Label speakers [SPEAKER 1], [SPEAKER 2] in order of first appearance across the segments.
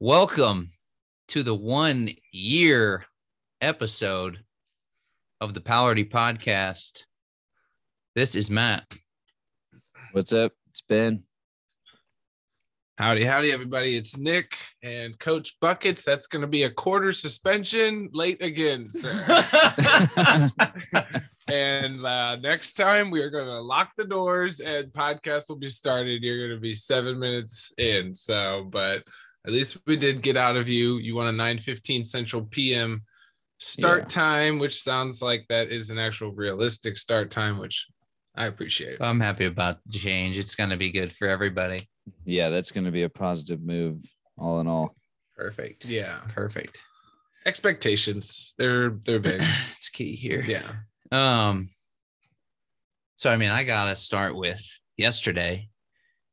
[SPEAKER 1] Welcome to the one year episode of the Polarity Podcast. This is Matt.
[SPEAKER 2] What's up? It's Ben.
[SPEAKER 3] Howdy, howdy, everybody. It's Nick and Coach Buckets. That's going to be a quarter suspension late again, sir. and uh, next time we are going to lock the doors and podcast will be started. You're going to be seven minutes in. So, but at least we did get out of you. You want a 9:15 Central PM start
[SPEAKER 2] Yeah.
[SPEAKER 3] time, which sounds like that is an actual realistic start time, which I appreciate.
[SPEAKER 1] I'm happy about the change. It's going to be good for everybody.
[SPEAKER 2] Yeah, that's going to be a positive move, all in all.
[SPEAKER 1] Perfect.
[SPEAKER 3] Yeah,
[SPEAKER 1] Perfect.
[SPEAKER 3] expectations they're they're big.
[SPEAKER 1] it's key here.
[SPEAKER 3] Yeah.
[SPEAKER 1] Um, so I mean, I gotta start with yesterday,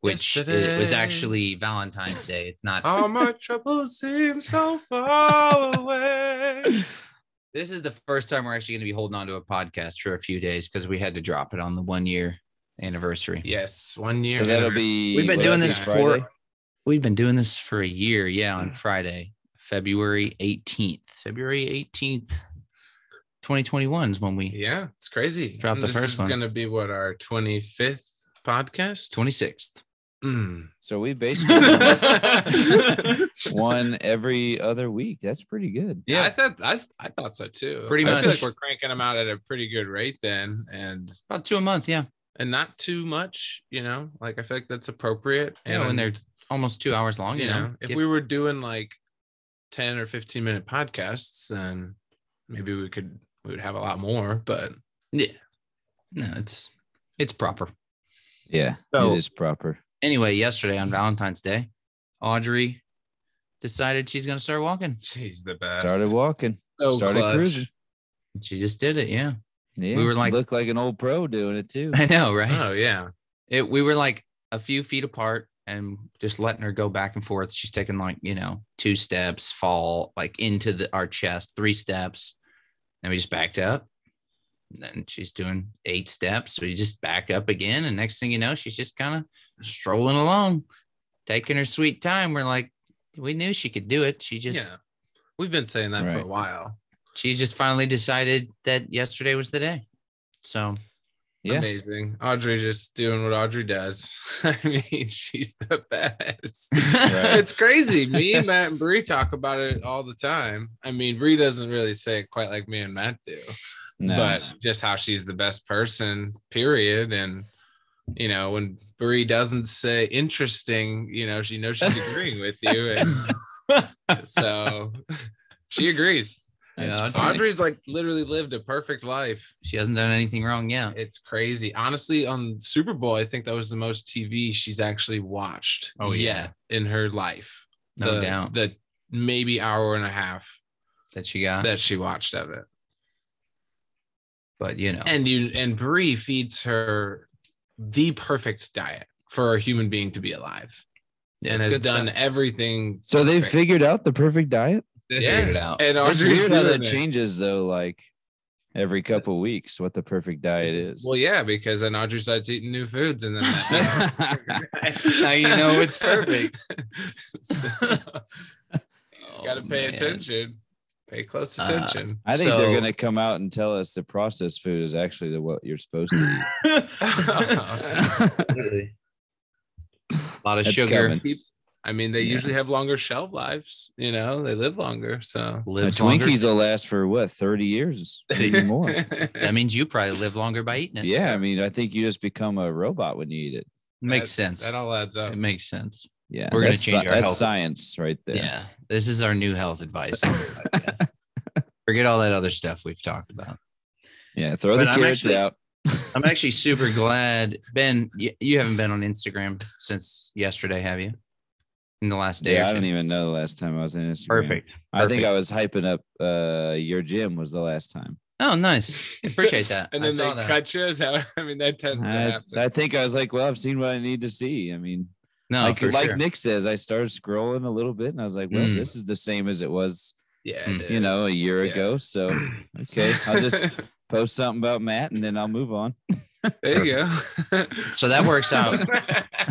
[SPEAKER 1] which it was
[SPEAKER 3] Yesterday.
[SPEAKER 1] actually Valentine's Day. It's not.
[SPEAKER 3] All my troubles seem so far away.
[SPEAKER 1] This is the first time we're actually gonna be holding on to a podcast for a few days because we had to drop it on the one year anniversary.
[SPEAKER 3] Yes, one year.
[SPEAKER 2] So that'll be.
[SPEAKER 1] We've been
[SPEAKER 2] will
[SPEAKER 1] doing
[SPEAKER 2] that be
[SPEAKER 1] this
[SPEAKER 2] Friday?
[SPEAKER 1] for. We've been doing this for a year. Yeah,
[SPEAKER 3] Mm.
[SPEAKER 1] on Friday, February eighteenth. February eighteenth, twenty twenty one is when we
[SPEAKER 3] yeah, it's crazy.
[SPEAKER 1] Drop the
[SPEAKER 3] this
[SPEAKER 1] first
[SPEAKER 3] is
[SPEAKER 1] one.
[SPEAKER 3] gonna be what our twenty fifth podcast.
[SPEAKER 1] twenty sixth.
[SPEAKER 3] Mm.
[SPEAKER 2] So we basically done one every other week. That's pretty good.
[SPEAKER 3] yeah, I thought I, I thought so too.
[SPEAKER 1] Pretty
[SPEAKER 3] I feel
[SPEAKER 2] much.
[SPEAKER 3] like we're cranking them out at a pretty good rate then, and
[SPEAKER 1] About two a month. Yeah,
[SPEAKER 3] and not too much. You know, like I feel like that's appropriate.
[SPEAKER 1] Yeah,
[SPEAKER 3] and
[SPEAKER 1] when they're almost two hours long.
[SPEAKER 3] you know, if
[SPEAKER 1] Get-
[SPEAKER 3] we were doing like 10 or 15 minute podcasts, then maybe we could, we would have a lot more, but
[SPEAKER 1] Yeah. No, it's it's proper.
[SPEAKER 2] Yeah,
[SPEAKER 3] So-
[SPEAKER 2] it is proper.
[SPEAKER 1] Anyway, yesterday on Valentine's Day, Audrey decided she's gonna start walking.
[SPEAKER 3] she's the best.
[SPEAKER 2] Started walking.
[SPEAKER 3] uh, So
[SPEAKER 2] started
[SPEAKER 3] clutch.
[SPEAKER 2] cruising.
[SPEAKER 1] She just did it, yeah.
[SPEAKER 2] Yeah,
[SPEAKER 1] We were like-
[SPEAKER 2] looked like an old pro doing it too.
[SPEAKER 1] I know, right?
[SPEAKER 3] Oh, yeah.
[SPEAKER 1] It we were like a few feet apart and just letting her go back and forth. She's taking like, you know, two steps, fall like into the our chest, three steps. And we just backed up. And then she's doing eight steps. We just back up again. And next thing you know, she's just kind of strolling along, taking her sweet time. We're like, we knew she could do it. She just
[SPEAKER 3] yeah. We've been saying that for a
[SPEAKER 2] Right.
[SPEAKER 3] while.
[SPEAKER 1] she just finally decided that yesterday was the day. So
[SPEAKER 2] Yeah.
[SPEAKER 3] Amazing. Audrey just doing what Audrey does. I mean, she's the best.
[SPEAKER 2] Right.
[SPEAKER 3] It's crazy. Me, Matt, and Bree talk about it all the time. I mean, Bree doesn't really say it quite like me and Matt do.
[SPEAKER 2] No,
[SPEAKER 3] but just how she's the best person, period. And you know, when Brie doesn't say interesting, you know, she knows she's agreeing with you. And so she agrees.
[SPEAKER 2] that's
[SPEAKER 1] Yeah,
[SPEAKER 2] fine.
[SPEAKER 3] Audrey's like literally lived a perfect life.
[SPEAKER 1] she hasn't done anything wrong yet.
[SPEAKER 3] It's crazy. Honestly, on Super Bowl, I think that was the most TV she's actually watched
[SPEAKER 1] Oh, yeah.
[SPEAKER 3] yet in her life.
[SPEAKER 1] No
[SPEAKER 3] the,
[SPEAKER 1] doubt
[SPEAKER 3] The maybe hour and a half
[SPEAKER 1] that she got.
[SPEAKER 3] that she watched of it.
[SPEAKER 1] but you know,
[SPEAKER 3] and you and Brie feeds her the perfect diet for a human being to be alive,
[SPEAKER 1] yeah,
[SPEAKER 3] and
[SPEAKER 1] it's
[SPEAKER 3] has
[SPEAKER 1] good
[SPEAKER 3] done
[SPEAKER 1] stuff.
[SPEAKER 3] everything.
[SPEAKER 2] So they
[SPEAKER 3] perfect.
[SPEAKER 2] figured out the perfect diet.
[SPEAKER 1] They
[SPEAKER 3] yeah.
[SPEAKER 1] figured it out.
[SPEAKER 3] and
[SPEAKER 2] It's
[SPEAKER 3] Audrey's
[SPEAKER 2] weird how
[SPEAKER 3] doing
[SPEAKER 2] that
[SPEAKER 3] it.
[SPEAKER 2] changes though. Like every couple weeks, what the perfect diet is.
[SPEAKER 3] Well, yeah, because then Audrey starts eating new foods, and then that
[SPEAKER 1] Now you know it's perfect.
[SPEAKER 3] so, has got
[SPEAKER 1] Oh,
[SPEAKER 3] to pay
[SPEAKER 1] man.
[SPEAKER 3] attention. Pay close
[SPEAKER 1] Uh,
[SPEAKER 3] attention.
[SPEAKER 2] I think they're
[SPEAKER 1] So-
[SPEAKER 2] gonna come out and tell us the processed food is actually the what you're supposed to eat.
[SPEAKER 1] A lot of
[SPEAKER 2] That's
[SPEAKER 1] sugar.
[SPEAKER 2] coming.
[SPEAKER 3] I mean, they
[SPEAKER 2] Yeah.
[SPEAKER 3] usually have longer shelf lives. You know, they live longer, so
[SPEAKER 2] A
[SPEAKER 1] Lives longer.
[SPEAKER 2] Twinkies will last for what thirty years, maybe more.
[SPEAKER 1] That means you probably live longer by eating it.
[SPEAKER 2] yeah, I mean, I think you just become a robot when you eat it.
[SPEAKER 1] makes sense.
[SPEAKER 3] That all adds up.
[SPEAKER 1] it makes sense.
[SPEAKER 2] Yeah,
[SPEAKER 1] We're gonna
[SPEAKER 2] that's
[SPEAKER 1] change our
[SPEAKER 2] that's
[SPEAKER 1] health.
[SPEAKER 2] science right there.
[SPEAKER 1] Yeah, this is our new health advice. Forget all that other stuff we've talked about.
[SPEAKER 2] Yeah, throw
[SPEAKER 1] But
[SPEAKER 2] the
[SPEAKER 1] I'm
[SPEAKER 2] carrots
[SPEAKER 1] actually-
[SPEAKER 2] out.
[SPEAKER 1] I'm actually super glad, Ben. You, you haven't been on Instagram since yesterday, have you? In the last day,
[SPEAKER 2] Yeah,
[SPEAKER 1] or
[SPEAKER 2] I
[SPEAKER 1] two?
[SPEAKER 2] don't even know the last time I was on Instagram.
[SPEAKER 1] Perfect.
[SPEAKER 2] I think
[SPEAKER 1] perfect.
[SPEAKER 2] I was hyping up uh your gym was the last time.
[SPEAKER 1] Oh, nice. Appreciate that.
[SPEAKER 3] and
[SPEAKER 1] I
[SPEAKER 3] then
[SPEAKER 1] saw
[SPEAKER 3] they
[SPEAKER 1] that.
[SPEAKER 3] cut you. Is that, I mean, that tends to
[SPEAKER 2] I,
[SPEAKER 3] happen.
[SPEAKER 2] I think I was like, well, I've seen what I need to see. I mean,
[SPEAKER 1] no,
[SPEAKER 2] like
[SPEAKER 1] Oh, for
[SPEAKER 2] like
[SPEAKER 1] sure.
[SPEAKER 2] Nick says, I started scrolling a little bit and I was like, well,
[SPEAKER 1] Mm.
[SPEAKER 2] this is the same as it was,
[SPEAKER 3] yeah,
[SPEAKER 1] Mm.
[SPEAKER 3] it
[SPEAKER 2] you know, a year
[SPEAKER 3] Yeah.
[SPEAKER 2] ago. So okay, I'll just post something about Matt and then I'll move on.
[SPEAKER 3] There you go.
[SPEAKER 1] So that works out.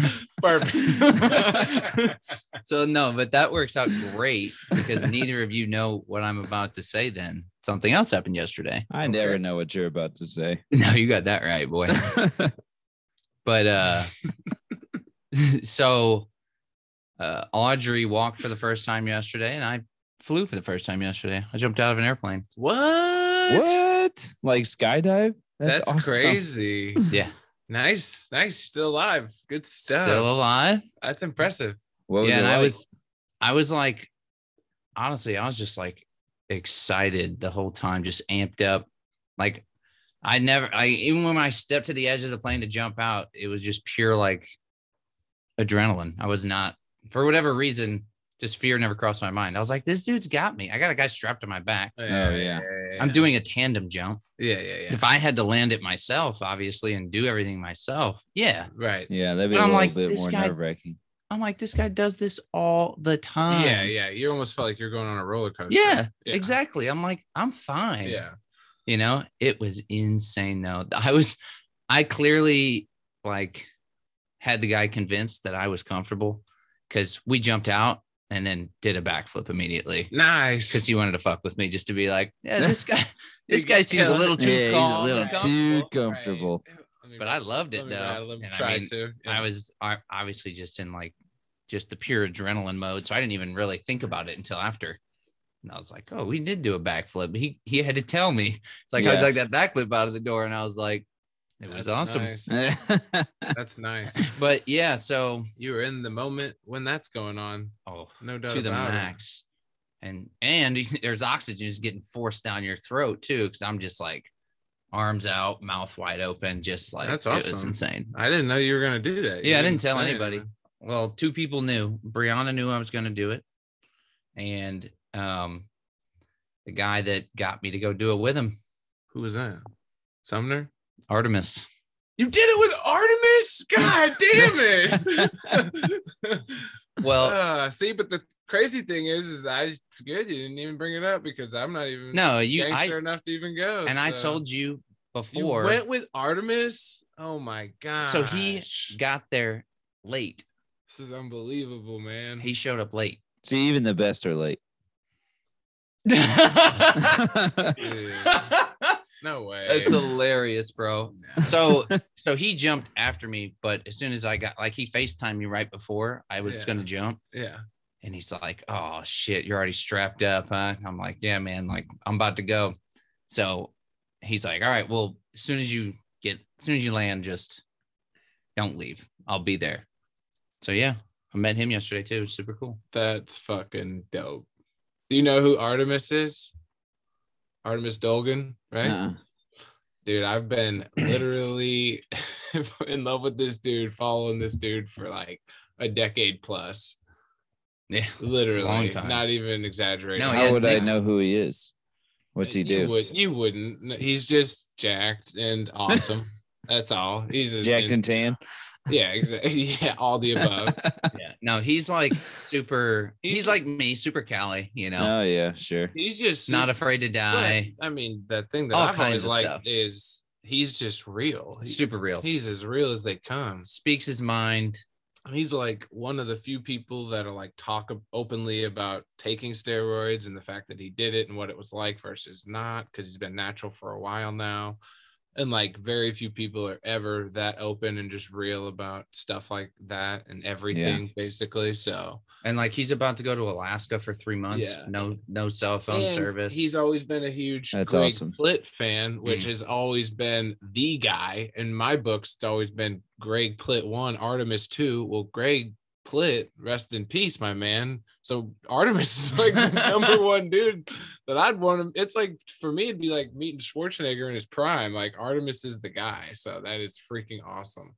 [SPEAKER 3] Perfect.
[SPEAKER 1] so no, but that works out great because neither of you know what I'm about to say then. Something else happened yesterday.
[SPEAKER 2] I never know what you're about to say.
[SPEAKER 1] No, you got that right, boy. But uh so uh Audrey walked for the first time yesterday and I flew for the first time yesterday. I jumped out of an airplane.
[SPEAKER 3] what?
[SPEAKER 2] what? Like skydive?
[SPEAKER 3] That's,
[SPEAKER 2] awesome.
[SPEAKER 3] crazy.
[SPEAKER 1] Yeah.
[SPEAKER 3] Nice, nice. Still alive. Good stuff.
[SPEAKER 1] Still alive.
[SPEAKER 3] That's impressive.
[SPEAKER 2] What was
[SPEAKER 1] yeah,
[SPEAKER 2] it
[SPEAKER 1] and I
[SPEAKER 2] like?
[SPEAKER 1] was I was like honestly, I was just like excited the whole time, just amped up. Like I never I even when I stepped to the edge of the plane to jump out, it was just pure like adrenaline. I was not for whatever reason, just fear never crossed my mind. I was like, this dude's got me. I got a guy strapped to my back.
[SPEAKER 2] Oh, yeah, yeah.
[SPEAKER 1] I'm doing a tandem jump.
[SPEAKER 3] Yeah, yeah, yeah.
[SPEAKER 1] If I had to land it myself, obviously, and do everything myself, yeah.
[SPEAKER 3] Right.
[SPEAKER 2] yeah, that'd be
[SPEAKER 1] But
[SPEAKER 2] a
[SPEAKER 1] I'm
[SPEAKER 2] little
[SPEAKER 1] like,
[SPEAKER 2] bit
[SPEAKER 1] this
[SPEAKER 2] more
[SPEAKER 1] guy-
[SPEAKER 2] nerve wracking.
[SPEAKER 1] I'm like, this guy does this all the time.
[SPEAKER 2] Um,
[SPEAKER 3] yeah, yeah. You almost felt like you're going on a roller coaster.
[SPEAKER 1] Yeah, exactly. I'm like, I'm fine.
[SPEAKER 3] Yeah.
[SPEAKER 1] You know, it was insane though. I was, I clearly like had the guy convinced that I was comfortable because we jumped out and then did a backflip immediately because
[SPEAKER 3] Nice.
[SPEAKER 1] he wanted to fuck with me just to be like, yeah, this guy, this guy seems a little too
[SPEAKER 2] Yeah, he's a
[SPEAKER 1] calm.
[SPEAKER 2] little
[SPEAKER 1] and
[SPEAKER 2] too-
[SPEAKER 1] dumb."
[SPEAKER 2] comfortable.
[SPEAKER 1] But I loved it though. And I
[SPEAKER 3] Try
[SPEAKER 1] mean,
[SPEAKER 3] to.
[SPEAKER 1] I was I, obviously just in like just the pure adrenaline mode, so I didn't even really think about it until after. And I was like, "Oh, we did do a backflip." He he had to tell me. It's like I was
[SPEAKER 2] Yeah.
[SPEAKER 1] like that backflip out of the door, and I was like, "It was
[SPEAKER 3] That's
[SPEAKER 1] awesome."
[SPEAKER 3] nice. That's nice.
[SPEAKER 1] But yeah, so
[SPEAKER 3] You were in the moment when that's going on.
[SPEAKER 1] oh,
[SPEAKER 3] No doubt
[SPEAKER 1] to the
[SPEAKER 3] about it.
[SPEAKER 1] max, and and there's oxygen is getting forced down your throat too, because I'm just like arms out, mouth wide open, just like
[SPEAKER 3] That's
[SPEAKER 1] it was
[SPEAKER 3] awesome.
[SPEAKER 1] insane.
[SPEAKER 3] I didn't know you were gonna do that. You
[SPEAKER 1] Yeah, I didn't tell
[SPEAKER 3] say
[SPEAKER 1] anybody.
[SPEAKER 3] anything.
[SPEAKER 1] Well, two people knew. Brianna knew I was going to do it, and um, the guy that got me to go do it with him,
[SPEAKER 3] Who was that? Sumner.
[SPEAKER 1] Artemis.
[SPEAKER 3] You did it with Artemis. God damn it.
[SPEAKER 1] Well,
[SPEAKER 3] uh, see, but the crazy thing is, is I it's good you didn't even bring it up because I'm not even
[SPEAKER 1] no, you,
[SPEAKER 3] gangster
[SPEAKER 1] I,
[SPEAKER 3] enough to even go.
[SPEAKER 1] and I
[SPEAKER 3] so.
[SPEAKER 1] told uh, you
[SPEAKER 3] you
[SPEAKER 1] before.
[SPEAKER 3] went with Artemis. Oh my god!
[SPEAKER 1] So he got there late.
[SPEAKER 3] this is unbelievable, man.
[SPEAKER 1] He showed up late.
[SPEAKER 2] See, even the best are late. Uh-uh.
[SPEAKER 1] That's
[SPEAKER 3] no way.
[SPEAKER 1] hilarious, bro.
[SPEAKER 3] No.
[SPEAKER 1] So, so he jumped after me, but as soon as I got like he Facetimed me right before I was
[SPEAKER 3] Yeah.
[SPEAKER 1] going to jump.
[SPEAKER 3] yeah,
[SPEAKER 1] And he's like, "Oh shit, you're already strapped up, huh?" I'm like, "Yeah, man. Like, I'm about to go." So he's like, "All right, well, as soon as you get, as soon as you land, just don't leave. I'll be there." So yeah, I met him yesterday too. It was super cool.
[SPEAKER 3] that's fucking dope. Do you know who Artemis is? Artemis Dolgan, right?
[SPEAKER 2] Uh-uh.
[SPEAKER 3] Dude, I've been literally in love with this dude, following this dude for like a decade plus.
[SPEAKER 1] Yeah,
[SPEAKER 3] Literally,
[SPEAKER 1] Long time.
[SPEAKER 3] not even exaggerating.
[SPEAKER 1] No, Oh,
[SPEAKER 2] How
[SPEAKER 1] yeah,
[SPEAKER 2] would I
[SPEAKER 1] Nick-
[SPEAKER 2] know who he is? What's he
[SPEAKER 3] You,
[SPEAKER 2] do?
[SPEAKER 3] would, you wouldn't. No, He's just jacked and awesome. That's all. He's a,
[SPEAKER 2] Jacked and tan.
[SPEAKER 3] yeah, exactly. Yeah, all the above.
[SPEAKER 1] yeah. No, he's like super.
[SPEAKER 3] He's-
[SPEAKER 1] He's like me, super Cali. You know,
[SPEAKER 2] Oh yeah, sure.
[SPEAKER 3] He's just
[SPEAKER 1] not
[SPEAKER 3] super-
[SPEAKER 1] afraid to die.
[SPEAKER 3] I mean, the thing that
[SPEAKER 1] All
[SPEAKER 3] I've
[SPEAKER 1] kinds
[SPEAKER 3] always
[SPEAKER 1] of
[SPEAKER 3] liked
[SPEAKER 1] stuff.
[SPEAKER 3] is he's just real. He-
[SPEAKER 1] Super real.
[SPEAKER 3] he's as real as they come.
[SPEAKER 1] speaks his mind.
[SPEAKER 3] he's like one of the few people that are like talk openly about taking steroids and the fact that he did it and what it was like versus not because he's been natural for a while now and like very few people are ever that open and just real about stuff like that and everything basically so
[SPEAKER 1] And like he's about to go to Alaska for three months.
[SPEAKER 3] Yeah.
[SPEAKER 1] No, no cell phone
[SPEAKER 3] And
[SPEAKER 1] service.
[SPEAKER 3] he's always been a huge
[SPEAKER 2] That's
[SPEAKER 3] Greg
[SPEAKER 2] awesome.
[SPEAKER 3] Plitt fan which
[SPEAKER 1] Mm.
[SPEAKER 3] has always been the guy in my books it's always been Greg Plitt one Artemis two well Greg Plitt, rest in peace, my man. So Artemis is like the number one dude that I'd want him. It's like for me, it'd be like meeting Schwarzenegger in his prime. Like Artemis is the guy. So that is freaking awesome.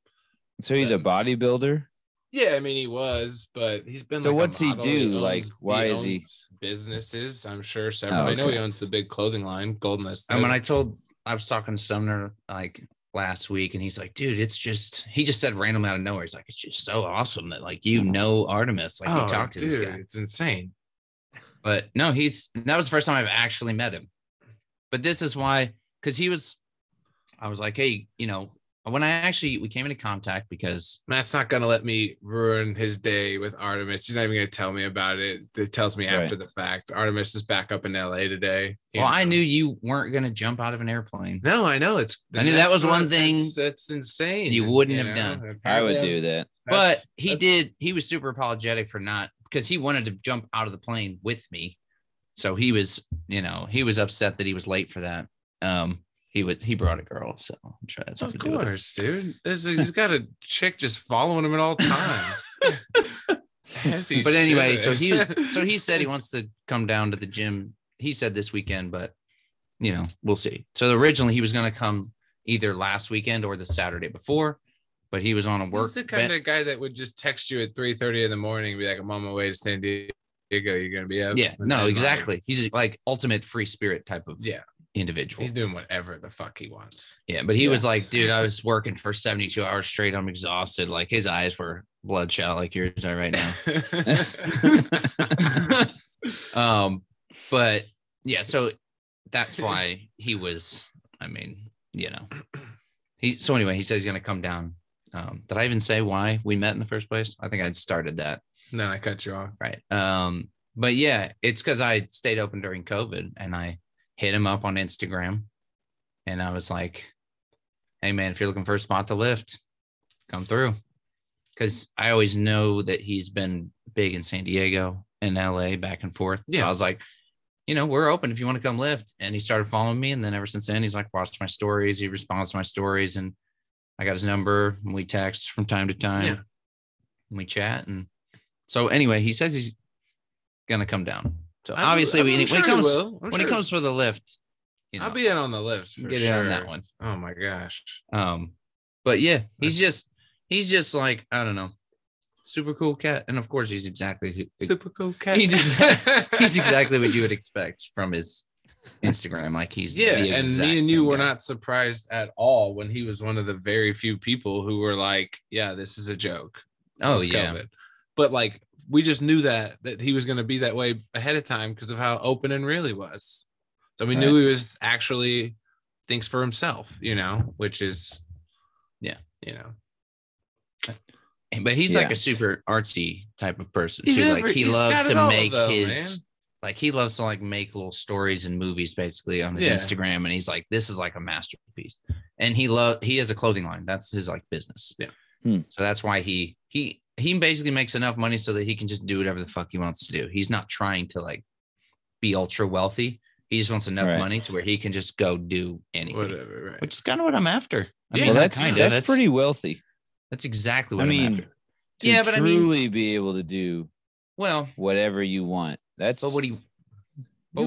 [SPEAKER 2] So he's a bodybuilder.
[SPEAKER 3] Yeah, I mean he was, but he's been.
[SPEAKER 2] So
[SPEAKER 3] like, a
[SPEAKER 2] what's he
[SPEAKER 3] model.
[SPEAKER 2] do? Like, why is he-
[SPEAKER 3] owns Businesses, I'm sure. Several.
[SPEAKER 2] Oh,
[SPEAKER 3] I know he
[SPEAKER 2] okay.
[SPEAKER 3] owns the big clothing line, Golden List.
[SPEAKER 1] And when I told, I was talking to Sumner like last week, and he's like, "Dude, it's just," he just said randomly out of nowhere. He's like, "It's just so awesome that like you know Artemis, like
[SPEAKER 3] Oh,
[SPEAKER 1] you talk to this guy."
[SPEAKER 3] It's insane.
[SPEAKER 1] But no, he's that was the first time I've actually met him. But this is why, because he was, I was like, "Hey, you know, when I actually we came into contact because
[SPEAKER 3] Matt's not gonna let me ruin his day with Artemis. He's not even gonna tell me about it. It tells me
[SPEAKER 2] Right.
[SPEAKER 3] after the fact. Artemis is back up in LA today. you
[SPEAKER 1] well, I
[SPEAKER 3] know.
[SPEAKER 1] knew you weren't gonna jump out of an airplane.
[SPEAKER 3] No, I know it's.
[SPEAKER 1] I knew that
[SPEAKER 3] that's
[SPEAKER 1] was one thing
[SPEAKER 3] That's, that's insane.
[SPEAKER 1] you wouldn't have done.
[SPEAKER 2] I would do that.
[SPEAKER 1] but he did. He was super apologetic for not because he wanted to jump out of the plane with me. So he was, you know, he was upset that he was late for that. Um, he was he brought a girl, so I'm sure that's
[SPEAKER 3] Of
[SPEAKER 1] something to do with it.
[SPEAKER 3] course, dude. There's, he's got a chick just following him at all times. As he
[SPEAKER 1] But anyway,
[SPEAKER 3] should.
[SPEAKER 1] so he was, so he said he wants to come down to the gym. He said this weekend, but you know, we'll see. So originally he was going to come either last weekend or the Saturday before, but he was on a work.
[SPEAKER 3] He's the kind
[SPEAKER 1] ben-
[SPEAKER 3] of guy that would just text you at 3:30 in the morning, and be like, "I'm on my way to San Diego. You're gonna be up."
[SPEAKER 1] yeah,
[SPEAKER 3] And
[SPEAKER 1] no,
[SPEAKER 3] then,
[SPEAKER 1] exactly. He's like ultimate free spirit type of
[SPEAKER 3] like, yeah,
[SPEAKER 1] individual.
[SPEAKER 3] he's doing whatever the fuck he wants.
[SPEAKER 1] Yeah, but he
[SPEAKER 2] Yeah.
[SPEAKER 1] was like, dude, I was working for 72 hours straight. I'm exhausted. Like his eyes were bloodshot like yours are right now. um, but yeah, so that's why he was, I mean, you know. He so anyway, he says he's gonna come down. Um, did I even say why we met in the first place? I think I'd started that.
[SPEAKER 3] no, I cut you off.
[SPEAKER 1] Right. Um, but yeah, it's because I stayed open during COVID and I hit him up on Instagram and I was like, Hey man, if you're looking for a spot to lift, come through. Cause I always know that he's been big in San Diego and LA back and forth. So
[SPEAKER 3] Yeah.
[SPEAKER 1] I was like, you know, we're open if you want to come lift. And he started following me. And then ever since then, he's like watched my stories. He responds to my stories and I got his number and we text from time to time.
[SPEAKER 3] Yeah.
[SPEAKER 1] And we chat and so anyway, he says he's gonna come down. So
[SPEAKER 3] I'm-
[SPEAKER 1] obviously,
[SPEAKER 3] I'm
[SPEAKER 1] when, he-
[SPEAKER 3] sure
[SPEAKER 1] when he comes
[SPEAKER 3] will. I'm
[SPEAKER 1] when he
[SPEAKER 3] sure.
[SPEAKER 1] comes for the lift, you know,
[SPEAKER 3] I'll be in on the list for
[SPEAKER 1] get
[SPEAKER 3] sure.
[SPEAKER 1] in on that one.
[SPEAKER 3] Oh my gosh.
[SPEAKER 1] Um, but yeah, he's just he's just like I don't know, super cool cat, and of course he's exactly who,
[SPEAKER 3] Super cool cat.
[SPEAKER 1] He's he's exactly what you would expect from his Instagram. Like he's the
[SPEAKER 3] Yeah, and
[SPEAKER 1] exact
[SPEAKER 3] me and you
[SPEAKER 1] same
[SPEAKER 3] were
[SPEAKER 1] guy.
[SPEAKER 3] not surprised at all when he was one of the very few people who were like, "Yeah, this is a joke."
[SPEAKER 1] Oh
[SPEAKER 3] with
[SPEAKER 1] yeah,
[SPEAKER 3] COVID. But like we just knew that that he was going to be that way ahead of time because of how open and real he was. So we knew he was actually thinks for himself, you know, which is
[SPEAKER 1] Yeah.
[SPEAKER 3] you know,
[SPEAKER 1] but he's like
[SPEAKER 2] Yeah.
[SPEAKER 1] a super artsy type of person
[SPEAKER 3] He's
[SPEAKER 1] too.
[SPEAKER 3] every-
[SPEAKER 1] like he
[SPEAKER 3] he's got
[SPEAKER 1] loves
[SPEAKER 3] it
[SPEAKER 1] to
[SPEAKER 3] all,
[SPEAKER 1] make
[SPEAKER 3] though,
[SPEAKER 1] his
[SPEAKER 3] man.
[SPEAKER 1] like he loves to like make little stories and movies basically on his
[SPEAKER 3] Yeah.
[SPEAKER 1] Instagram, and he's like, this is like a masterpiece. And he love he has a clothing line. That's his like business.
[SPEAKER 3] Yeah.
[SPEAKER 2] Hmm.
[SPEAKER 1] So that's why he he he basically makes enough money so that he can just do whatever the fuck he wants to do. He's not trying to like be ultra wealthy. He just wants enough
[SPEAKER 2] Right.
[SPEAKER 1] money to where he can just go do anything,
[SPEAKER 3] whatever, right?
[SPEAKER 1] which is kind of what I'm after. I
[SPEAKER 3] Yeah,
[SPEAKER 1] mean,
[SPEAKER 2] well,
[SPEAKER 1] not
[SPEAKER 2] that's
[SPEAKER 1] kinda,
[SPEAKER 2] that's, pretty wealthy
[SPEAKER 1] That's exactly
[SPEAKER 2] I
[SPEAKER 1] what I
[SPEAKER 2] mean,
[SPEAKER 1] am after.
[SPEAKER 2] to
[SPEAKER 1] Yeah, but I mean-
[SPEAKER 2] truly be able to do
[SPEAKER 1] Well,
[SPEAKER 2] whatever you want. That's
[SPEAKER 1] but what he
[SPEAKER 2] you're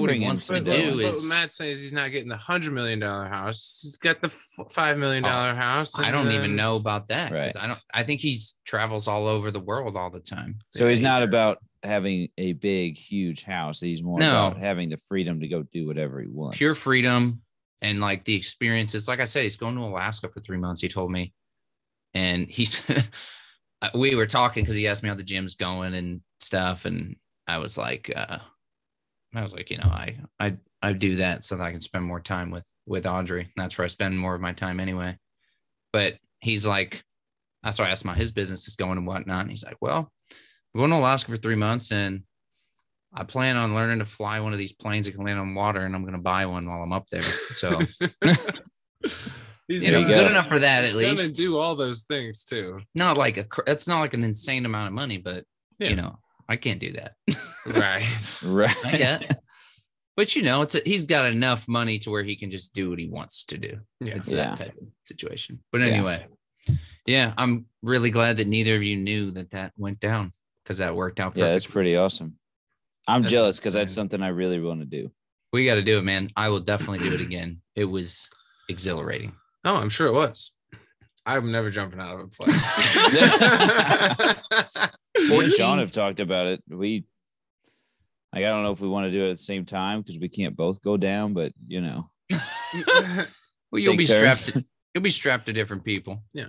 [SPEAKER 1] what he
[SPEAKER 2] bringing
[SPEAKER 1] wants to
[SPEAKER 2] some
[SPEAKER 3] But what-
[SPEAKER 1] do
[SPEAKER 2] dough.
[SPEAKER 3] what
[SPEAKER 1] is-
[SPEAKER 3] Matt says he's not getting the hundred million dollar house. He's got the f- five million dollar house.
[SPEAKER 1] Oh, I
[SPEAKER 3] and
[SPEAKER 1] don't
[SPEAKER 3] then-
[SPEAKER 1] even know about that. 'cause
[SPEAKER 2] uh, Right.
[SPEAKER 1] I don't. I think he travels all over the world all the time.
[SPEAKER 2] So he's not about having a big, huge house. He's more
[SPEAKER 1] No.
[SPEAKER 2] about having the freedom to go do whatever he wants.
[SPEAKER 1] Pure freedom and like the experiences. Like I said, he's going to Alaska for three months. He told me, and he's. uh, we were talking because he asked me how the gym's going and stuff, and I was like, uh, I was like, you know, I I I do that so that I can spend more time with with Audrey. That's where I spend more of my time anyway. But he's like, I so I asked him how his business is going and whatnot. And he's like, well, I'm going to Alaska for three months and I plan on learning to fly one of these planes that can land on water and I'm going to buy one while I'm up there. So
[SPEAKER 3] He's
[SPEAKER 1] you
[SPEAKER 2] There
[SPEAKER 1] know,
[SPEAKER 2] you
[SPEAKER 3] gonna-
[SPEAKER 2] go.
[SPEAKER 1] good enough for that at
[SPEAKER 3] he's gonna
[SPEAKER 1] least.
[SPEAKER 3] do all those things too.
[SPEAKER 1] Not like a cr- that's not like an insane amount of money, but
[SPEAKER 3] Yeah.
[SPEAKER 1] you know, I can't do that.
[SPEAKER 3] Right.
[SPEAKER 2] right?
[SPEAKER 1] I get. but you know, it's a, he's got enough money to where he can just do what he wants to do.
[SPEAKER 3] Yeah.
[SPEAKER 1] It's
[SPEAKER 2] Yeah.
[SPEAKER 1] that type of situation. But
[SPEAKER 2] Yeah.
[SPEAKER 1] anyway, yeah, I'm really glad that neither of you knew that that went down because that worked out.
[SPEAKER 2] Yeah, that's
[SPEAKER 1] perfectly.
[SPEAKER 2] pretty awesome. I'm
[SPEAKER 1] That's
[SPEAKER 2] jealous because that's
[SPEAKER 1] amazing.
[SPEAKER 2] something I really want to do.
[SPEAKER 1] we got to do it, man. I will definitely do it again. It was exhilarating.
[SPEAKER 3] Oh, I'm sure it was. I'm never jumping out of a plane.
[SPEAKER 2] Me and
[SPEAKER 1] 14
[SPEAKER 2] Sean have talked about it. We, like, I don't know if we want to do it at the same time because we can't both go down, but you know,
[SPEAKER 1] Well, you'll
[SPEAKER 2] Take
[SPEAKER 1] be
[SPEAKER 2] turns.
[SPEAKER 1] strapped. To, you'll be strapped to different people.
[SPEAKER 3] hey,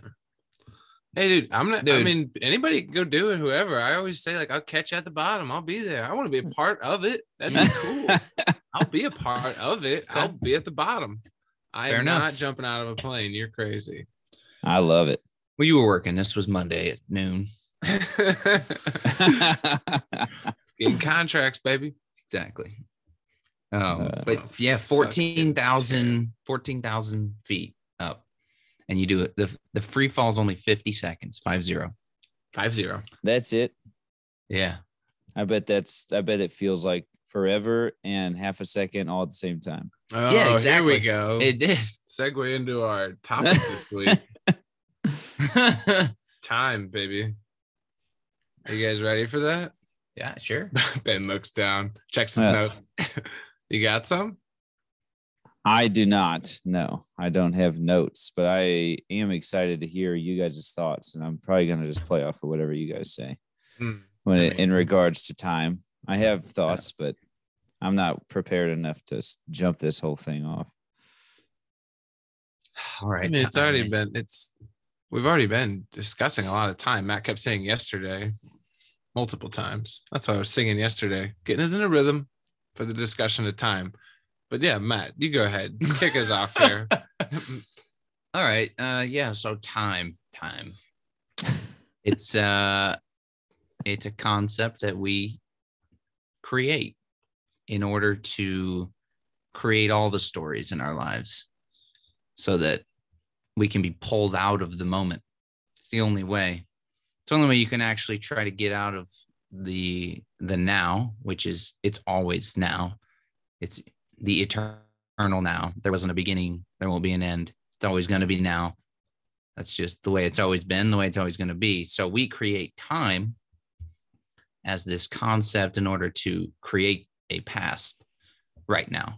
[SPEAKER 3] dude, I'm not. I
[SPEAKER 1] Dude.
[SPEAKER 3] mean, anybody can go do it. Whoever. I always say, like, I'll catch you at the bottom. I'll be there. I want to be a part of it. That'd be
[SPEAKER 1] Mm.
[SPEAKER 3] cool. I'll be a part of it. I'll be at the bottom. I
[SPEAKER 1] Fair
[SPEAKER 3] am
[SPEAKER 1] enough.
[SPEAKER 3] not jumping out of a plane. You're crazy.
[SPEAKER 2] I love it.
[SPEAKER 1] Well, you were working. This was Monday at noon.
[SPEAKER 3] Getting contracts, baby.
[SPEAKER 1] Exactly. Um,
[SPEAKER 2] Uh,
[SPEAKER 1] but yeah,
[SPEAKER 3] fucking
[SPEAKER 1] 14,000 14,000 feet up. And you do it. The, the free fall is only 50 seconds, five zero.
[SPEAKER 3] Five zero.
[SPEAKER 2] that's it.
[SPEAKER 1] Yeah.
[SPEAKER 2] I bet that's. I bet it feels like forever and half a second all at the same time.
[SPEAKER 3] Oh,
[SPEAKER 1] Yeah,
[SPEAKER 3] here
[SPEAKER 1] exactly.
[SPEAKER 3] we go.
[SPEAKER 1] It did.
[SPEAKER 3] Segue into our topic this week.
[SPEAKER 1] yeah,
[SPEAKER 3] Time, baby. Are you guys ready for that?
[SPEAKER 1] sure.
[SPEAKER 3] Ben looks down, checks his
[SPEAKER 2] Yeah.
[SPEAKER 3] notes. you got some?
[SPEAKER 2] I do not. No, I don't have notes, but I am excited to hear you guys' thoughts, and I'm probably gonna just play off of whatever you guys say
[SPEAKER 3] Hmm.
[SPEAKER 2] when
[SPEAKER 3] I
[SPEAKER 2] it, in
[SPEAKER 3] mean-
[SPEAKER 2] regards to time. I have thoughts, but I'm not prepared enough to s- jump this whole thing off.
[SPEAKER 1] All right.
[SPEAKER 3] I mean, it's already
[SPEAKER 1] time.
[SPEAKER 3] been it's we've already been discussing a lot of time. Matt kept saying yesterday multiple times. That's why I was singing yesterday, getting us in a rhythm for the discussion of time. But yeah, Matt, you go ahead. Kick us off here.
[SPEAKER 1] All right. Uh yeah, so time, time. it's uh it's a concept that we create in order to create all the stories in our lives so that we can be pulled out of the moment. It's the only way. It's the only way you can actually try to get out of the the now, which is it's always now. It's the eternal now. There wasn't a beginning, there won't be an end. It's always going to be now. That's just the way it's always been, the way it's always going to be. So we create time as this concept in order to create a past right now.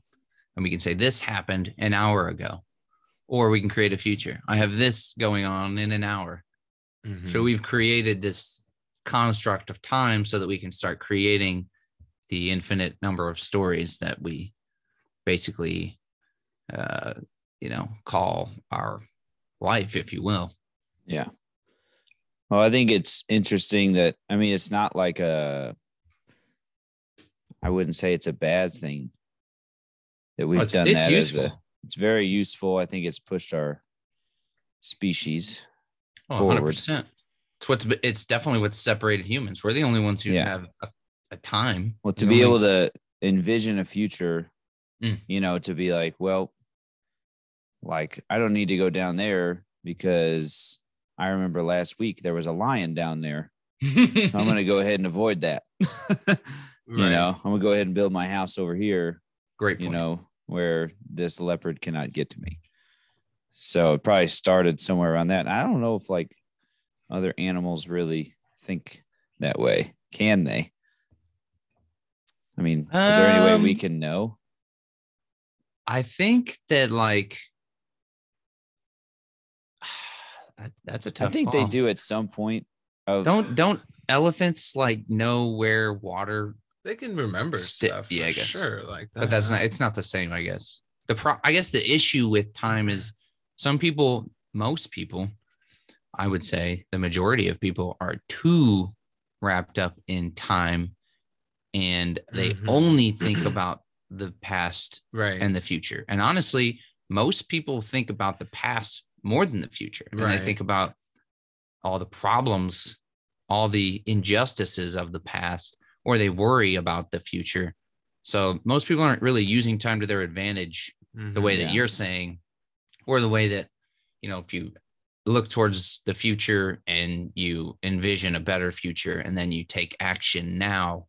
[SPEAKER 1] And we can say this happened an hour ago, or we can create a future. I have this going on in an hour.
[SPEAKER 2] Hmm.
[SPEAKER 3] Mm-hmm.
[SPEAKER 1] So we've created this construct of time so that we can start creating the infinite number of stories that we basically, uh, you know, call our life, if you will.
[SPEAKER 2] Yeah. Well, I think it's interesting that I mean it's not like a I wouldn't say it's a bad thing that we've
[SPEAKER 1] Oh, it's
[SPEAKER 2] done
[SPEAKER 1] it's
[SPEAKER 2] that
[SPEAKER 1] useful.
[SPEAKER 2] as a it's very useful. I think it's pushed our species.
[SPEAKER 1] Oh,
[SPEAKER 2] forward.
[SPEAKER 1] 100%. It's what's it's definitely what's separated humans. We're the only ones who
[SPEAKER 2] Yeah.
[SPEAKER 1] have a, a time.
[SPEAKER 2] Well, to
[SPEAKER 1] The
[SPEAKER 2] be
[SPEAKER 1] only-
[SPEAKER 2] able to envision a future,
[SPEAKER 1] Mm.
[SPEAKER 2] you know, to be like, well, like I don't need to go down there because I remember last week there was a lion down there. So I'm gonna go ahead and avoid that. You know, I'm gonna go ahead and build my house over here,
[SPEAKER 1] great
[SPEAKER 2] you
[SPEAKER 1] point.
[SPEAKER 2] know, where this leopard cannot get to me. So it probably started somewhere around that. I don't know if like other animals really think that way. Can they? I mean, is there any way we
[SPEAKER 1] Um,
[SPEAKER 2] can know?
[SPEAKER 1] I think that like that- that's a
[SPEAKER 2] I
[SPEAKER 1] tough
[SPEAKER 2] think they
[SPEAKER 1] call.
[SPEAKER 2] do at some point of
[SPEAKER 1] Don't don't elephants like know where water
[SPEAKER 3] they can remember
[SPEAKER 1] Sti-
[SPEAKER 3] stuff. For
[SPEAKER 1] yeah, I guess.
[SPEAKER 3] Sure. Like that.
[SPEAKER 1] but that's not it's not the same i guess the pro i guess the issue with time is some people most people i would say the majority of people are too wrapped up in time and they
[SPEAKER 3] Mhm.
[SPEAKER 1] only think about the past
[SPEAKER 3] right.
[SPEAKER 1] and the future and honestly most people think about the past more than the future and
[SPEAKER 3] Right.
[SPEAKER 1] they think about all the problems all the injustices of the past or they worry about the future so most people aren't really using time to their advantage the
[SPEAKER 3] Mm-hmm.
[SPEAKER 1] way
[SPEAKER 2] Yeah.
[SPEAKER 1] that you're saying or the way that you know if you look towards the future and you envision a better future and then you take action now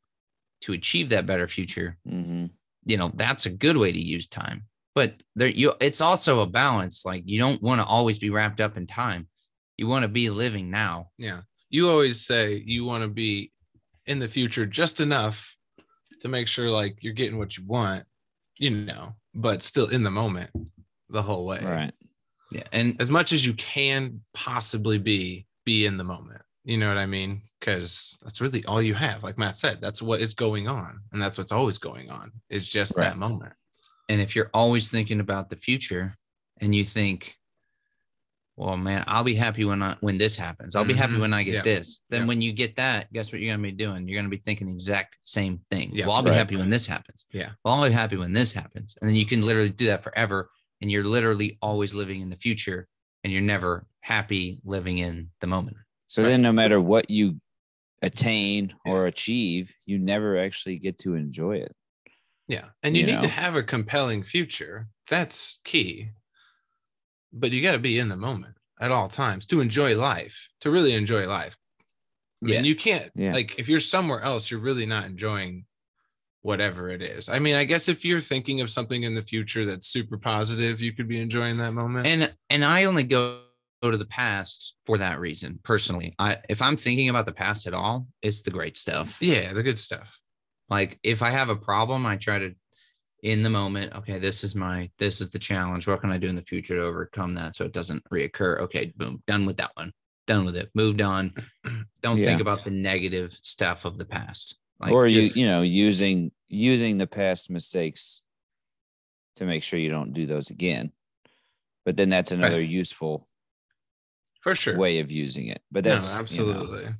[SPEAKER 1] to achieve that better future
[SPEAKER 2] Mhm.
[SPEAKER 1] you know that's a good way to use time but there you it's also a balance like you don't want to always be wrapped up in time you want to be living now
[SPEAKER 3] Yeah. You always say you want to be in the future just enough to make sure like you're getting what you want, you know, but still in the moment the whole way.
[SPEAKER 2] right.
[SPEAKER 1] yeah and
[SPEAKER 3] As much as you can possibly be, be in the moment. You know what I mean? Because that's really all you have. Like Matt said, that's what is going on. And that's what's always going on. It's just
[SPEAKER 2] Right.
[SPEAKER 3] that moment.
[SPEAKER 1] and if you're always thinking about the future and you think well man i'll be happy when i when this happens i'll be happy
[SPEAKER 3] Mhm.
[SPEAKER 1] when i get
[SPEAKER 3] Yeah.
[SPEAKER 1] this then
[SPEAKER 3] Yeah.
[SPEAKER 1] when you get that guess what you're going to be doing you're going to be thinking the exact same thing
[SPEAKER 3] Yeah.
[SPEAKER 1] well i'll be
[SPEAKER 2] Right.
[SPEAKER 1] happy when this happens
[SPEAKER 3] Yeah.
[SPEAKER 1] well i'll be happy when this happens and then you can literally do that forever and you're literally always living in the future and you're never happy living in the moment.
[SPEAKER 2] So then, no matter what you attain or achieve, you never actually get to enjoy it.
[SPEAKER 3] Yeah. And you,
[SPEAKER 2] You
[SPEAKER 3] need
[SPEAKER 2] know?
[SPEAKER 3] to have a compelling future. That's key. But you got to be in the moment at all times to enjoy life, to really enjoy life. I mean,
[SPEAKER 1] Yeah.
[SPEAKER 3] you can't,
[SPEAKER 2] Yeah.
[SPEAKER 3] like, if you're somewhere else, you're really not enjoying whatever it is. I mean, I guess if you're thinking of something in the future that's super positive, you could be enjoying that moment.
[SPEAKER 1] And and I only go go to the past for that reason personally. I if I'm thinking about the past at all, it's the great stuff.
[SPEAKER 3] yeah, the good stuff.
[SPEAKER 1] Like if I have a problem, I try to in the moment, okay, this is my this is the challenge. What can I do in the future to overcome that so it doesn't reoccur? Okay, boom, done with that one. Done with it. Moved on. Don't think
[SPEAKER 2] Yeah.
[SPEAKER 1] about the negative stuff of the past. Like
[SPEAKER 2] or
[SPEAKER 1] just-
[SPEAKER 2] you, you know, using using the past mistakes to make sure you don't do those again. But then that's another useful
[SPEAKER 3] For sure.
[SPEAKER 2] way of using it. But
[SPEAKER 3] No,
[SPEAKER 2] that's you know,
[SPEAKER 3] absolutely.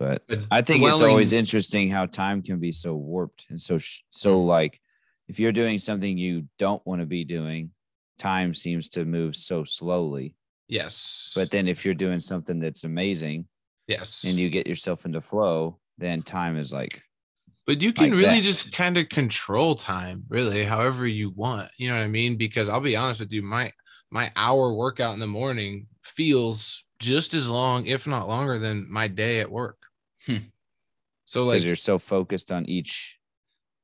[SPEAKER 2] but
[SPEAKER 1] but
[SPEAKER 2] I think it's
[SPEAKER 1] dwelling-
[SPEAKER 2] always interesting how time can be so warped and so sh- so like if you're doing something you don't want to be doing, time seems to move so slowly.
[SPEAKER 3] Yes.
[SPEAKER 2] But then if you're doing something that's amazing
[SPEAKER 3] yes.
[SPEAKER 2] and you get yourself into flow, then time is like
[SPEAKER 3] But you can
[SPEAKER 2] like
[SPEAKER 3] really
[SPEAKER 2] that.
[SPEAKER 3] just kind of control time, really, however you want. You know what I mean? Because I'll be honest with you, my my hour workout in the morning feels just as long, if not longer, than my day at work.
[SPEAKER 1] Hmm.
[SPEAKER 3] So
[SPEAKER 2] because
[SPEAKER 3] like
[SPEAKER 2] you're so focused on each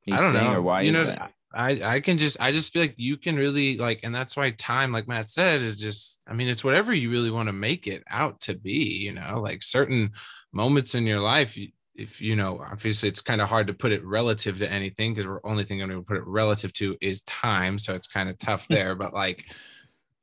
[SPEAKER 2] each
[SPEAKER 3] I don't
[SPEAKER 2] thing
[SPEAKER 3] know.
[SPEAKER 2] or uh, why
[SPEAKER 3] you
[SPEAKER 2] is
[SPEAKER 3] know,
[SPEAKER 2] that?
[SPEAKER 3] I I can just I just feel like you can really like, and that's why time, like Matt said, is just I mean, it's whatever you really want to make it out to be. You know, like certain moments in your life. you- If you know, obviously, it's kind of hard to put it relative to anything because we're only thing I'm going to put it relative to is time. So it's kind of tough there. but like,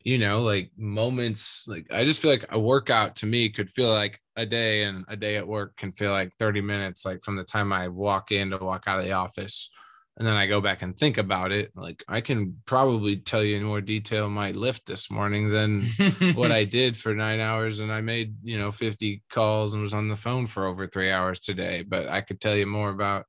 [SPEAKER 3] you know, like moments, like I just feel like a workout to me could feel like a day, and a day at work can feel like 30 minutes, like from the time I walk in to walk out of the office. And then I go back and think about it. Like I can probably tell you in more detail my lift this morning than what I did for nine hours. And I made, you know, 50 calls and was on the phone for over three hours today. But I could tell you more about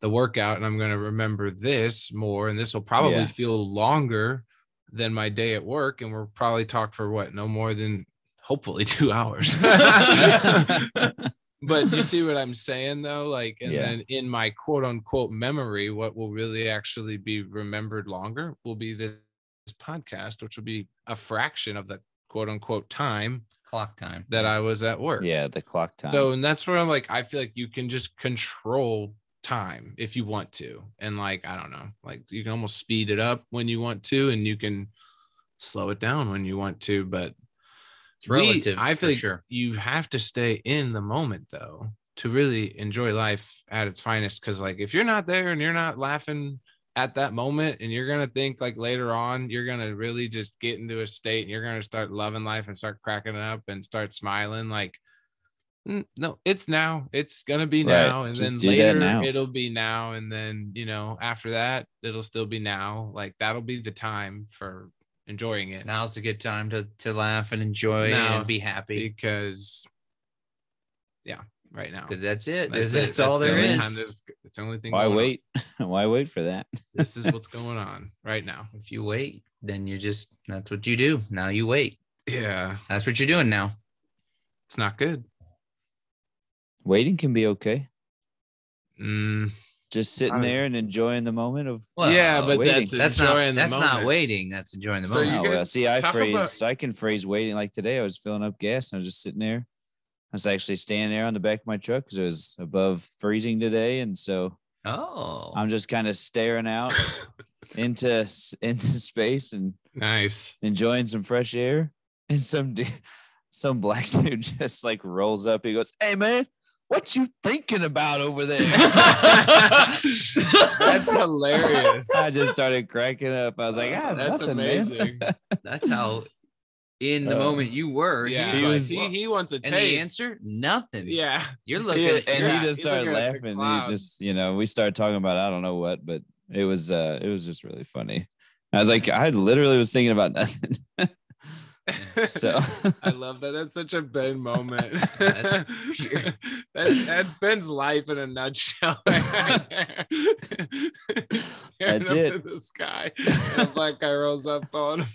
[SPEAKER 3] the workout. And I'm going to remember this more. And this will probably
[SPEAKER 2] Yeah.
[SPEAKER 3] feel longer than my day at work. And we'll probably talk for what, no more than hopefully two hours. but you see what I'm saying though? Like, and
[SPEAKER 2] Yeah.
[SPEAKER 3] then in my quote unquote memory, what will really actually be remembered longer will be this podcast, which will be a fraction of the quote unquote time
[SPEAKER 1] clock time.
[SPEAKER 3] that I was at work.
[SPEAKER 2] yeah, the clock time.
[SPEAKER 3] So, and that's where I'm like, I feel like you can just control time if you want to. And like, I don't know, like you can almost speed it up when you want to, and you can slow it down when you want to. But
[SPEAKER 1] it's
[SPEAKER 3] we-
[SPEAKER 1] relative.
[SPEAKER 3] I feel
[SPEAKER 1] for
[SPEAKER 3] like
[SPEAKER 1] sure.
[SPEAKER 3] you have to stay in the moment though to really enjoy life at its finest. Cause like if you're not there and you're not laughing at that moment and you're gonna think like later on, you're gonna really just get into a state and you're gonna start loving life and start cracking up and start smiling. Like n- no, it's now. It's gonna be
[SPEAKER 2] Right.
[SPEAKER 3] now. And
[SPEAKER 2] Just
[SPEAKER 3] then
[SPEAKER 2] do that
[SPEAKER 3] later
[SPEAKER 2] now.
[SPEAKER 3] it'll be now. And then, you know, after that, it'll still be now. Like that'll be the time for enjoying it.
[SPEAKER 1] Now's a good time to to laugh and enjoy
[SPEAKER 3] Now,
[SPEAKER 1] and be happy.
[SPEAKER 3] because yeah right now
[SPEAKER 1] because that's it.
[SPEAKER 3] That's
[SPEAKER 1] That's,
[SPEAKER 3] it.
[SPEAKER 1] all
[SPEAKER 3] the
[SPEAKER 1] there
[SPEAKER 3] only
[SPEAKER 1] is.
[SPEAKER 3] time there's- it's the only thing
[SPEAKER 2] why
[SPEAKER 3] going on.
[SPEAKER 2] wait? why wait for that?
[SPEAKER 3] this is what's going on right now
[SPEAKER 1] If you wait, then you just that's what you do. Now you wait.
[SPEAKER 3] yeah
[SPEAKER 1] That's what you're doing now.
[SPEAKER 3] it's not good
[SPEAKER 2] Waiting can be okay.
[SPEAKER 3] Mm,
[SPEAKER 2] Just sitting there and enjoying the moment of
[SPEAKER 3] yeah but
[SPEAKER 2] waiting.
[SPEAKER 3] that's
[SPEAKER 1] that's not
[SPEAKER 3] enjoying the
[SPEAKER 1] that's not
[SPEAKER 3] moment.
[SPEAKER 1] waiting. That's enjoying the
[SPEAKER 3] So
[SPEAKER 1] moment.
[SPEAKER 3] you
[SPEAKER 2] Oh,
[SPEAKER 3] guys
[SPEAKER 2] well, see, I
[SPEAKER 3] talk
[SPEAKER 2] phrase,
[SPEAKER 3] about-
[SPEAKER 2] I can phrase waiting like today. I was filling up gas and I was just sitting there. I was actually standing there on the back of my truck because it was above freezing today, and so
[SPEAKER 1] oh,
[SPEAKER 2] I'm just kind of staring out into s- into space and
[SPEAKER 3] nice
[SPEAKER 2] enjoying some fresh air. And some dude, some black dude just like rolls up. He goes, "Hey man, what you thinking about over there?"
[SPEAKER 3] that's hilarious
[SPEAKER 2] I just started cracking up. I was like, ah,
[SPEAKER 3] that's
[SPEAKER 2] nothing, man."
[SPEAKER 3] amazing
[SPEAKER 1] that's how in the
[SPEAKER 2] Uh,
[SPEAKER 1] moment you were.
[SPEAKER 3] yeah
[SPEAKER 1] he
[SPEAKER 2] He
[SPEAKER 3] like,
[SPEAKER 1] was,
[SPEAKER 2] was-
[SPEAKER 1] like,
[SPEAKER 3] he, he wants a
[SPEAKER 1] and the
[SPEAKER 3] taste
[SPEAKER 1] answer nothing.
[SPEAKER 3] yeah
[SPEAKER 1] you're looking.
[SPEAKER 2] Yeah,
[SPEAKER 1] at,
[SPEAKER 2] and
[SPEAKER 1] you're-
[SPEAKER 3] yeah,
[SPEAKER 2] he just
[SPEAKER 3] he's looking
[SPEAKER 2] started
[SPEAKER 3] at the
[SPEAKER 2] laughing.
[SPEAKER 3] clouds.
[SPEAKER 2] He just, you know, we started talking about I don't know what, but it was uh it was just really funny. I was like, I literally was thinking about nothing. so
[SPEAKER 3] I love that. That's such a Ben moment.
[SPEAKER 2] Oh,
[SPEAKER 1] That's
[SPEAKER 3] that's,
[SPEAKER 1] pure.
[SPEAKER 3] that's Ben's life in a nutshell.
[SPEAKER 2] That's
[SPEAKER 3] up
[SPEAKER 2] did.
[SPEAKER 3] in the sky. And a black guy rolls up on him.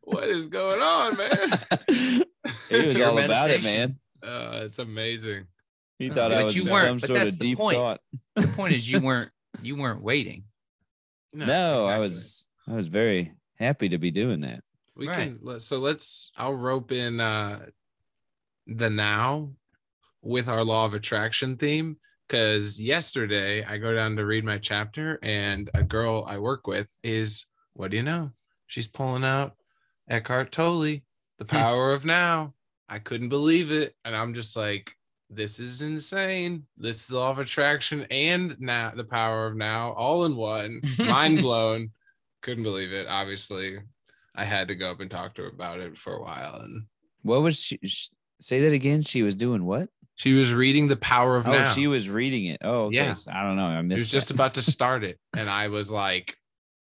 [SPEAKER 3] What is going on, man?
[SPEAKER 2] He was
[SPEAKER 1] Pure
[SPEAKER 2] all about it,
[SPEAKER 1] meditation.
[SPEAKER 2] man.
[SPEAKER 3] Uh, it's amazing.
[SPEAKER 2] He
[SPEAKER 3] That's
[SPEAKER 2] thought
[SPEAKER 3] good.
[SPEAKER 2] I
[SPEAKER 3] But
[SPEAKER 2] was
[SPEAKER 3] you
[SPEAKER 2] in
[SPEAKER 3] weren't,
[SPEAKER 2] some
[SPEAKER 1] but
[SPEAKER 2] sort
[SPEAKER 1] that's
[SPEAKER 2] of
[SPEAKER 1] the
[SPEAKER 2] deep
[SPEAKER 1] point.
[SPEAKER 2] thought.
[SPEAKER 1] The point is you weren't you weren't waiting.
[SPEAKER 2] No, I was I was very happy to be doing that.
[SPEAKER 3] We
[SPEAKER 1] Right.
[SPEAKER 3] can let- so let's I'll rope in uh the now with our law of attraction theme because yesterday I go down to read my chapter and a girl I work with is what do you know? She's pulling out Eckhart Tolle, The Power of Now. I couldn't believe it and I'm just like this is insane. This is law of attraction and now the power of now all in one. Mind blown. Couldn't believe it. Obviously, I had to go up and talk to her about it for a while. And
[SPEAKER 2] What was she, sh say that again? She was doing what?
[SPEAKER 3] she was reading The Power of
[SPEAKER 2] Oh,
[SPEAKER 3] Now.
[SPEAKER 2] she was reading it. Oh, okay.
[SPEAKER 3] Yeah.
[SPEAKER 2] So I don't know. I
[SPEAKER 3] She was
[SPEAKER 2] missed
[SPEAKER 3] just
[SPEAKER 2] that.
[SPEAKER 3] about to start it. And I was like,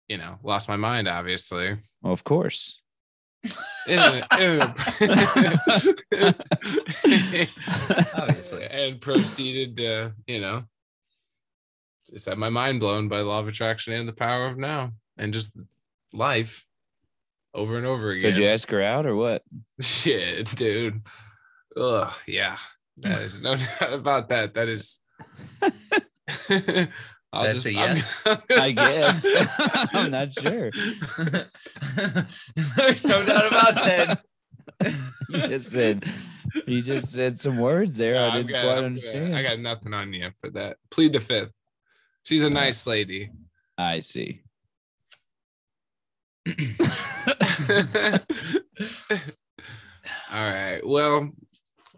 [SPEAKER 3] you know, lost my mind, obviously.
[SPEAKER 2] Well, of course.
[SPEAKER 3] In a- in a-
[SPEAKER 1] Obviously.
[SPEAKER 3] and proceeded to, you know, just had my mind blown by law of attraction and the power of now and just life over and over
[SPEAKER 2] So
[SPEAKER 3] again.
[SPEAKER 2] did you ask her out or what?
[SPEAKER 3] Shit, dude. Ugh, yeah. That is no doubt about that. That is. I'll
[SPEAKER 1] That's a
[SPEAKER 3] I'm-
[SPEAKER 1] yes?
[SPEAKER 2] I guess. I'm not sure.
[SPEAKER 1] There's no doubt about that.
[SPEAKER 2] You just said you just said some words there.
[SPEAKER 3] No,
[SPEAKER 2] I
[SPEAKER 3] I'm
[SPEAKER 2] didn't
[SPEAKER 3] good,
[SPEAKER 2] quite
[SPEAKER 3] I'm good.
[SPEAKER 2] understand.
[SPEAKER 3] I got nothing on you for that. Plead the fifth. She's a nice lady.
[SPEAKER 2] I see.
[SPEAKER 3] All right. Well,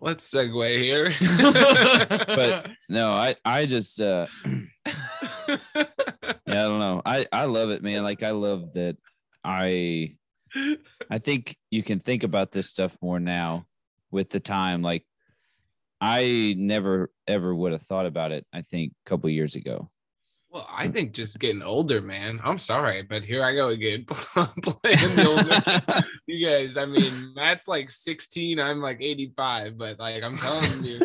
[SPEAKER 3] let's segue here.
[SPEAKER 1] But-
[SPEAKER 2] No, I I just uh yeah, I don't know. I I love it, man. Like I love that I I think you can think about this stuff more now with the time like I never ever would have thought about it I think a couple years ago.
[SPEAKER 3] Well, I think just getting older, man. I'm sorry, but here I go again playing the older. you guys, I mean, Matt's like 16, I'm like 85, but like I'm telling you,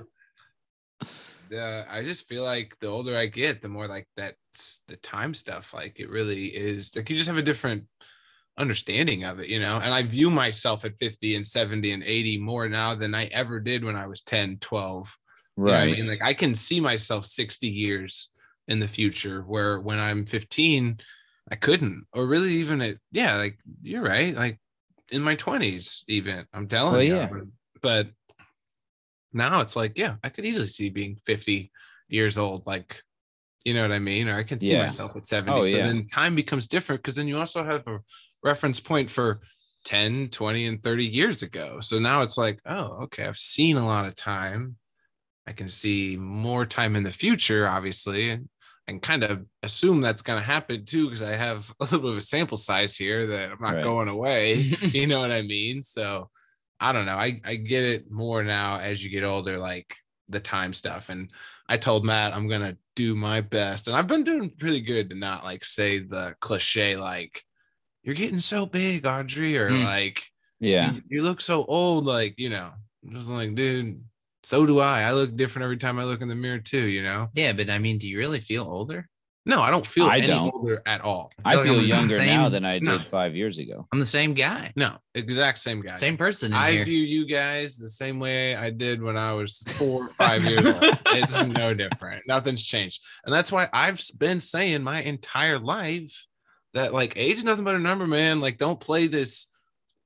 [SPEAKER 3] the I just feel like the older I get, the more like that's the time stuff. Like it really is like you just have a different understanding of it, you know. And I view myself at 50 and 70 and 80 more now than I ever did when I was 10, 12. You know what
[SPEAKER 2] right.
[SPEAKER 3] I mean, like I can see myself 60 years in the future, where when I'm 15, I couldn't, or really even at yeah, like you're right, like in my 20s, even I'm telling
[SPEAKER 2] Well,
[SPEAKER 3] you.
[SPEAKER 2] Oh, yeah.
[SPEAKER 3] But now it's like, yeah, I could easily see being 50 years old, like you know what I mean, or I can see
[SPEAKER 2] Yeah.
[SPEAKER 3] myself at 70.
[SPEAKER 2] Oh,
[SPEAKER 3] so
[SPEAKER 2] yeah.
[SPEAKER 3] then time becomes different because then you also have a reference point for 10, 20, and 30 years ago. So now it's like, oh, okay, I've seen a lot of time. I can see more time in the future, obviously. and I can kind of assume that's going to happen too, because I have a little bit of a sample size here that I'm not
[SPEAKER 2] Right.
[SPEAKER 3] going away. you know what I mean? So I don't know. I, I get it more now as you get older, like the time stuff. And I told Matt I'm going to do my best. And I've been doing pretty good to not like say the cliche, like, you're getting so big, Audrey, or
[SPEAKER 1] Hmm.
[SPEAKER 3] like,
[SPEAKER 2] Yeah.
[SPEAKER 3] you, you look so old like you know I'm just like dude so do i i look different every time i look in the mirror too you know
[SPEAKER 1] yeah, but I mean, do you really feel older?
[SPEAKER 3] no i don't feel
[SPEAKER 2] I
[SPEAKER 3] any
[SPEAKER 2] don't.
[SPEAKER 3] older at all
[SPEAKER 2] I
[SPEAKER 1] Like, I'm
[SPEAKER 2] feel
[SPEAKER 1] the
[SPEAKER 2] younger
[SPEAKER 1] same-
[SPEAKER 2] now than I did
[SPEAKER 3] no.
[SPEAKER 2] five years ago.
[SPEAKER 1] I'm the same guy,
[SPEAKER 3] no exact same guy
[SPEAKER 1] same person in
[SPEAKER 3] i
[SPEAKER 1] here.
[SPEAKER 3] view you guys the same way i did when i was four or five years old it's no different nothing's changed and that's why i've been saying my entire life that like age is nothing but a number man like don't play this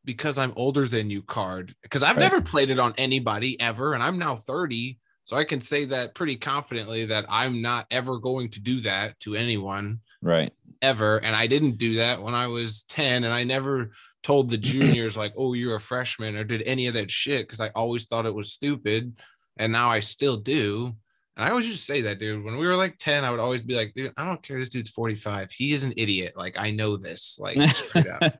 [SPEAKER 3] because i'm older than you card because i've
[SPEAKER 2] Right.
[SPEAKER 3] never played it on anybody ever and i'm now 30 so i can say that pretty confidently that i'm not ever going to do that to anyone
[SPEAKER 2] Right.
[SPEAKER 3] ever and i didn't do that when i was 10 and i never told the juniors like oh you're a freshman or did any of that shit because i always thought it was stupid and now i still do and i always just say that dude when we were like 10 i would always be like dude i don't care this dude's 45 he is an idiot like i know this like straight up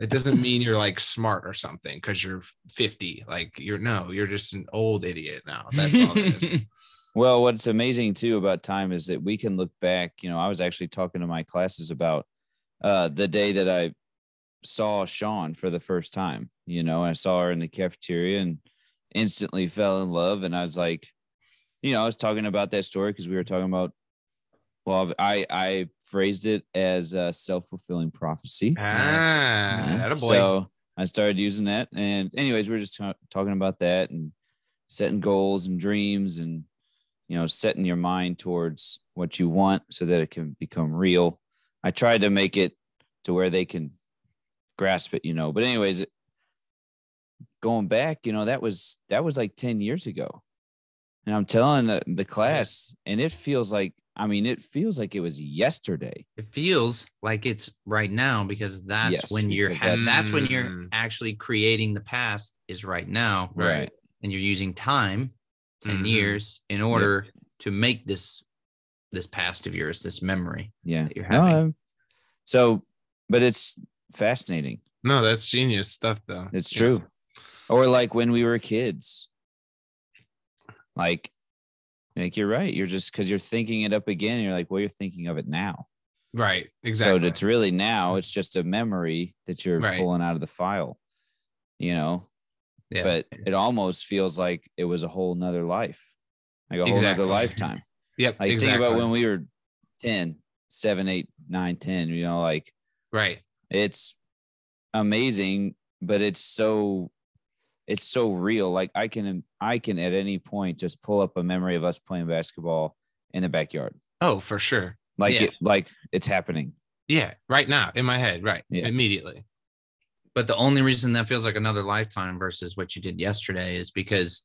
[SPEAKER 3] it doesn't mean you're like smart or something because you're 50 like you're no you're just an old idiot now that's all it is
[SPEAKER 2] Well, what's amazing too about time is that we can look back. You know, I was actually talking to my classes about uh, the day that I saw Sean for the first time. You know, I saw her in the cafeteria and instantly fell in love. And I was like, you know, I was talking about that story because we were talking about Well, I I phrased it as a self fulfilling prophecy.
[SPEAKER 1] Nice.
[SPEAKER 2] Yeah.
[SPEAKER 3] Ah, attaboy.
[SPEAKER 2] So I started using that. And, anyways, we are just ta- talking about that and setting goals and dreams and, you know, setting your mind towards what you want so that it can become real. I tried to make it to where they can grasp it, you know. But, anyways, going back, you know, that was that was like 10 years ago. And I'm telling the, the class, and it feels like, I mean, it feels like it was yesterday.
[SPEAKER 1] It feels like it's right now because that's
[SPEAKER 2] Yes,
[SPEAKER 1] when you're
[SPEAKER 2] because
[SPEAKER 1] ha- that's,
[SPEAKER 3] that's-
[SPEAKER 1] when you're
[SPEAKER 3] Mm.
[SPEAKER 1] actually creating the past is right now.
[SPEAKER 3] Right.
[SPEAKER 1] And you're using time, 10
[SPEAKER 3] Mhm.
[SPEAKER 1] years, in order to make this this past of yours, this memory.
[SPEAKER 2] yeah
[SPEAKER 1] that you're
[SPEAKER 2] No,
[SPEAKER 1] having.
[SPEAKER 2] I'm- so but it's fascinating
[SPEAKER 3] No, that's genius stuff, though.
[SPEAKER 2] it's
[SPEAKER 3] Yeah.
[SPEAKER 2] true or like when we were kids like like you're right you're just because you're thinking it up again you're like well you're thinking of it now
[SPEAKER 3] Right. Exactly.
[SPEAKER 2] so it's really now it's just a memory that you're
[SPEAKER 3] Right.
[SPEAKER 2] pulling out of the file you know
[SPEAKER 1] Yeah.
[SPEAKER 2] but it almost feels like it was a whole nother life like a whole
[SPEAKER 3] Exactly.
[SPEAKER 2] nher lifetime
[SPEAKER 3] yep.
[SPEAKER 2] like
[SPEAKER 3] exactly.
[SPEAKER 2] think about when we were 10 7 8 9 10 you know like
[SPEAKER 3] right.
[SPEAKER 2] it's amazing but it's so it's so real like i can i can at any point just pull up a memory of us playing basketball in the backyard
[SPEAKER 3] Oh, for sure.
[SPEAKER 2] like
[SPEAKER 1] Yeah.
[SPEAKER 2] it like it's happening
[SPEAKER 3] Yeah. Right now in my head. Right.
[SPEAKER 2] Yeah.
[SPEAKER 3] Immediately.
[SPEAKER 1] but the only reason that feels like another lifetime versus what you did yesterday is because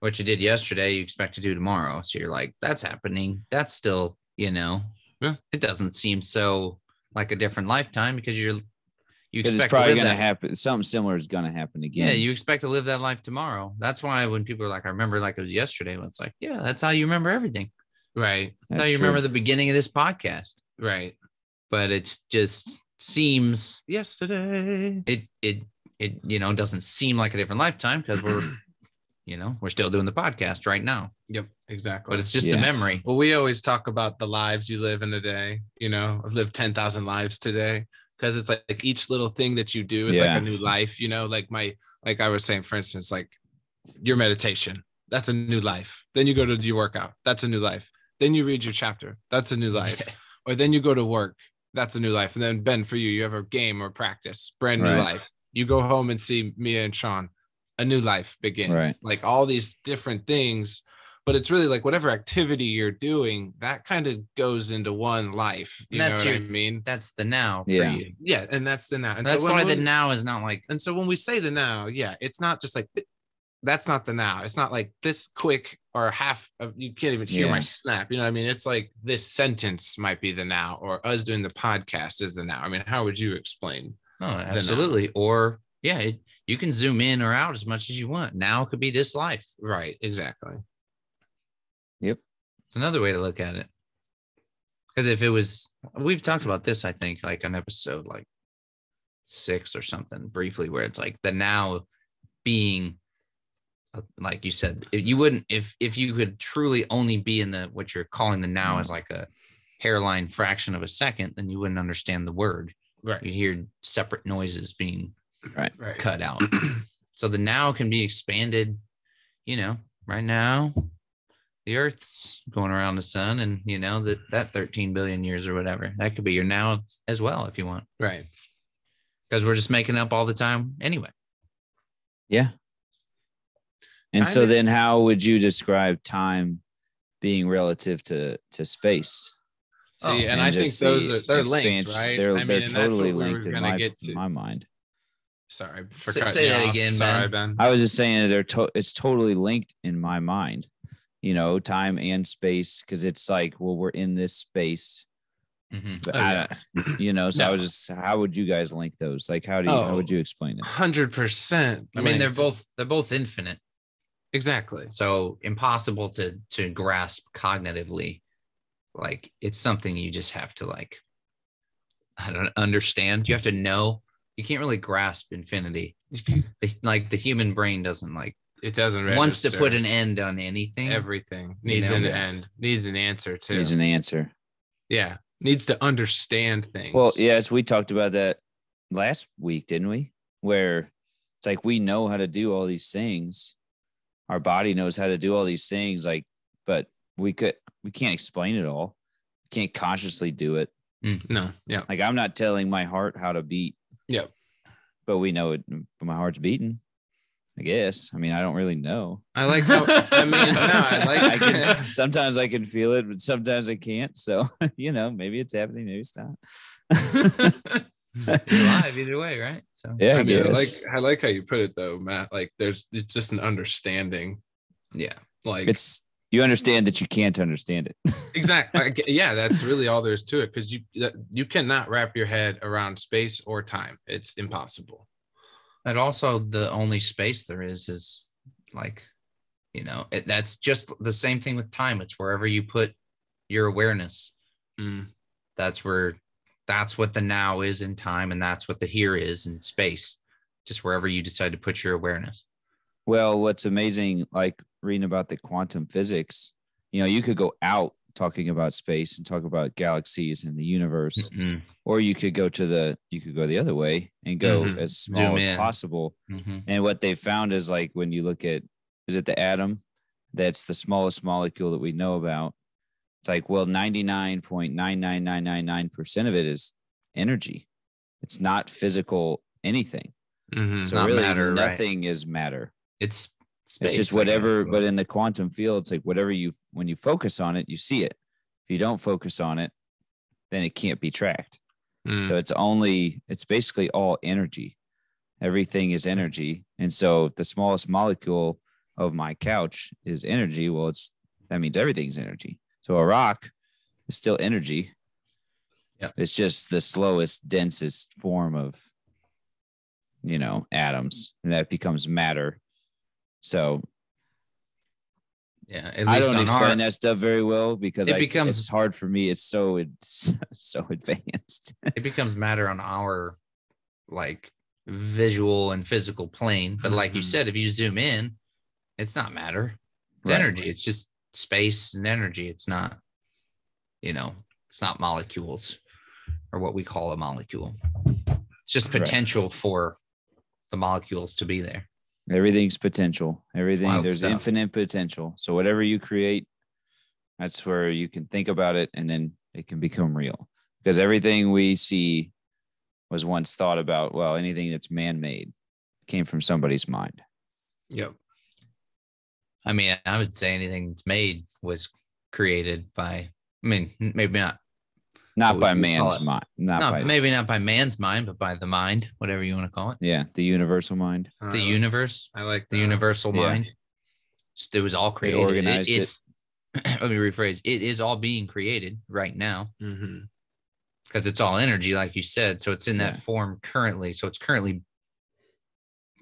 [SPEAKER 1] what you did yesterday you expect to do tomorrow so you're like that's happening that's still you know
[SPEAKER 3] Yeah.
[SPEAKER 1] it doesn't seem so like a different lifetime because you're you
[SPEAKER 2] because
[SPEAKER 1] expect
[SPEAKER 2] it's probably
[SPEAKER 1] to live
[SPEAKER 2] going to
[SPEAKER 1] that,
[SPEAKER 2] happen something similar is going to happen again
[SPEAKER 1] yeah you expect to live that life tomorrow that's why when people are like i remember like it was yesterday well, it's like yeah that's how you remember everything
[SPEAKER 3] Right.
[SPEAKER 1] that's, how you remember the beginning of this podcast
[SPEAKER 3] Right.
[SPEAKER 1] but it's just seems
[SPEAKER 3] Yesterday.
[SPEAKER 1] it it it you know doesn't seem like a different lifetime because we're you know we're still doing the podcast right now
[SPEAKER 3] Yep. Exactly.
[SPEAKER 1] but it's just a
[SPEAKER 2] Yeah.
[SPEAKER 1] memory
[SPEAKER 3] Well, we always talk about the lives you live in a day. You know, I've lived 10,000 lives today because it's like, like each little thing that you do, it's
[SPEAKER 2] Yeah.
[SPEAKER 3] like a new life. You know, like my, like I was saying, for instance, like your meditation, that's a new life. Then you go to your workout, that's a new life. Then you read your chapter, that's a new life. Or then you go to work, that's a new life. And then, Ben, for you, you have a game or practice, brand new
[SPEAKER 2] Right.
[SPEAKER 3] life. You go home and see Mia and Sean, a new life begins.
[SPEAKER 2] Right.
[SPEAKER 3] Like all these different things but it's really like whatever activity you're doing that kind of goes into one life you
[SPEAKER 1] That's
[SPEAKER 3] know
[SPEAKER 1] your-
[SPEAKER 3] what i mean
[SPEAKER 1] that's the now for
[SPEAKER 2] Yeah.
[SPEAKER 1] you
[SPEAKER 3] yeah and that's the now and
[SPEAKER 1] that's
[SPEAKER 3] when
[SPEAKER 1] why
[SPEAKER 3] we-
[SPEAKER 1] the now is not like
[SPEAKER 3] and so when we say the now yeah it's not just like "Th- that's not the now it's not like this quick or half of you can't even hear my
[SPEAKER 2] Yeah.
[SPEAKER 3] snap you know what i mean it's like this sentence might be the now or us doing the podcast is the now i mean how would you explain
[SPEAKER 1] no absolutely or yeah it, you can zoom in or out as much as you want now could be this life
[SPEAKER 3] right exactly
[SPEAKER 1] it's another way to look at it because if it was we've talked about this i think like on episode like six or something briefly where it's like the now being uh, like you said if you wouldn't if if you could truly only be in the what you're calling the now as like a hairline fraction of a second then you wouldn't understand the word
[SPEAKER 3] right
[SPEAKER 1] you'd hear separate noises being
[SPEAKER 3] right
[SPEAKER 1] cut out so the now can be expanded you know right now the earth's going around the sun and you know that that 13 billion years or whatever that could be your now as well if you want
[SPEAKER 3] right
[SPEAKER 1] because we're just making up all the time anyway
[SPEAKER 2] yeah and so
[SPEAKER 3] Kinda-
[SPEAKER 2] then how would you describe time being relative to to space
[SPEAKER 3] See,
[SPEAKER 1] Oh,
[SPEAKER 3] and,
[SPEAKER 1] and
[SPEAKER 3] I think
[SPEAKER 2] just
[SPEAKER 3] those
[SPEAKER 2] the
[SPEAKER 3] are they're linked,
[SPEAKER 2] expansion-
[SPEAKER 3] right?
[SPEAKER 2] they're,
[SPEAKER 3] I mean,
[SPEAKER 2] they're
[SPEAKER 3] and that's
[SPEAKER 2] totally
[SPEAKER 3] what we were
[SPEAKER 2] linked in
[SPEAKER 3] gonna
[SPEAKER 2] my,
[SPEAKER 3] get to.
[SPEAKER 2] in my mind
[SPEAKER 3] Sorry for
[SPEAKER 1] Say-
[SPEAKER 3] cutting
[SPEAKER 1] say
[SPEAKER 3] you
[SPEAKER 1] that
[SPEAKER 3] off.
[SPEAKER 1] again,
[SPEAKER 3] Sorry, Ben.
[SPEAKER 2] I was just saying that they're to- it's totally linked in my mind, you know, time and space, because it's like, well, we're in this space,
[SPEAKER 1] Mhm.
[SPEAKER 2] but
[SPEAKER 3] Oh,
[SPEAKER 2] I
[SPEAKER 3] yeah.
[SPEAKER 2] don't- you know, so I
[SPEAKER 3] No.
[SPEAKER 2] was just, how would you guys link those? Like, how do you, how would
[SPEAKER 3] Oh.
[SPEAKER 2] you explain it?
[SPEAKER 3] Hundred percent.
[SPEAKER 1] i mean they're both they're both infinite
[SPEAKER 3] exactly.
[SPEAKER 1] so impossible to to grasp cognitively like it's something you just have to like i don't understand you have to know you can't really grasp infinity The- like the human brain doesn't like
[SPEAKER 3] It doesn't register.
[SPEAKER 1] wants to put an end on anything
[SPEAKER 3] everything
[SPEAKER 1] you
[SPEAKER 3] Mm. needs
[SPEAKER 1] know?
[SPEAKER 3] an
[SPEAKER 2] Yeah.
[SPEAKER 3] end, needs an answer too.
[SPEAKER 2] Is an answer.
[SPEAKER 3] yeah, needs to understand things.
[SPEAKER 2] Well, yes, we talked about that last week, didn't we? Where it's like we know how to do all these things, our body knows how to do all these things, like, but we could, we can't explain it all. can't consciously do it.
[SPEAKER 1] Mm.
[SPEAKER 3] No, yeah.
[SPEAKER 2] Like I'm not telling my heart how to beat.
[SPEAKER 3] Yep.
[SPEAKER 2] But we know it. But my heart's beating. I guess. I mean, I don't really know.
[SPEAKER 1] I like how I mean no, I like
[SPEAKER 2] I can, sometimes I can feel it, but sometimes I can't. So you know, maybe it's happening, maybe it's not.
[SPEAKER 1] you're live either way, right? So
[SPEAKER 2] yeah, I
[SPEAKER 3] I, mean, I like
[SPEAKER 2] guess.
[SPEAKER 3] I like how you put it though, Matt. Like there's it's just an understanding.
[SPEAKER 1] yeah.
[SPEAKER 3] Like
[SPEAKER 2] it's you understand that you can't understand it.
[SPEAKER 3] exactly like, yeah that's really all there is to it because you that- you cannot wrap your head around space or time it's impossible
[SPEAKER 1] And also the only space there is is like, you know, it, that's just the same thing with time. It's wherever you put your awareness. Mm-hmm, That's where that's what the now is in time, and that's what the here is in space. Just wherever you decide to put your awareness.
[SPEAKER 2] Well, what's amazing, like reading about the quantum physics, you know, you could go out talking about space and talk about galaxies and the universe,
[SPEAKER 1] Mhm.
[SPEAKER 2] or you could go to the you could go the other way and go
[SPEAKER 3] Mhm.
[SPEAKER 2] as small
[SPEAKER 1] Mm-hmm. Zoom
[SPEAKER 2] as
[SPEAKER 1] in.
[SPEAKER 2] possible.
[SPEAKER 1] Mhm.
[SPEAKER 2] And what they found is like when you look at is it the atom that's the smallest molecule that we know about? It's like, well, 99.99999% of it is energy. It's not physical anything.
[SPEAKER 3] Mhm.
[SPEAKER 2] So
[SPEAKER 1] Mm, not
[SPEAKER 2] really
[SPEAKER 1] matter, right.
[SPEAKER 2] nothing is matter.
[SPEAKER 1] It's space.
[SPEAKER 2] It's just
[SPEAKER 1] I guess.
[SPEAKER 2] whatever, but in the quantum field, it's like whatever you when you focus on it, you see it. If you don't focus on it, then it can't be tracked.
[SPEAKER 3] Mm.
[SPEAKER 2] So it's only, it's basically all energy. Everything is energy. And so the smallest molecule of my couch is energy. Well, it's that means everything's energy. So a rock is still energy.
[SPEAKER 1] Yep.
[SPEAKER 2] It's just the slowest, densest form of, you know, atoms. And that becomes matter. So
[SPEAKER 1] yeah. At least
[SPEAKER 2] I don't
[SPEAKER 1] on
[SPEAKER 2] explain
[SPEAKER 1] our-
[SPEAKER 2] that stuff very well because
[SPEAKER 1] It
[SPEAKER 2] I,
[SPEAKER 1] becomes-
[SPEAKER 2] it's hard for me. It's so it's so advanced.
[SPEAKER 1] it becomes matter on our like visual and physical plane. But like you
[SPEAKER 2] Mm-hmm.
[SPEAKER 3] Mhm.
[SPEAKER 1] said, if you zoom in, it's not matter. It's
[SPEAKER 2] Right.
[SPEAKER 1] energy. It's just space and energy. It's not, you know, it's not molecules or what we call a molecule. It's just
[SPEAKER 2] Right.
[SPEAKER 1] potential for the molecules to be there.
[SPEAKER 2] Everything's potential. Everything
[SPEAKER 1] Wild
[SPEAKER 2] there's
[SPEAKER 1] stuff.
[SPEAKER 2] infinite potential. So whatever you create, that's where you can think about it and then it can become real. Because everything we see was once thought about, well, anything that's man-made came from somebody's mind.
[SPEAKER 3] yep
[SPEAKER 1] I mean, I would say anything that's made was created by, I mean, n- maybe not,
[SPEAKER 2] Not
[SPEAKER 1] What
[SPEAKER 2] by
[SPEAKER 1] would you call
[SPEAKER 2] man's
[SPEAKER 1] it?
[SPEAKER 2] mind. Not
[SPEAKER 1] not
[SPEAKER 2] by
[SPEAKER 1] maybe not by man's mind, but by the mind, whatever you want to call it,
[SPEAKER 2] yeah, the universal mind.
[SPEAKER 3] Uh,
[SPEAKER 1] the universe.
[SPEAKER 3] i like
[SPEAKER 1] the
[SPEAKER 3] that.
[SPEAKER 1] universal
[SPEAKER 2] Uh, Yeah.
[SPEAKER 1] mind. Just- It was all created. It-
[SPEAKER 2] organized it.
[SPEAKER 1] it's, Let me rephrase. It is all being created right now
[SPEAKER 3] Mhm.
[SPEAKER 1] because it's all energy, like you said. So it's in that
[SPEAKER 2] Yeah.
[SPEAKER 1] form currently. So it's currently,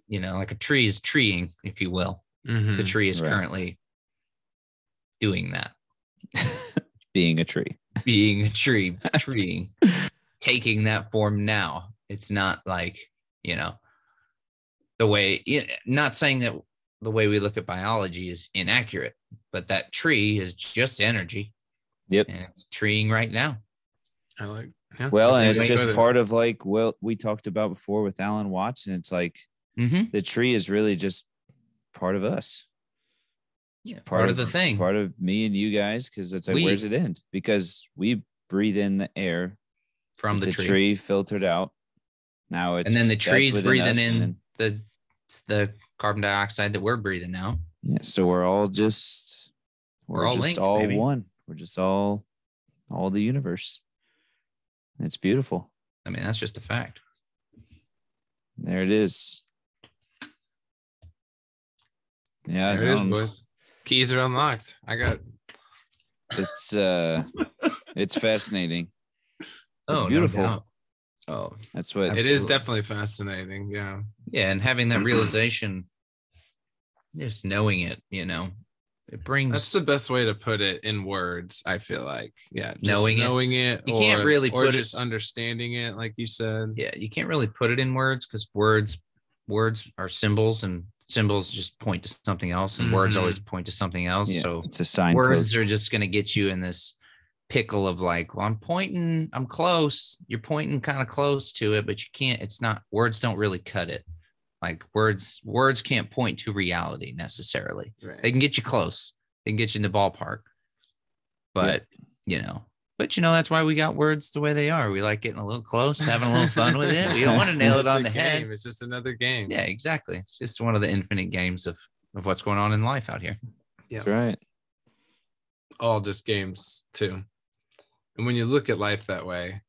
[SPEAKER 1] you know, like a tree is treeing, if you will. The
[SPEAKER 3] Mhm.
[SPEAKER 1] tree is
[SPEAKER 2] Mm, Right.
[SPEAKER 1] currently doing that,
[SPEAKER 2] Being a tree.
[SPEAKER 1] being a tree, treeing, taking that form now. It's not like, you know, the way, yeah, not saying that the way we look at biology is inaccurate, but that tree is just energy.
[SPEAKER 2] Yep.
[SPEAKER 1] and it's treeing right now.
[SPEAKER 3] i like yeah,
[SPEAKER 2] Well,
[SPEAKER 3] that's
[SPEAKER 2] and
[SPEAKER 3] how
[SPEAKER 2] it's
[SPEAKER 3] you
[SPEAKER 2] just
[SPEAKER 3] put it.
[SPEAKER 2] part of like well, we talked about before with Alan Watson. It's like
[SPEAKER 1] Mm-hmm.
[SPEAKER 2] the tree is really just part of us.
[SPEAKER 1] Yeah, part of the thing.
[SPEAKER 2] part of me and you guys because it's like
[SPEAKER 1] We-
[SPEAKER 2] where's it end because we breathe in the air
[SPEAKER 1] from
[SPEAKER 2] that
[SPEAKER 1] the, tree.
[SPEAKER 2] filtered out now it's
[SPEAKER 1] and then the
[SPEAKER 2] that's
[SPEAKER 1] tree's
[SPEAKER 2] within
[SPEAKER 1] breathing
[SPEAKER 2] us, and
[SPEAKER 1] in
[SPEAKER 2] then-
[SPEAKER 1] the the carbon dioxide that we're breathing now.
[SPEAKER 2] yeah so we're all just we're,
[SPEAKER 1] We're all
[SPEAKER 2] just
[SPEAKER 1] linked,
[SPEAKER 2] all
[SPEAKER 1] baby.
[SPEAKER 2] one we're just all all the universe And it's beautiful
[SPEAKER 1] I mean, that's just a fact.
[SPEAKER 2] there it is yeah um,
[SPEAKER 3] There
[SPEAKER 2] I
[SPEAKER 3] it is,
[SPEAKER 2] don't-
[SPEAKER 3] boys. keys are unlocked i got
[SPEAKER 2] it's uh it's fascinating It's
[SPEAKER 1] no
[SPEAKER 2] beautiful.
[SPEAKER 1] doubt. oh,
[SPEAKER 2] that's what
[SPEAKER 3] Oh, it is
[SPEAKER 1] Absolutely.
[SPEAKER 3] definitely fascinating yeah
[SPEAKER 1] yeah, and having that realization, just knowing it, you know, it brings.
[SPEAKER 3] that's the best way to put it in words i feel like yeah just
[SPEAKER 1] Knowing it.
[SPEAKER 3] knowing it,
[SPEAKER 1] You can't
[SPEAKER 3] or-
[SPEAKER 1] really
[SPEAKER 3] or
[SPEAKER 1] put it-
[SPEAKER 3] just understanding it like you said
[SPEAKER 1] yeah, you can't really put it in words because words words are symbols, and symbols just point to something else, and words
[SPEAKER 3] Mhm.
[SPEAKER 1] always point to something else.
[SPEAKER 2] yeah,
[SPEAKER 1] So
[SPEAKER 2] it's a sign
[SPEAKER 1] words are just going to get you in this pickle of like, well, I'm pointing, I'm close. You're pointing kind of close to it, but you can't. It's not words don't really cut it. Like words, words can't point to reality necessarily.
[SPEAKER 3] Right.
[SPEAKER 1] They can get you close. They can get you in the ballpark, but you know, But you know, that's why we got words the way they are. We like getting a little close, having a little fun with it. We don't want to nail it
[SPEAKER 3] It's
[SPEAKER 1] on
[SPEAKER 3] a
[SPEAKER 1] the
[SPEAKER 3] game.
[SPEAKER 1] head.
[SPEAKER 3] It's just another game.
[SPEAKER 1] Yeah, exactly. It's just one of the infinite games of of what's going on in life out here.
[SPEAKER 3] Yeah.
[SPEAKER 2] That's right.
[SPEAKER 3] All just games too. And when you look at life that way,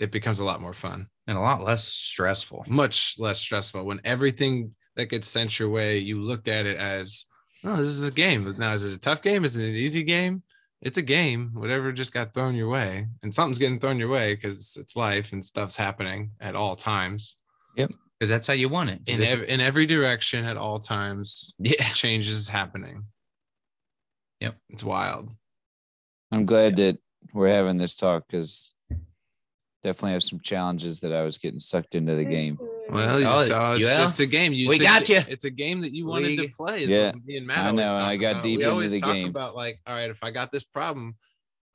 [SPEAKER 3] it becomes a lot more fun.
[SPEAKER 1] And a lot less stressful.
[SPEAKER 3] much less stressful when everything that gets sent your way you look at it as oh this is a game now is it a tough game is it an easy game it's a game whatever just got thrown your way and something's getting thrown your way because it's life and stuff's happening at all times
[SPEAKER 1] Because that's how you want it. 'Cause
[SPEAKER 3] in,
[SPEAKER 1] if-
[SPEAKER 3] ev- in every direction at all times
[SPEAKER 1] yeah.
[SPEAKER 3] changes happening
[SPEAKER 1] Yep.
[SPEAKER 3] it's wild
[SPEAKER 2] I'm glad that we're having this talk because definitely have some challenges that I was getting sucked into the game.
[SPEAKER 3] well
[SPEAKER 1] Oh,
[SPEAKER 3] it's, oh, it's
[SPEAKER 1] yeah.
[SPEAKER 3] just a game you
[SPEAKER 1] We
[SPEAKER 3] took
[SPEAKER 1] got
[SPEAKER 3] it-
[SPEAKER 1] ya.
[SPEAKER 3] it's a game that you wanted
[SPEAKER 1] We-
[SPEAKER 3] to play is
[SPEAKER 2] Yeah.
[SPEAKER 3] what me and Matt
[SPEAKER 2] I
[SPEAKER 3] always
[SPEAKER 2] know, and
[SPEAKER 3] talk
[SPEAKER 2] I got
[SPEAKER 3] about.
[SPEAKER 2] deep
[SPEAKER 3] we
[SPEAKER 2] into
[SPEAKER 3] always
[SPEAKER 2] the
[SPEAKER 3] talk
[SPEAKER 2] game.
[SPEAKER 3] about like all right if i got this problem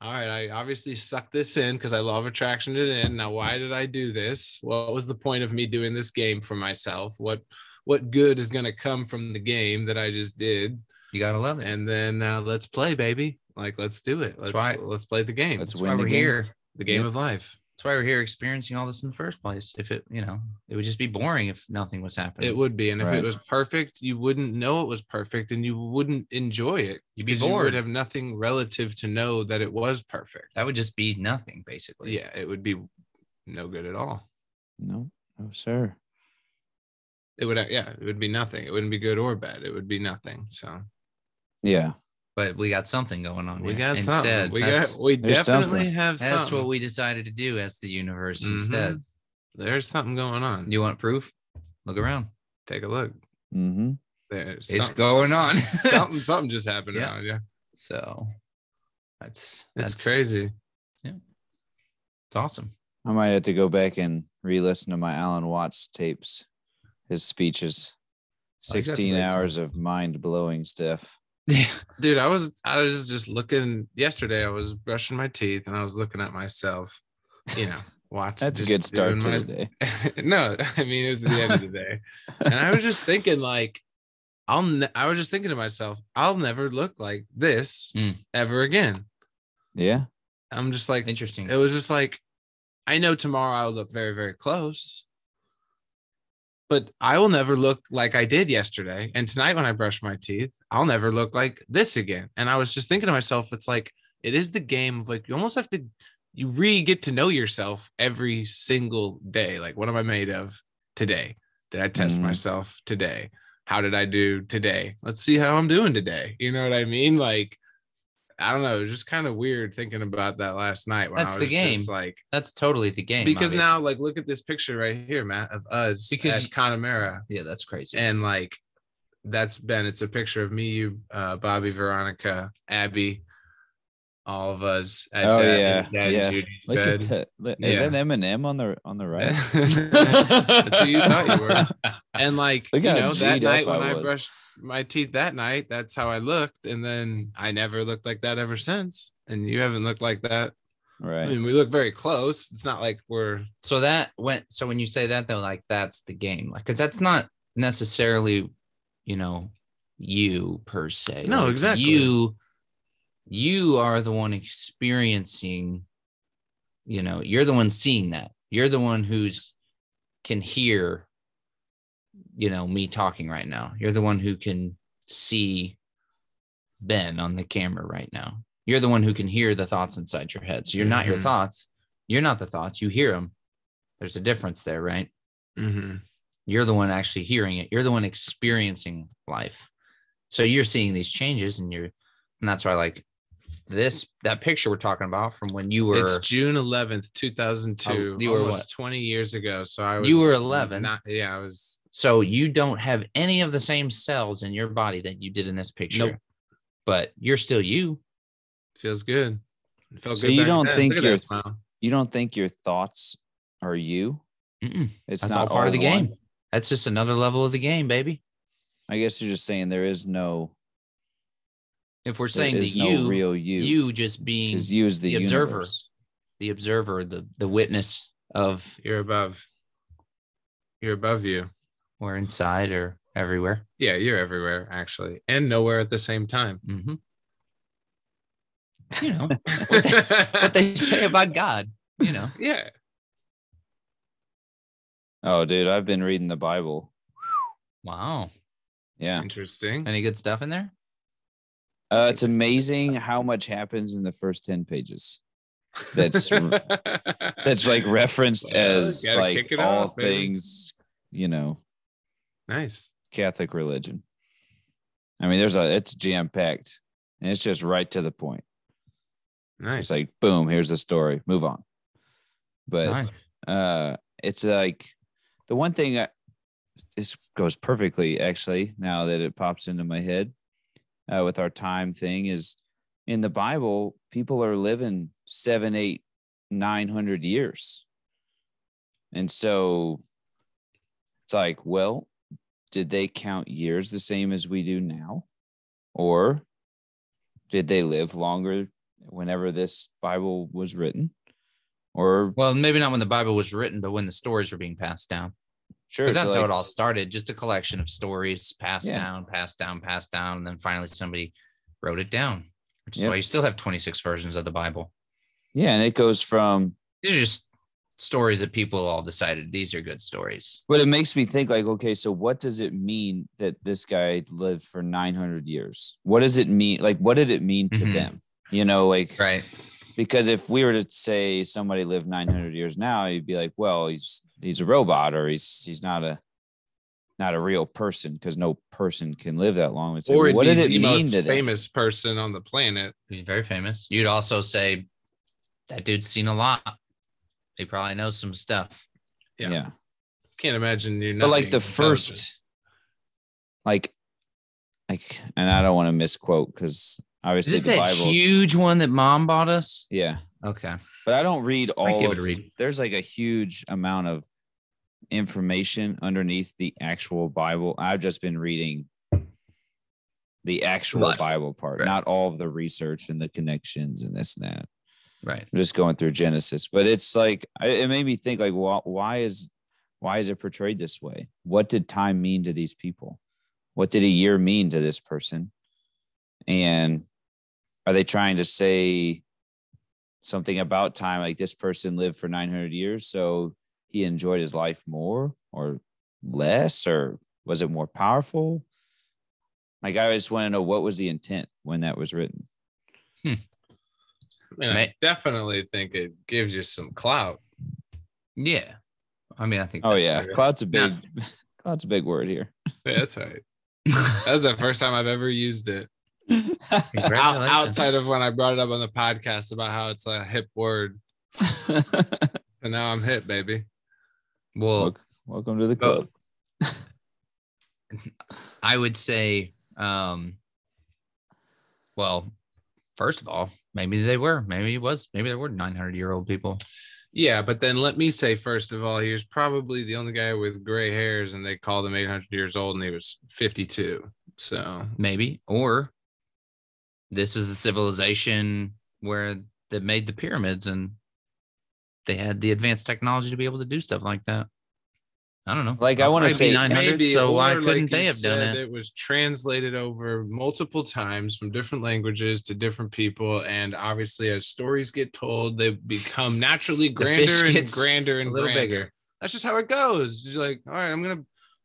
[SPEAKER 3] all right i obviously sucked this in because i love attraction it in now why did i do this what was the point of me doing this game for myself what what good is going to come from the game that i just did
[SPEAKER 1] You gotta love it.
[SPEAKER 3] and then uh, let's play baby like let's do it let's
[SPEAKER 1] right.
[SPEAKER 3] let's play the game
[SPEAKER 2] Let's
[SPEAKER 1] that's why
[SPEAKER 2] win the
[SPEAKER 1] we're
[SPEAKER 2] game.
[SPEAKER 1] here.
[SPEAKER 3] the game
[SPEAKER 2] Yep.
[SPEAKER 3] of life
[SPEAKER 1] That's why we're here experiencing all this in the first place. If it, you know, it would just be boring if nothing was happening.
[SPEAKER 3] it would be and if
[SPEAKER 2] Right.
[SPEAKER 3] it was perfect you wouldn't know it was perfect and you wouldn't enjoy it
[SPEAKER 1] You'd be
[SPEAKER 3] 'cause You
[SPEAKER 1] bored.
[SPEAKER 3] would have nothing relative to know that it was perfect.
[SPEAKER 1] that would just be nothing, basically.
[SPEAKER 3] yeah, it would be no good at all.
[SPEAKER 2] No, no, sir.
[SPEAKER 3] It would, uh, yeah, it would be nothing. It wouldn't be good or bad. It would be nothing. So
[SPEAKER 2] Yeah.
[SPEAKER 1] But we got something going on.
[SPEAKER 3] we
[SPEAKER 1] here.
[SPEAKER 3] got
[SPEAKER 1] instead.
[SPEAKER 3] something. We
[SPEAKER 1] that's,
[SPEAKER 3] got, we
[SPEAKER 2] There's
[SPEAKER 3] definitely
[SPEAKER 2] something.
[SPEAKER 3] have something.
[SPEAKER 1] that's what we decided to do as the universe
[SPEAKER 3] Mhm.
[SPEAKER 1] instead.
[SPEAKER 3] There's something going on. You
[SPEAKER 1] You want proof? Look around.
[SPEAKER 3] take a look.
[SPEAKER 2] Mm-hmm.
[SPEAKER 3] There's
[SPEAKER 1] It's
[SPEAKER 3] something-
[SPEAKER 1] going on.
[SPEAKER 3] something, something just happened
[SPEAKER 1] Yeah.
[SPEAKER 3] around you.
[SPEAKER 1] So that's
[SPEAKER 3] It's
[SPEAKER 1] that's
[SPEAKER 3] crazy.
[SPEAKER 1] It's awesome.
[SPEAKER 2] I might have to go back and re-listen to my Alan Watts tapes, his speeches.
[SPEAKER 1] Oh, he's got
[SPEAKER 2] 16
[SPEAKER 1] great
[SPEAKER 2] hours of mind-blowing stuff.
[SPEAKER 1] Yeah.
[SPEAKER 3] dude i was i was just looking yesterday i was brushing my teeth and i was looking at myself you know watching
[SPEAKER 2] That's a
[SPEAKER 3] just
[SPEAKER 2] good start to
[SPEAKER 3] doing
[SPEAKER 2] the day.
[SPEAKER 3] my- no i mean it was the end of the day and i was just thinking like i'll ne- i was just thinking to myself i'll never look like this
[SPEAKER 1] Mm.
[SPEAKER 3] ever again
[SPEAKER 2] Yeah.
[SPEAKER 3] i'm just like
[SPEAKER 1] Interesting.
[SPEAKER 3] it was just like i know tomorrow i'll look very very close but i will never look like i did yesterday and tonight when i brush my teeth i'll never look like this again and i was just thinking to myself it's like it is the game of like you almost have to you really get to know yourself every single day like what am i made of today did i test
[SPEAKER 2] Mhm.
[SPEAKER 3] myself today how did i do today let's see how i'm doing today you know what i mean like i don't know it was just kind of weird thinking about that last night when
[SPEAKER 1] That's
[SPEAKER 3] i
[SPEAKER 1] the
[SPEAKER 3] was
[SPEAKER 1] game.
[SPEAKER 3] just like
[SPEAKER 1] That's totally the game.
[SPEAKER 3] because
[SPEAKER 1] obviously.
[SPEAKER 3] now like look at this picture right here matt of us
[SPEAKER 1] Because-
[SPEAKER 3] because at connemara
[SPEAKER 1] yeah, that's crazy.
[SPEAKER 3] and like that's been it's a picture of me you uh bobby veronica abby all of us at
[SPEAKER 2] Oh,
[SPEAKER 3] Dad-
[SPEAKER 2] yeah,
[SPEAKER 3] Dad
[SPEAKER 2] yeah.
[SPEAKER 3] Judy's
[SPEAKER 2] Look at
[SPEAKER 3] bed.
[SPEAKER 2] that. Look- Is
[SPEAKER 3] Yeah.
[SPEAKER 2] that Eminem on the on the right?
[SPEAKER 3] That's who you thought you were. And like
[SPEAKER 2] Look
[SPEAKER 3] you
[SPEAKER 2] how
[SPEAKER 3] know, that
[SPEAKER 2] G'd up
[SPEAKER 3] night when
[SPEAKER 2] I
[SPEAKER 3] I
[SPEAKER 2] was.
[SPEAKER 3] brushed my teeth that night, that's how I looked, and then I never looked like that ever since. And you haven't looked like that. I
[SPEAKER 2] Right.
[SPEAKER 3] mean, we look very close. It's not like we're
[SPEAKER 1] so that went so when you say that though like that's the game like because that's not necessarily you know you per se
[SPEAKER 3] No,
[SPEAKER 1] Like,
[SPEAKER 3] exactly.
[SPEAKER 1] you you are the one experiencing you know you're the one seeing that you're the one who's can hear you know me talking right now you're the one who can see ben on the camera right now you're the one who can hear the thoughts inside your head so you're not your
[SPEAKER 3] Mhm.
[SPEAKER 1] thoughts you're not the thoughts you hear them there's a difference there right
[SPEAKER 3] Mhm.
[SPEAKER 1] you're the one actually hearing it you're the one experiencing life so you're seeing these changes and you're and that's why like this that picture we're talking about from when you were
[SPEAKER 3] it's June eleventh, two thousand two.
[SPEAKER 1] Oh, you were
[SPEAKER 3] almost
[SPEAKER 1] what?
[SPEAKER 3] twenty years ago. So I was
[SPEAKER 1] You were 11.
[SPEAKER 3] Not, yeah, I was
[SPEAKER 1] so you don't have any of the same cells in your body that you did in this picture
[SPEAKER 3] Nope.
[SPEAKER 1] but you're still you
[SPEAKER 3] feels good. It felt
[SPEAKER 2] So
[SPEAKER 3] good
[SPEAKER 2] you
[SPEAKER 3] back
[SPEAKER 2] don't
[SPEAKER 3] then.
[SPEAKER 2] think
[SPEAKER 3] Look at that
[SPEAKER 2] you're-
[SPEAKER 3] smile.
[SPEAKER 2] You don't think your thoughts are you?
[SPEAKER 1] Mm-mm.
[SPEAKER 2] It's
[SPEAKER 1] that's
[SPEAKER 2] not
[SPEAKER 1] all part of the
[SPEAKER 2] one?
[SPEAKER 1] game that's just another level of the game baby
[SPEAKER 2] I guess you're just saying there is no
[SPEAKER 1] if we're
[SPEAKER 2] there
[SPEAKER 1] saying that
[SPEAKER 2] is no
[SPEAKER 1] you
[SPEAKER 2] real you.
[SPEAKER 1] you. just being
[SPEAKER 2] is you is the,
[SPEAKER 1] the observer.
[SPEAKER 2] universe.
[SPEAKER 1] the observer the the witness of
[SPEAKER 3] you're above. You're above you.
[SPEAKER 1] or inside or everywhere Mm-hmm.
[SPEAKER 3] Yeah, you're everywhere actually, and nowhere at the same time.
[SPEAKER 1] hmm you know what they, what they say about God. You know,
[SPEAKER 3] yeah.
[SPEAKER 2] Oh, dude, I've been reading the Bible.
[SPEAKER 1] wow.
[SPEAKER 2] Yeah.
[SPEAKER 3] Interesting.
[SPEAKER 1] Any good stuff in there?
[SPEAKER 2] Uh, it's amazing how much happens in the first 10 pages. That's that's like referenced
[SPEAKER 3] Well,
[SPEAKER 2] as
[SPEAKER 3] gotta
[SPEAKER 2] like
[SPEAKER 3] kick it
[SPEAKER 2] all
[SPEAKER 3] off, baby.
[SPEAKER 2] things, you know,
[SPEAKER 3] nice.
[SPEAKER 2] Catholic religion. I mean, there's a it's jam packed, and it's just right to the point.
[SPEAKER 3] Nice.
[SPEAKER 2] It's like boom, here's the story, move on. But
[SPEAKER 1] Nice.
[SPEAKER 2] uh, it's like the one thing I, this goes perfectly actually now that it pops into my head uh, with our time thing is in the Bible people are living seven, eight, nine hundred years, and so it's like, well, did they count years the same as we do now? Or did they live longer whenever this Bible was written? Or
[SPEAKER 1] Well, maybe not when the Bible was written, but when the stories were being passed down.
[SPEAKER 2] sure,
[SPEAKER 1] Because
[SPEAKER 2] so
[SPEAKER 1] that's how
[SPEAKER 2] like-
[SPEAKER 1] it all started just a collection of stories passed
[SPEAKER 2] Yeah.
[SPEAKER 1] down, passed down, passed down. And then finally somebody wrote it down, which is
[SPEAKER 2] Yep.
[SPEAKER 1] why you still have 26 versions of the Bible.
[SPEAKER 2] yeah, and it goes from
[SPEAKER 1] These are just stories that people all decided these are good stories.
[SPEAKER 2] but it makes me think like, okay, so what does it mean that this guy lived for 900 years? What does it mean? Like, what did it mean to
[SPEAKER 1] Mhm.
[SPEAKER 2] them? You know, like,
[SPEAKER 1] Right.
[SPEAKER 2] because if we were to say somebody lived 900 years now you'd be like well he's he's a robot or he's he's not a not a real person because no person can live that long it's like,
[SPEAKER 3] or
[SPEAKER 2] well, what
[SPEAKER 3] it'd
[SPEAKER 2] did
[SPEAKER 3] be
[SPEAKER 2] it
[SPEAKER 3] the
[SPEAKER 2] mean
[SPEAKER 3] most
[SPEAKER 2] to them
[SPEAKER 3] famous person on the planet.
[SPEAKER 1] He's very famous. You'd also say that dude's seen a lot. He probably knows some stuff.
[SPEAKER 2] yeah,
[SPEAKER 3] Yeah. Can't imagine you know.
[SPEAKER 2] but like the first like like and i don't want to misquote because
[SPEAKER 1] Is
[SPEAKER 2] obviously
[SPEAKER 1] this
[SPEAKER 2] the
[SPEAKER 1] that
[SPEAKER 2] bible
[SPEAKER 1] huge one that mom bought us?
[SPEAKER 2] yeah
[SPEAKER 1] Okay.
[SPEAKER 2] but i don't read all
[SPEAKER 1] give
[SPEAKER 2] of
[SPEAKER 1] it a read.
[SPEAKER 2] there's like a huge amount of information underneath the actual bible i've just been reading the actual
[SPEAKER 1] Right.
[SPEAKER 2] bible part
[SPEAKER 1] Right.
[SPEAKER 2] not all of the research and the connections and this and that
[SPEAKER 1] Right.
[SPEAKER 2] i'm just going through genesis but it's like I- it made me think like why, why is why is it portrayed this way what did time mean to these people what did a year mean to this person and are they trying to say something about time like this person lived for 900 years so he enjoyed his life more or less or was it more powerful like i just want to know what was the intent when that was written
[SPEAKER 3] I, mean, I
[SPEAKER 1] Right.
[SPEAKER 3] definitely think it gives you some clout.
[SPEAKER 1] Yeah. I mean, I think.
[SPEAKER 2] oh
[SPEAKER 1] that's
[SPEAKER 2] yeah
[SPEAKER 3] fair.
[SPEAKER 2] cloud's a big cloud's a big word here
[SPEAKER 3] Yeah, that's all right.
[SPEAKER 1] pretty-
[SPEAKER 3] That was the first time I've ever used it. Out-
[SPEAKER 1] Congratulations.
[SPEAKER 3] outside of when I brought it up on the podcast about how it's a hip word. And now I'm hip, baby.
[SPEAKER 1] Well,
[SPEAKER 2] Welc- welcome to the club
[SPEAKER 1] I would say, um, well, first of all, maybe they were, maybe it was, maybe there were 900 year old people.
[SPEAKER 3] Yeah, but then let me say first of all, he was probably the only guy with gray hairs, and they called him 800 years old, and he was 52. So
[SPEAKER 1] maybe or this is the civilization where that made the pyramids and they had the advanced technology to be able to do stuff like that i don't know
[SPEAKER 2] Like, I wanna
[SPEAKER 1] Might be
[SPEAKER 2] say-
[SPEAKER 1] 900
[SPEAKER 3] Maybe,
[SPEAKER 1] so why
[SPEAKER 3] or like
[SPEAKER 1] couldn't
[SPEAKER 3] you
[SPEAKER 1] they have done
[SPEAKER 3] said,
[SPEAKER 1] that
[SPEAKER 3] It was translated over multiple times from different languages to different people, and obviously, as stories get told, they become naturally grander and
[SPEAKER 1] gets
[SPEAKER 3] grander and
[SPEAKER 1] a little
[SPEAKER 3] grander.
[SPEAKER 1] bigger.
[SPEAKER 3] That's just how it goes. You're like, all right, I'm gonna.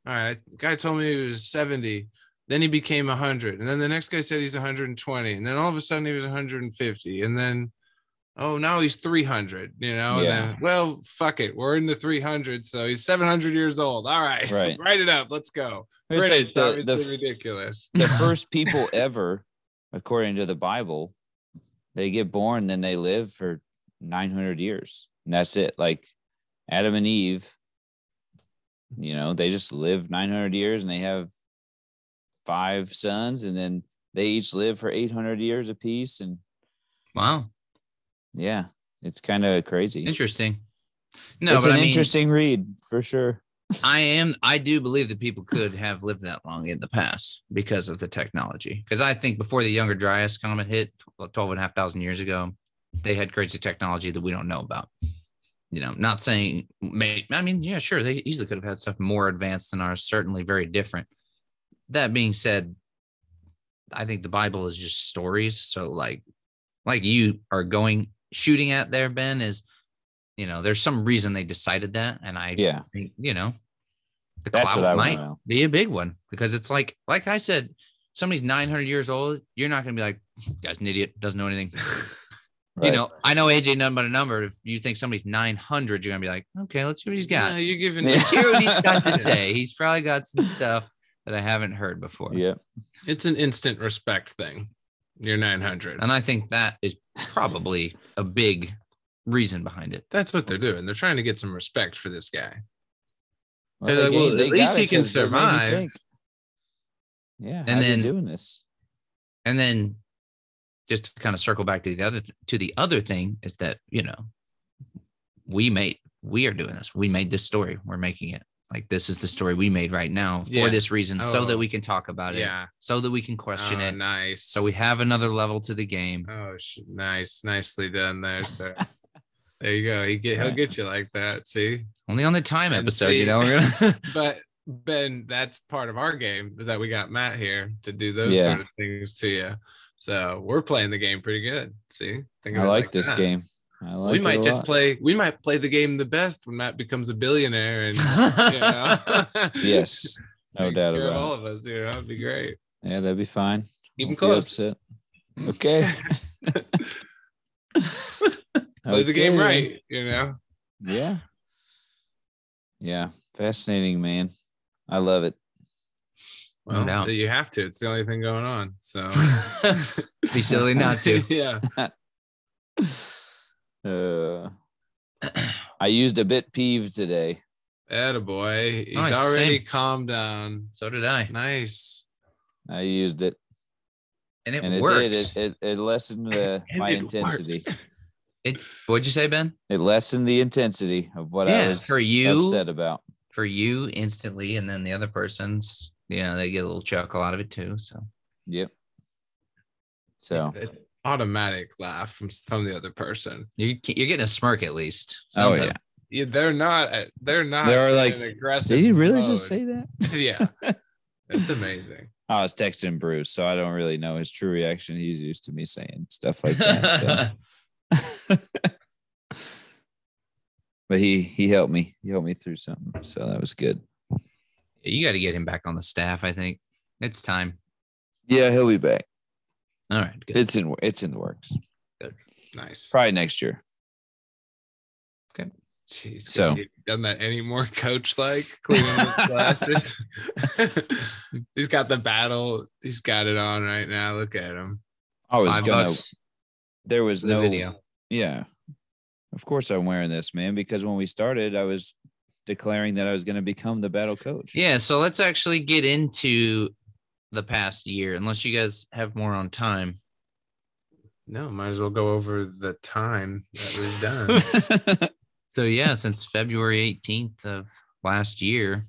[SPEAKER 3] All right, guy told me he was 70. Then he became 100, and then the next guy said he's 120, and then all of a sudden he was 150, and then. Oh, now he's 300, you know? And
[SPEAKER 2] Yeah.
[SPEAKER 3] then, well, fuck it. We're in the 300. So he's 700 years old. All right.
[SPEAKER 2] Right.
[SPEAKER 3] Write it up. Let's go.
[SPEAKER 2] It's
[SPEAKER 3] Right,
[SPEAKER 2] like
[SPEAKER 3] it's
[SPEAKER 2] the-
[SPEAKER 3] obviously
[SPEAKER 2] the f-
[SPEAKER 3] ridiculous.
[SPEAKER 2] the first people ever, according to the Bible, they get born, then they live for 900 years. And that's it. Like Adam and Eve, you know, they just live 900 years and they have five sons, and then they each live for 800 years apiece. And
[SPEAKER 1] wow
[SPEAKER 2] yeah, it's kind of crazy.
[SPEAKER 1] interesting no
[SPEAKER 2] it's
[SPEAKER 1] but
[SPEAKER 2] an
[SPEAKER 1] i mean
[SPEAKER 2] interesting read for sure.
[SPEAKER 1] i am i do believe that people could have lived that long in the past because of the technology because i think before the younger dryas comet hit 12 and a half thousand years ago they had crazy technology that we don't know about you know, not saying, may- I mean, yeah, sure, they easily could have had stuff more advanced than ours, certainly very different. That being said, I think the Bible is just stories. So, like, like you are going shooting at there, Ben, is you know, there's some reason they decided that. And I
[SPEAKER 2] Yeah.
[SPEAKER 1] think, you know, the
[SPEAKER 2] That's what I
[SPEAKER 1] cloud
[SPEAKER 2] want
[SPEAKER 1] might
[SPEAKER 2] to know.
[SPEAKER 1] be a big one because it's like, like I said, somebody's 900 years old. You're not going to be like, guy's an idiot, doesn't know anything.
[SPEAKER 2] Right.
[SPEAKER 1] You know, I know AJ nothing but a number. If you think somebody's 900, you're going to be like, okay, let's see what he's got.
[SPEAKER 3] Yeah, you're giving
[SPEAKER 2] Yeah.
[SPEAKER 1] Let's hear what he's got to say. He's probably got some stuff that I haven't heard before.
[SPEAKER 2] Yeah.
[SPEAKER 3] It's an instant respect thing. You're 900.
[SPEAKER 1] And I think that is probably a big reason behind it.
[SPEAKER 3] That's what they're doing. They're trying to get some respect for this guy.
[SPEAKER 2] Well,
[SPEAKER 3] They're like,
[SPEAKER 2] gave-
[SPEAKER 3] well, at least
[SPEAKER 2] got it
[SPEAKER 3] he can
[SPEAKER 2] 'cause they made me
[SPEAKER 3] survive.
[SPEAKER 2] think. Yeah.
[SPEAKER 1] And
[SPEAKER 2] And then
[SPEAKER 1] then-
[SPEAKER 2] doing this.
[SPEAKER 1] and then just to kind of circle back to the other to the other thing is that you know we made we are doing this we made this story we're making it like this is the story we made right now for
[SPEAKER 3] Yeah.
[SPEAKER 1] this reason so that
[SPEAKER 3] Oh.
[SPEAKER 1] we can talk about it
[SPEAKER 3] Yeah.
[SPEAKER 1] so that we can question
[SPEAKER 3] Oh,
[SPEAKER 1] it
[SPEAKER 3] nice.
[SPEAKER 1] so we have another level to the game
[SPEAKER 3] Oh, sh- nice, nicely done there, sir. there you go. He get he'll get you like that. See,
[SPEAKER 1] only on the time
[SPEAKER 3] And
[SPEAKER 1] episode
[SPEAKER 3] see-
[SPEAKER 1] you know we're gonna-
[SPEAKER 3] but Ben, that's part of our game is that we got Matt here to do those
[SPEAKER 2] Yeah.
[SPEAKER 3] sort of things to you. So we're playing the game pretty good. See, Think of
[SPEAKER 2] I
[SPEAKER 3] it
[SPEAKER 2] like this
[SPEAKER 3] that.
[SPEAKER 2] game. I like
[SPEAKER 3] we
[SPEAKER 2] it
[SPEAKER 3] might
[SPEAKER 2] a
[SPEAKER 3] just
[SPEAKER 2] lot.
[SPEAKER 3] play. We might play the game the best when Matt becomes a billionaire, and you know,
[SPEAKER 2] Yes. No
[SPEAKER 3] takes
[SPEAKER 2] doubt
[SPEAKER 3] care of all
[SPEAKER 2] about it.
[SPEAKER 3] of us here. That'd be great.
[SPEAKER 2] Yeah, that'd be fine.
[SPEAKER 3] Keep 'em
[SPEAKER 2] Won't be
[SPEAKER 3] close. Hmm.
[SPEAKER 2] upset. Okay.
[SPEAKER 3] Play the game
[SPEAKER 2] Okay.
[SPEAKER 3] right. You know.
[SPEAKER 2] Yeah. Yeah. Fascinating, man. I love it.
[SPEAKER 1] No
[SPEAKER 3] Well,
[SPEAKER 1] doubt.
[SPEAKER 3] you have to. It's the only thing going on. So
[SPEAKER 1] be silly not to
[SPEAKER 3] yeah.
[SPEAKER 2] Uh, I used a bit peeve today.
[SPEAKER 3] Attaboy. He's
[SPEAKER 1] Nice,
[SPEAKER 3] already
[SPEAKER 1] same.
[SPEAKER 3] calmed down.
[SPEAKER 1] so did i
[SPEAKER 3] Nice.
[SPEAKER 2] I used it,
[SPEAKER 1] and it
[SPEAKER 2] and it
[SPEAKER 1] works
[SPEAKER 2] did. It, it, it lessened the,
[SPEAKER 3] And
[SPEAKER 2] my
[SPEAKER 3] it
[SPEAKER 2] intensity.
[SPEAKER 3] works.
[SPEAKER 1] It- what'd you say ben
[SPEAKER 2] It lessened the intensity of what I
[SPEAKER 1] Yeah,
[SPEAKER 2] was
[SPEAKER 1] for you.
[SPEAKER 2] upset about.
[SPEAKER 1] for you instantly and then the other person's you know they get a little chuckle out of it too so
[SPEAKER 2] Yep. So
[SPEAKER 3] It- automatic laugh from from the other person.
[SPEAKER 1] you you're getting a smirk at least
[SPEAKER 2] Oh,
[SPEAKER 1] Something.
[SPEAKER 2] yeah.
[SPEAKER 3] Yeah, they're not. uh, They're not.
[SPEAKER 2] They're
[SPEAKER 3] in
[SPEAKER 2] like,
[SPEAKER 3] an aggressive.
[SPEAKER 2] did he really
[SPEAKER 3] mode.
[SPEAKER 2] just say that?
[SPEAKER 3] yeah. That's amazing.
[SPEAKER 2] I was texting Bruce, so I don't really know his true reaction. He's used to me saying stuff like that. So. but he he helped me. He helped me through something, so that was good.
[SPEAKER 1] you got to get him back on the staff i think it's time
[SPEAKER 2] Yeah, he'll be back.
[SPEAKER 1] all right good.
[SPEAKER 2] It's in it's in the works.
[SPEAKER 3] Nice.
[SPEAKER 2] Probably next year.
[SPEAKER 3] Jeez,
[SPEAKER 2] So-
[SPEAKER 3] so done that anymore, coach? Like cleaning his glasses. he's got the battle. He's got it on right now. Look at him.
[SPEAKER 2] I was
[SPEAKER 1] five
[SPEAKER 2] gonna.
[SPEAKER 1] bucks
[SPEAKER 2] There was
[SPEAKER 1] for the
[SPEAKER 2] no.
[SPEAKER 1] video
[SPEAKER 2] Yeah, of course I'm wearing this, man. Because when we started, I was declaring that I was going to become the battle coach.
[SPEAKER 1] yeah so let's actually get into the past year unless you guys have more on time
[SPEAKER 3] No, might as well go over the time that we've done.
[SPEAKER 1] so yeah since february 18th of last year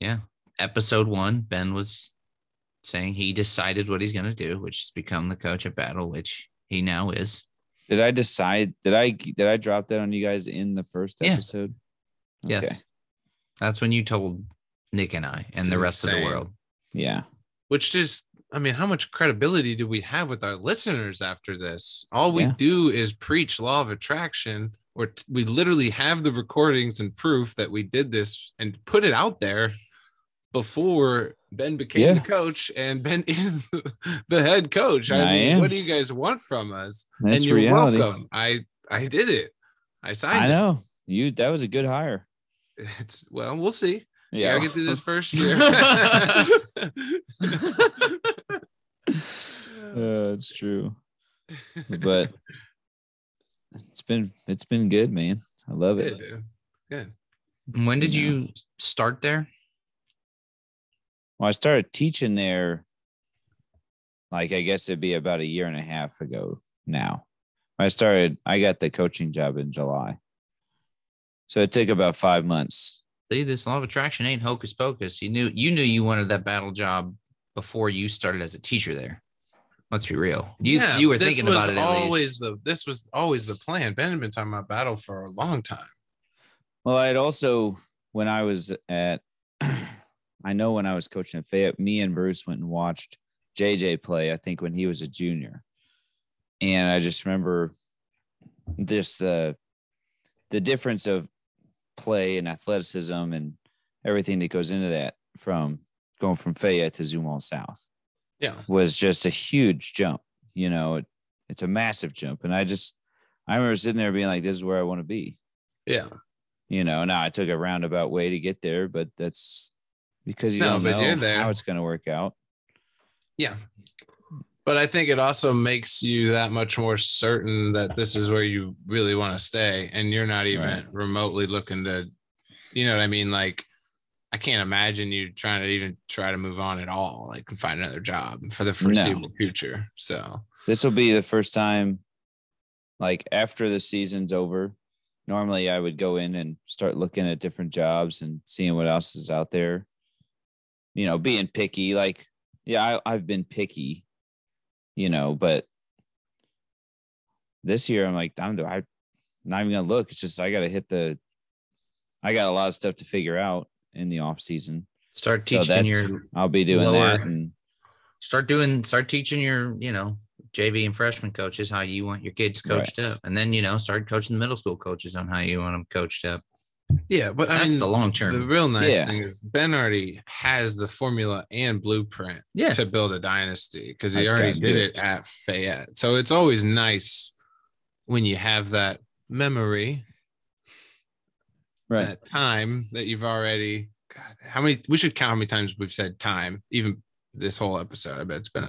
[SPEAKER 1] yeah episode one ben was saying he decided what he's going to do which is become the coach of battle which he now is
[SPEAKER 2] did I decide? Did I did I drop that on you guys in the first
[SPEAKER 1] Yeah.
[SPEAKER 2] episode?
[SPEAKER 1] yes
[SPEAKER 2] Okay.
[SPEAKER 1] that's when you told nick and i and the rest of the
[SPEAKER 3] Insane.
[SPEAKER 1] world
[SPEAKER 2] Yeah.
[SPEAKER 3] Which just, I mean, how much credibility do we have with our listeners after this? All we
[SPEAKER 2] Yeah.
[SPEAKER 3] do is preach law of attraction, or t- we literally have the recordings and proof that we did this and put it out there before Ben became the
[SPEAKER 2] Yeah.
[SPEAKER 3] coach, and Ben is the, the head coach. I,
[SPEAKER 2] I
[SPEAKER 3] mean,
[SPEAKER 2] am.
[SPEAKER 3] what do you guys want from us?
[SPEAKER 2] That's
[SPEAKER 3] and you're
[SPEAKER 2] reality.
[SPEAKER 3] welcome. I I did it. I signed.
[SPEAKER 2] I know you. That was a good hire.
[SPEAKER 3] It. It's well, we'll see. Yeah,
[SPEAKER 2] Yeah.
[SPEAKER 3] gotta get through this first year.
[SPEAKER 2] Uh, it's true, but it's been it's been good, man. I love
[SPEAKER 3] Good,
[SPEAKER 2] it.
[SPEAKER 3] dude. Good.
[SPEAKER 1] And when did
[SPEAKER 2] Yeah.
[SPEAKER 1] you start there
[SPEAKER 2] Well, I started teaching there, like I guess it'd be about a year and a half ago now. I started, I got the coaching job in July. So it took about five months.
[SPEAKER 1] see this law of attraction ain't hocus pocus you knew you knew you wanted that battle job before you started as a teacher there let's be real you
[SPEAKER 3] Yeah,
[SPEAKER 1] you were
[SPEAKER 3] this
[SPEAKER 1] thinking
[SPEAKER 3] was
[SPEAKER 1] about it at least.
[SPEAKER 3] always the this was always the plan. Ben had been talking about battle for a long time.
[SPEAKER 2] Well, I'd also, when I was at, I know when I was coaching at Fayette, me and Bruce went and watched JJ play, I think when he was a junior. and I just remember this uh, the difference of play and athleticism and everything that goes into that from going from Fayette to Zumwalt South
[SPEAKER 3] Yeah.
[SPEAKER 2] was just a huge jump. You know, it, it's a massive jump, and I just I remember sitting there being like, "This is where I want to be."
[SPEAKER 3] Yeah.
[SPEAKER 2] You know, now I took a roundabout way to get there, but that's because you
[SPEAKER 3] No,
[SPEAKER 2] don't
[SPEAKER 3] but you're
[SPEAKER 2] know
[SPEAKER 3] there.
[SPEAKER 2] how it's going to work out.
[SPEAKER 3] Yeah. But I think it also makes you that much more certain that this is where you really want to stay. And you're not even
[SPEAKER 2] Right.
[SPEAKER 3] remotely looking to, you know what I mean? Like, I can't imagine you trying to even try to move on at all, like and find another job for the foreseeable future. So,
[SPEAKER 2] This will be the first time, like after the season's over. Normally, I would go in and start looking at different jobs and seeing what else is out there. You know, being picky, like, yeah, I, I've been picky, you know, but this year I'm like, I'm, I'm not even going to look. It's just, I got to hit the, I got a lot of stuff to figure out in the off season.
[SPEAKER 1] Start
[SPEAKER 2] So
[SPEAKER 1] teaching
[SPEAKER 2] that's-
[SPEAKER 1] your
[SPEAKER 2] I'll be doing
[SPEAKER 1] Lower.
[SPEAKER 2] that. And
[SPEAKER 1] start doing start teaching your you know JV and freshman coaches how you want your kids
[SPEAKER 2] Right.
[SPEAKER 1] coached up, and then you know start coaching the middle school coaches on how you want them coached up.
[SPEAKER 3] yeah. But I
[SPEAKER 1] That's
[SPEAKER 3] mean,
[SPEAKER 1] the long
[SPEAKER 3] the
[SPEAKER 1] term.
[SPEAKER 3] real nice
[SPEAKER 2] Yeah.
[SPEAKER 3] thing is Ben already has the formula and blueprint
[SPEAKER 1] yeah,
[SPEAKER 3] to build a dynasty because he
[SPEAKER 2] That's
[SPEAKER 3] already
[SPEAKER 2] gotta
[SPEAKER 3] did
[SPEAKER 2] do
[SPEAKER 3] it at Fayette. So it's always nice when you have that memory,
[SPEAKER 2] right.
[SPEAKER 3] that time that you've already. God, how many? We should count how many times we've said time, even this whole episode. I bet it's been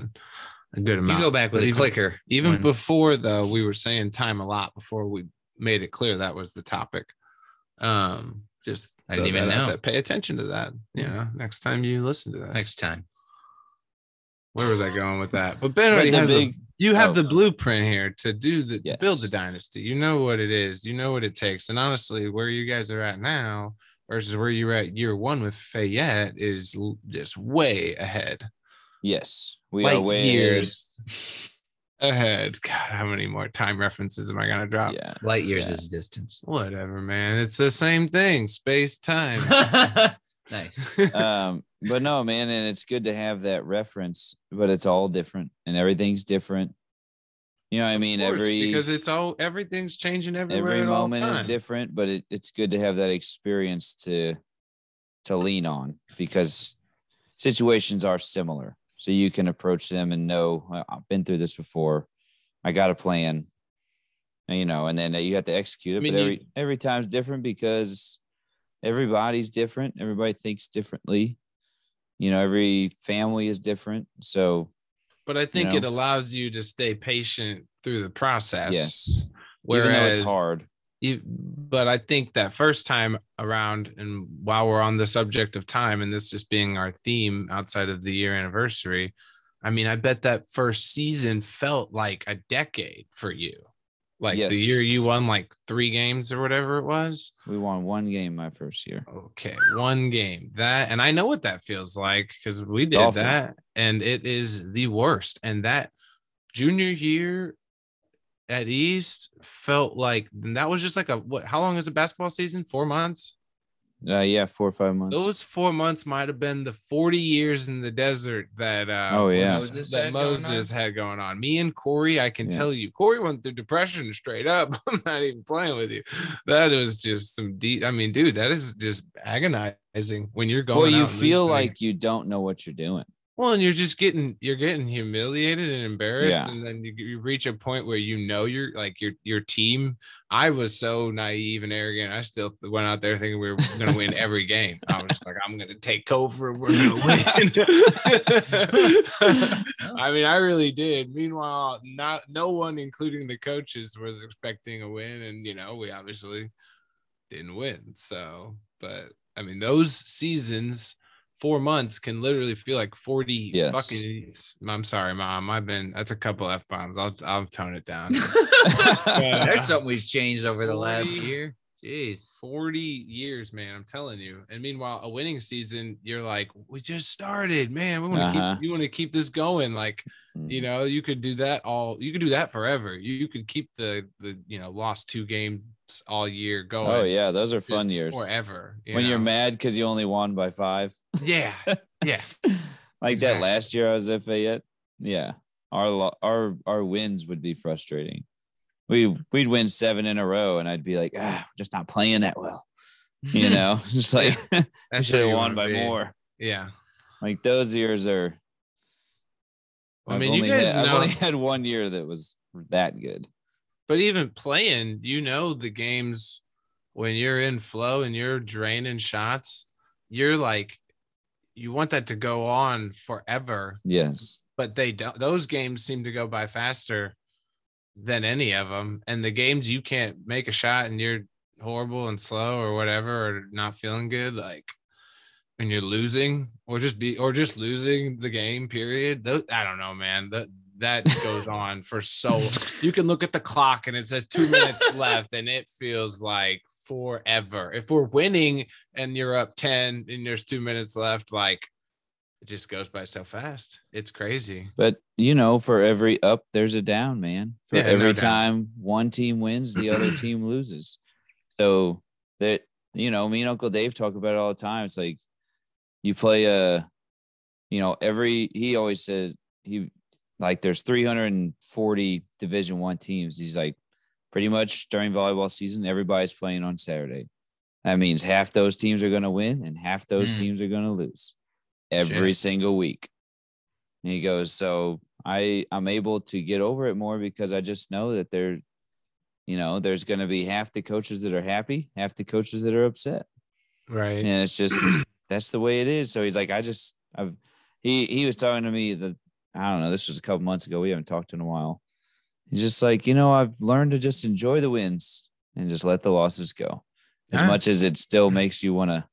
[SPEAKER 3] a good
[SPEAKER 1] you
[SPEAKER 3] amount.
[SPEAKER 1] go back with a
[SPEAKER 3] Even-
[SPEAKER 1] clicker.
[SPEAKER 3] Even
[SPEAKER 1] when-
[SPEAKER 3] before though, we were saying time a lot before we made it clear that was the topic. Um, just
[SPEAKER 1] I didn't
[SPEAKER 3] throw
[SPEAKER 1] even
[SPEAKER 3] that out
[SPEAKER 1] know.
[SPEAKER 3] there. Pay attention to that. You know, next time you listen to that.
[SPEAKER 1] next time.
[SPEAKER 3] Where was I going with that? But Ben
[SPEAKER 2] But
[SPEAKER 3] already
[SPEAKER 2] the
[SPEAKER 3] has the
[SPEAKER 2] big-
[SPEAKER 3] you have
[SPEAKER 2] Oh.
[SPEAKER 3] the blueprint here to do the to build the
[SPEAKER 2] Yes.
[SPEAKER 3] dynasty. You know what it is. You know what it takes. And honestly, where you guys are at now versus where you're at year one with Fayette is l- just way ahead.
[SPEAKER 2] yes, we
[SPEAKER 1] Like
[SPEAKER 2] are way
[SPEAKER 1] years.
[SPEAKER 3] Ahead. God, how many more time references am I gonna drop?
[SPEAKER 2] Yeah.
[SPEAKER 1] Light years
[SPEAKER 2] Yeah.
[SPEAKER 1] is distance.
[SPEAKER 3] Whatever, man. It's the same thing. Space time.
[SPEAKER 1] nice.
[SPEAKER 2] um, but no, man, and it's good to have that reference, but it's all different and everything's different. You know what I mean?
[SPEAKER 3] Of course,
[SPEAKER 2] Every
[SPEAKER 3] because it's all everything's changing everywhere.
[SPEAKER 2] every
[SPEAKER 3] at all
[SPEAKER 2] moment is
[SPEAKER 3] time.
[SPEAKER 2] different, but it, it's good to have that experience to to lean on because situations are similar. So you can approach them and know "I- I've been through this before. I got a plan. And, you know, and then you have to execute it.
[SPEAKER 3] I mean,
[SPEAKER 2] but
[SPEAKER 3] you-
[SPEAKER 2] every every time's different because everybody's different. Everybody thinks differently. You know, every family is different. So
[SPEAKER 3] But I think
[SPEAKER 2] know?
[SPEAKER 3] it allows you to stay patient through the process.
[SPEAKER 2] yes,
[SPEAKER 3] Whereas
[SPEAKER 2] even though it's hard,
[SPEAKER 3] you e, but i think that first time around and while we're on the subject of time and this just being our theme outside of the year anniversary i mean i bet that first season felt like a decade for you like
[SPEAKER 2] Yes.
[SPEAKER 3] the year you won like three games or whatever it was
[SPEAKER 2] we won one game my first year.
[SPEAKER 3] okay one game that and i know what that feels like because we did
[SPEAKER 2] awful.
[SPEAKER 3] that and it is the worst and that junior year at East felt like and that was just like a what? How long is a basketball season? Four months.
[SPEAKER 2] Uh, yeah, four or five months.
[SPEAKER 3] Those four months might have been the forty years in the desert that uh,
[SPEAKER 2] Oh, yeah.
[SPEAKER 1] Moses
[SPEAKER 3] Moses that
[SPEAKER 1] had going
[SPEAKER 3] Moses had going on. Me and Corey, I can
[SPEAKER 2] Yeah.
[SPEAKER 3] tell you, Corey went through depression straight up. I'm not even playing with you. That was just some deep. I mean, dude, that is just agonizing when you're going.
[SPEAKER 2] well
[SPEAKER 3] out
[SPEAKER 2] you
[SPEAKER 3] and
[SPEAKER 2] feel
[SPEAKER 3] losing.
[SPEAKER 2] like you don't know what you're doing
[SPEAKER 3] Well, and you're just getting you're getting humiliated and embarrassed,
[SPEAKER 2] Yeah.
[SPEAKER 3] and then you, you reach a point where you know you're like your your team. I was so naive and arrogant. I still went out there thinking we were going to win every game. I was like, I'm going to take over. We're going to win. I mean, I really did. Meanwhile, not no one, including the coaches, was expecting a win, and you know we obviously didn't win. So, but I mean, those seasons, four months can literally feel like 40
[SPEAKER 2] Yes.
[SPEAKER 3] fucking. I'm sorry, mom. I've been, that's a couple F bombs. I'll, I'll tone it down. Yeah.
[SPEAKER 1] There's something we've changed over the last
[SPEAKER 3] Forty.
[SPEAKER 1] year. Jeez.
[SPEAKER 3] 40 years, man. I'm telling you. And meanwhile, a winning season, you're like, we just started, man. We want to
[SPEAKER 2] Uh-huh. Mm-hmm.
[SPEAKER 3] keep, you want to keep this going. Like,
[SPEAKER 2] Mm.
[SPEAKER 3] you know you could do that all you could do that forever you, you could keep the the you know lost two games all year going
[SPEAKER 2] oh yeah those are
[SPEAKER 3] just
[SPEAKER 2] fun years
[SPEAKER 3] forever you
[SPEAKER 2] when you're
[SPEAKER 3] know?
[SPEAKER 2] mad because you only won by five
[SPEAKER 3] yeah yeah
[SPEAKER 2] like
[SPEAKER 3] Exactly.
[SPEAKER 2] that last year i was at fayette yeah Our lo- our our wins would be frustrating. We we'd win seven in a row, and I'd be like, ah, we're just not playing that well. You know, just like I
[SPEAKER 3] Hmm. That's
[SPEAKER 2] should
[SPEAKER 3] where
[SPEAKER 2] have
[SPEAKER 3] you
[SPEAKER 2] won
[SPEAKER 3] wanna
[SPEAKER 2] by
[SPEAKER 3] be.
[SPEAKER 2] more.
[SPEAKER 3] Yeah.
[SPEAKER 2] Like those years are.
[SPEAKER 3] I
[SPEAKER 2] I've
[SPEAKER 3] mean, you
[SPEAKER 2] only
[SPEAKER 3] guys
[SPEAKER 2] had-
[SPEAKER 3] know,
[SPEAKER 2] I've only had one year that was that good.
[SPEAKER 3] but even playing, you know, the games when you're in flow and you're draining shots, you're like, you want that to go on forever,
[SPEAKER 2] Yes.
[SPEAKER 3] but they don't. Those games seem to go by faster than any of them. And the games you can't make a shot and you're horrible and slow or whatever, or not feeling good, like, and you're losing or just be or just losing the game period Tho- i don't know man that that goes on for so you can look at the clock and it says two minutes left and it feels like forever if we're winning and you're up 10 and there's two minutes left like it just goes by so fast it's crazy
[SPEAKER 2] But you know, for every up, there's a down, man. For
[SPEAKER 3] Yeah, no
[SPEAKER 2] every
[SPEAKER 3] doubt.
[SPEAKER 2] time one team wins, the other team loses. So that you know, me and Uncle Dave talk about it all the time. It's like you play a, you know, every he always says he like there's 340 Division One teams. He's like pretty much during volleyball season, everybody's playing on Saturday. That means half those teams are going to win and half those
[SPEAKER 1] Mm.
[SPEAKER 2] teams are going to lose every
[SPEAKER 3] Shit.
[SPEAKER 2] single week. And he goes, so I I'm able to get over it more because I just know that there, you know, there's going to be half the coaches that are happy, half the coaches that are upset,
[SPEAKER 3] right
[SPEAKER 2] and it's just that's the way it is. So he's like, I just I've he he was talking to me that I don't know this was a couple months ago. We haven't talked in a while. He's just like, you know, I've learned to just enjoy the wins and just let the losses go, as
[SPEAKER 3] Huh?
[SPEAKER 2] much as it still makes you want to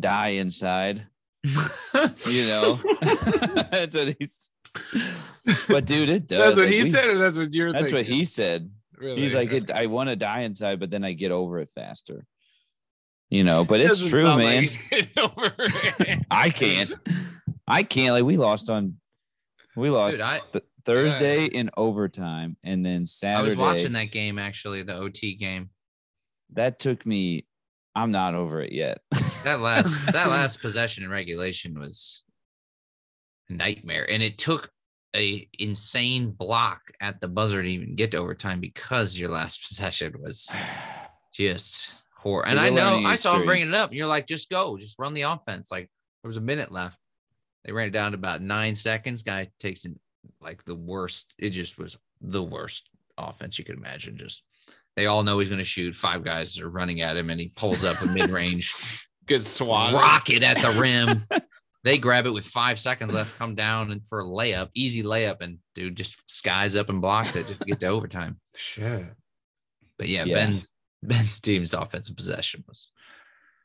[SPEAKER 2] die inside you know that's what he's but dude it does
[SPEAKER 3] that's what
[SPEAKER 2] Like,
[SPEAKER 3] he
[SPEAKER 2] we-
[SPEAKER 3] said or that's what you're
[SPEAKER 2] that's what
[SPEAKER 3] thinking?
[SPEAKER 2] he said
[SPEAKER 3] Really?
[SPEAKER 2] he's like it, i want to die inside but then i get over it faster you know but it's
[SPEAKER 3] Doesn't
[SPEAKER 2] true
[SPEAKER 3] sound like
[SPEAKER 2] man
[SPEAKER 3] he's getting over it.
[SPEAKER 2] i can't i can't like we lost on we lost
[SPEAKER 1] Dude, I,
[SPEAKER 2] th- thursday in overtime and then
[SPEAKER 1] I
[SPEAKER 2] saturday
[SPEAKER 1] was watching that game actually, the OT game.
[SPEAKER 2] that took me i'm not over it yet
[SPEAKER 1] That last that last possession in regulation was a nightmare, and it took a insane block at the buzzer to even get to overtime because your last possession was just horrible. And
[SPEAKER 2] was a
[SPEAKER 1] I know
[SPEAKER 2] learning
[SPEAKER 1] I saw him bringing it
[SPEAKER 2] experience.
[SPEAKER 1] up, and you're like, just go, just run the offense. Like there was a minute left. They ran it down to about nine seconds. Guy takes an, like the worst. It just was the worst offense you could imagine. Just they all know he's going to shoot. Five guys are running at him, and he pulls up a mid range
[SPEAKER 3] gets swatted
[SPEAKER 1] rocket at the rim. they grab it with five seconds left, come down and for a layup, easy layup, and dude just skies up and blocks it just to get to overtime.
[SPEAKER 3] Shit.
[SPEAKER 1] But yeah,
[SPEAKER 2] Yeah.
[SPEAKER 1] Ben's Ben's team's offensive possession was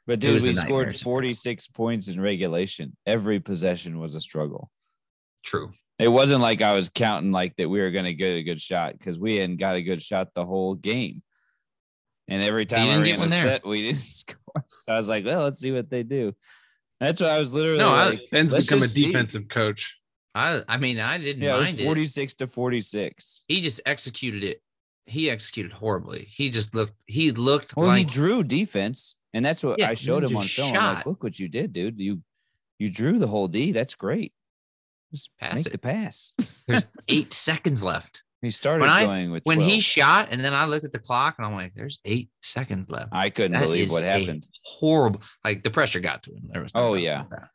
[SPEAKER 2] But
[SPEAKER 1] It
[SPEAKER 2] dude,
[SPEAKER 1] was a
[SPEAKER 2] we
[SPEAKER 1] nightmare.
[SPEAKER 2] scored 46 points in regulation. Every possession was a struggle.
[SPEAKER 1] true.
[SPEAKER 2] It wasn't like I was counting like that we were going to get a good shot because we hadn't got a good shot the whole game. And every time
[SPEAKER 1] didn't
[SPEAKER 2] our
[SPEAKER 1] get
[SPEAKER 2] end
[SPEAKER 1] one
[SPEAKER 2] was
[SPEAKER 1] there.
[SPEAKER 2] set, we didn't score. So I was like, well, let's see what they do. That's why I was literally
[SPEAKER 3] No, I,
[SPEAKER 2] like,
[SPEAKER 3] Ben's
[SPEAKER 2] let's
[SPEAKER 3] become a
[SPEAKER 2] just see.
[SPEAKER 3] defensive coach.
[SPEAKER 1] I I mean I didn't
[SPEAKER 2] yeah, it
[SPEAKER 1] mind
[SPEAKER 2] was 46 to 46.
[SPEAKER 1] He just executed it. He executed horribly. He just looked he looked
[SPEAKER 2] Well, he
[SPEAKER 1] like
[SPEAKER 2] drew defense, and that's what
[SPEAKER 1] Yeah,
[SPEAKER 2] I
[SPEAKER 1] and
[SPEAKER 2] showed
[SPEAKER 1] then
[SPEAKER 2] him
[SPEAKER 1] you
[SPEAKER 2] on film. I'm like,
[SPEAKER 1] shot.
[SPEAKER 2] look what you did, dude. You you drew the whole D. That's great. Just
[SPEAKER 1] Pass
[SPEAKER 2] make
[SPEAKER 1] it.
[SPEAKER 2] the pass.
[SPEAKER 1] eight seconds left.
[SPEAKER 2] He started
[SPEAKER 1] When I-
[SPEAKER 2] going with
[SPEAKER 1] When
[SPEAKER 2] 12.
[SPEAKER 1] he shot, and then I looked at the clock and I'm like, there's eight seconds left.
[SPEAKER 2] I couldn't
[SPEAKER 1] That
[SPEAKER 2] believe
[SPEAKER 1] is
[SPEAKER 2] what
[SPEAKER 1] a-
[SPEAKER 2] happened.
[SPEAKER 1] Horrible. Like the pressure got to him. There was no
[SPEAKER 2] Oh,
[SPEAKER 1] doubt about
[SPEAKER 2] yeah.
[SPEAKER 1] that.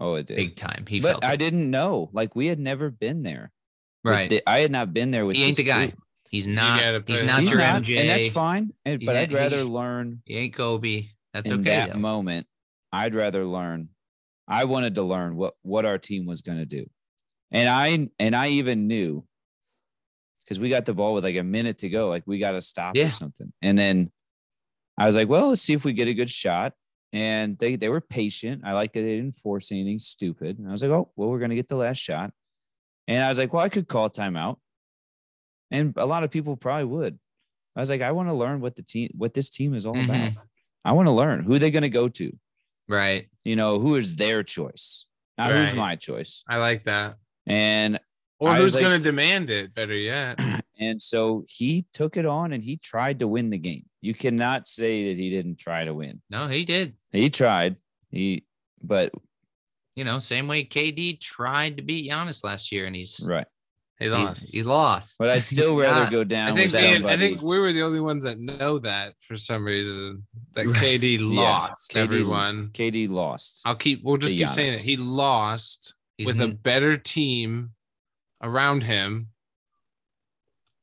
[SPEAKER 2] Oh, it did.
[SPEAKER 1] Big time. He
[SPEAKER 2] but
[SPEAKER 1] felt
[SPEAKER 2] I
[SPEAKER 1] it.
[SPEAKER 2] didn't know. Like we had never been there. with
[SPEAKER 1] right.
[SPEAKER 2] the- I had not been there with.
[SPEAKER 1] he ain't the
[SPEAKER 2] this
[SPEAKER 1] guy.
[SPEAKER 2] group.
[SPEAKER 1] He's
[SPEAKER 3] You gotta
[SPEAKER 1] not. He's
[SPEAKER 3] put-
[SPEAKER 1] not
[SPEAKER 2] He's
[SPEAKER 1] your
[SPEAKER 2] not,
[SPEAKER 1] MJ.
[SPEAKER 2] and that's fine. and-
[SPEAKER 1] He's
[SPEAKER 2] but
[SPEAKER 1] not-
[SPEAKER 2] I'd rather
[SPEAKER 1] he's-
[SPEAKER 2] learn
[SPEAKER 1] He ain't Kobe. That's
[SPEAKER 2] in
[SPEAKER 1] okay.
[SPEAKER 2] that
[SPEAKER 1] though.
[SPEAKER 2] moment. I'd rather learn. I wanted to learn what what our team was going to do, and I and I even knew because we got the ball with like a minute to go. Like we got to stop
[SPEAKER 1] Yeah.
[SPEAKER 2] or something, and then I was like, well, let's see if we get a good shot. And they they were patient. I like that they didn't force anything stupid. And I was like, oh, well, we're gonna get the last shot. And I was like, well, I could call timeout. And a lot of people probably would. I was like, I want to learn what the team what this team is all about. I want to learn who they're gonna go to.
[SPEAKER 1] right.
[SPEAKER 2] You know, who is their choice, not who's
[SPEAKER 3] Right.
[SPEAKER 2] my choice.
[SPEAKER 3] I like that.
[SPEAKER 2] And
[SPEAKER 3] Or
[SPEAKER 2] I
[SPEAKER 3] who's
[SPEAKER 2] was like-
[SPEAKER 3] going to demand it? Better yet.
[SPEAKER 2] and so he took it on and he tried to win the game. You cannot say that he didn't try to win.
[SPEAKER 1] No, he did.
[SPEAKER 2] He tried. He but
[SPEAKER 1] You know, same way KD tried to beat Giannis last year, and he's
[SPEAKER 2] right.
[SPEAKER 1] He lost.
[SPEAKER 2] lost.
[SPEAKER 1] He, lost.
[SPEAKER 2] But I'd still rather go down
[SPEAKER 3] I think
[SPEAKER 2] with
[SPEAKER 1] Dan- I
[SPEAKER 3] Dan,
[SPEAKER 2] somebody.
[SPEAKER 3] I think we were the only ones that know that for some reason that
[SPEAKER 1] Right.
[SPEAKER 3] KD
[SPEAKER 2] Yeah,
[SPEAKER 3] lost
[SPEAKER 2] KD
[SPEAKER 3] everyone.
[SPEAKER 2] KD lost.
[SPEAKER 3] I'll keep. We'll just
[SPEAKER 2] To
[SPEAKER 3] keep saying it.
[SPEAKER 2] Giannis.
[SPEAKER 3] He lost
[SPEAKER 1] He's
[SPEAKER 3] with a
[SPEAKER 1] n-
[SPEAKER 3] better team around him.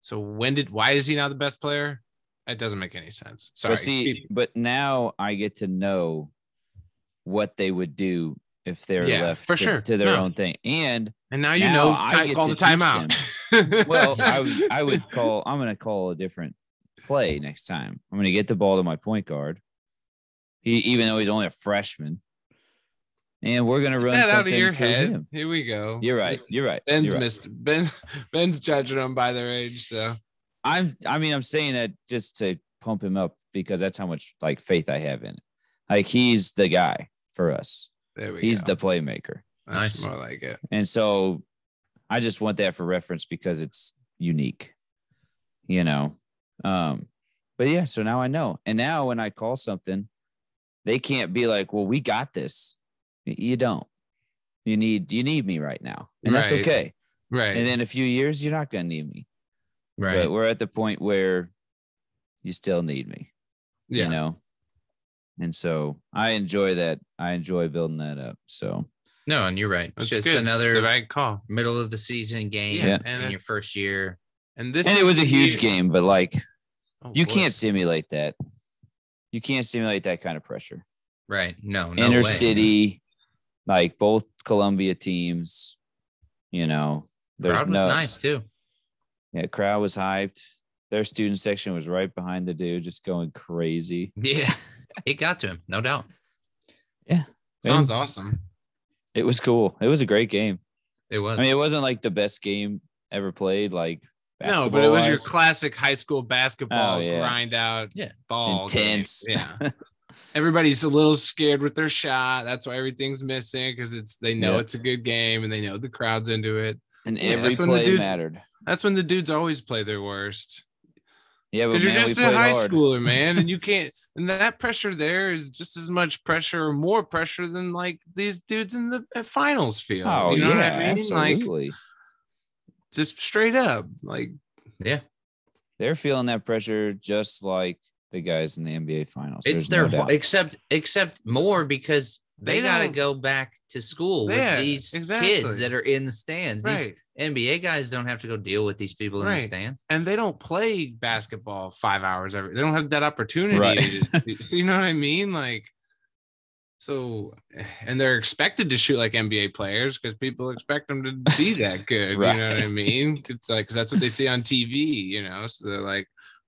[SPEAKER 3] So when did? Why is he now the best player? That doesn't make any sense. Sorry.
[SPEAKER 2] But see, but now I get to know what they would do if they're
[SPEAKER 3] Yeah,
[SPEAKER 2] left
[SPEAKER 3] for
[SPEAKER 2] to,
[SPEAKER 3] sure.
[SPEAKER 2] to their
[SPEAKER 3] No.
[SPEAKER 2] own thing. And
[SPEAKER 3] and now you
[SPEAKER 2] now
[SPEAKER 3] know.
[SPEAKER 2] I
[SPEAKER 3] I
[SPEAKER 2] get
[SPEAKER 3] call
[SPEAKER 2] to
[SPEAKER 3] the
[SPEAKER 2] teach
[SPEAKER 3] timeout.
[SPEAKER 2] well, I was I would call I'm gonna call a different play next time. I'm gonna get the ball to my point guard. He even though he's only a freshman. And we're gonna run
[SPEAKER 3] Get that out
[SPEAKER 2] something
[SPEAKER 3] of your
[SPEAKER 2] through
[SPEAKER 3] head.
[SPEAKER 2] him.
[SPEAKER 3] Here we go.
[SPEAKER 2] You're right. You're right.
[SPEAKER 3] Ben's
[SPEAKER 2] you're right.
[SPEAKER 3] missed. Ben, Ben's judging them by their age. So
[SPEAKER 2] I'm I mean I'm saying that just to pump him up because that's how much like faith I have in it. Like he's the guy for us.
[SPEAKER 3] there we
[SPEAKER 2] He's
[SPEAKER 3] go.
[SPEAKER 2] the playmaker.
[SPEAKER 1] Nice.
[SPEAKER 3] That's more like it.
[SPEAKER 2] And so I just want that for reference because it's unique. You know. Um but yeah, so now I know. And now when I call something, they can't be like, "Well, we got this." Y- You don't. You need you need me right now. And that's
[SPEAKER 3] Right.
[SPEAKER 2] okay.
[SPEAKER 3] Right.
[SPEAKER 2] And in a few years you're not going to need me.
[SPEAKER 1] right.
[SPEAKER 2] But we're at the point where you still need me, you know? And so I enjoy that. I enjoy building that up. So
[SPEAKER 1] No, and you're right. It's
[SPEAKER 3] That's
[SPEAKER 1] just
[SPEAKER 3] good. It's
[SPEAKER 1] another
[SPEAKER 3] the right call.
[SPEAKER 1] middle of the season game
[SPEAKER 2] Yeah.
[SPEAKER 1] in your first year.
[SPEAKER 3] And this
[SPEAKER 2] and it
[SPEAKER 3] is
[SPEAKER 2] was a
[SPEAKER 3] the
[SPEAKER 2] huge
[SPEAKER 3] year-
[SPEAKER 2] game, but like
[SPEAKER 3] Oh,
[SPEAKER 2] you
[SPEAKER 3] boy.
[SPEAKER 2] can't simulate that. You can't simulate that kind of pressure.
[SPEAKER 1] Right. No, no
[SPEAKER 2] Inner
[SPEAKER 1] way.
[SPEAKER 2] city, like both Columbia teams, you know, there's
[SPEAKER 1] Crowd was
[SPEAKER 2] no
[SPEAKER 1] nice too.
[SPEAKER 2] yeah, crowd was hyped. Their student section was right behind the dude, just going crazy.
[SPEAKER 1] Yeah. it got to him, no doubt.
[SPEAKER 3] Sounds awesome.
[SPEAKER 2] It was cool. It was a great game.
[SPEAKER 1] It was.
[SPEAKER 2] I mean, it wasn't like the best game ever played, like
[SPEAKER 3] No, but it was your
[SPEAKER 2] basketball-wise.
[SPEAKER 3] classic high school basketball
[SPEAKER 2] Oh, yeah.
[SPEAKER 3] grind out
[SPEAKER 1] Yeah.
[SPEAKER 3] ball. game.
[SPEAKER 2] Intense.
[SPEAKER 3] Yeah. Everybody's a little scared with their shot. That's why everything's missing because it's they know
[SPEAKER 2] Yeah.
[SPEAKER 3] it's a good game and they know the crowd's into it.
[SPEAKER 2] and
[SPEAKER 3] Yeah,
[SPEAKER 2] every
[SPEAKER 3] that's when the
[SPEAKER 2] play
[SPEAKER 3] dudes-
[SPEAKER 2] mattered.
[SPEAKER 3] That's when the dudes always play their worst.
[SPEAKER 2] Yeah, but
[SPEAKER 3] Because
[SPEAKER 2] Oh, man,
[SPEAKER 3] you're
[SPEAKER 2] we
[SPEAKER 3] just a
[SPEAKER 2] played
[SPEAKER 3] high
[SPEAKER 2] hard.
[SPEAKER 3] schooler, man, and you can't. And that pressure there is just as much pressure or more pressure than like these dudes in the at finals feel.
[SPEAKER 2] Oh
[SPEAKER 3] you know
[SPEAKER 2] yeah,
[SPEAKER 3] what I mean? Like
[SPEAKER 2] absolutely.
[SPEAKER 3] just straight up, like
[SPEAKER 1] yeah.
[SPEAKER 2] They're feeling that pressure just like the guys in the NBA finals.
[SPEAKER 1] It's
[SPEAKER 2] There's
[SPEAKER 1] their
[SPEAKER 2] no doubt.
[SPEAKER 1] except except more because they,
[SPEAKER 3] They
[SPEAKER 1] gotta
[SPEAKER 3] don't-
[SPEAKER 1] go back to school
[SPEAKER 3] Yeah,
[SPEAKER 1] with these
[SPEAKER 3] exactly.
[SPEAKER 1] kids that are in the stands.
[SPEAKER 3] right.
[SPEAKER 1] These NBA guys don't have to go deal with these people in
[SPEAKER 3] Right.
[SPEAKER 1] the stands.
[SPEAKER 3] and they don't play basketball five hours every. They don't have that opportunity.
[SPEAKER 2] Right.
[SPEAKER 3] you know what I mean? Like, so, and they're expected to shoot like NBA players because people expect them to be that good. You know what I mean? It's like 'cause that's what they see on TV. You know, so they're like,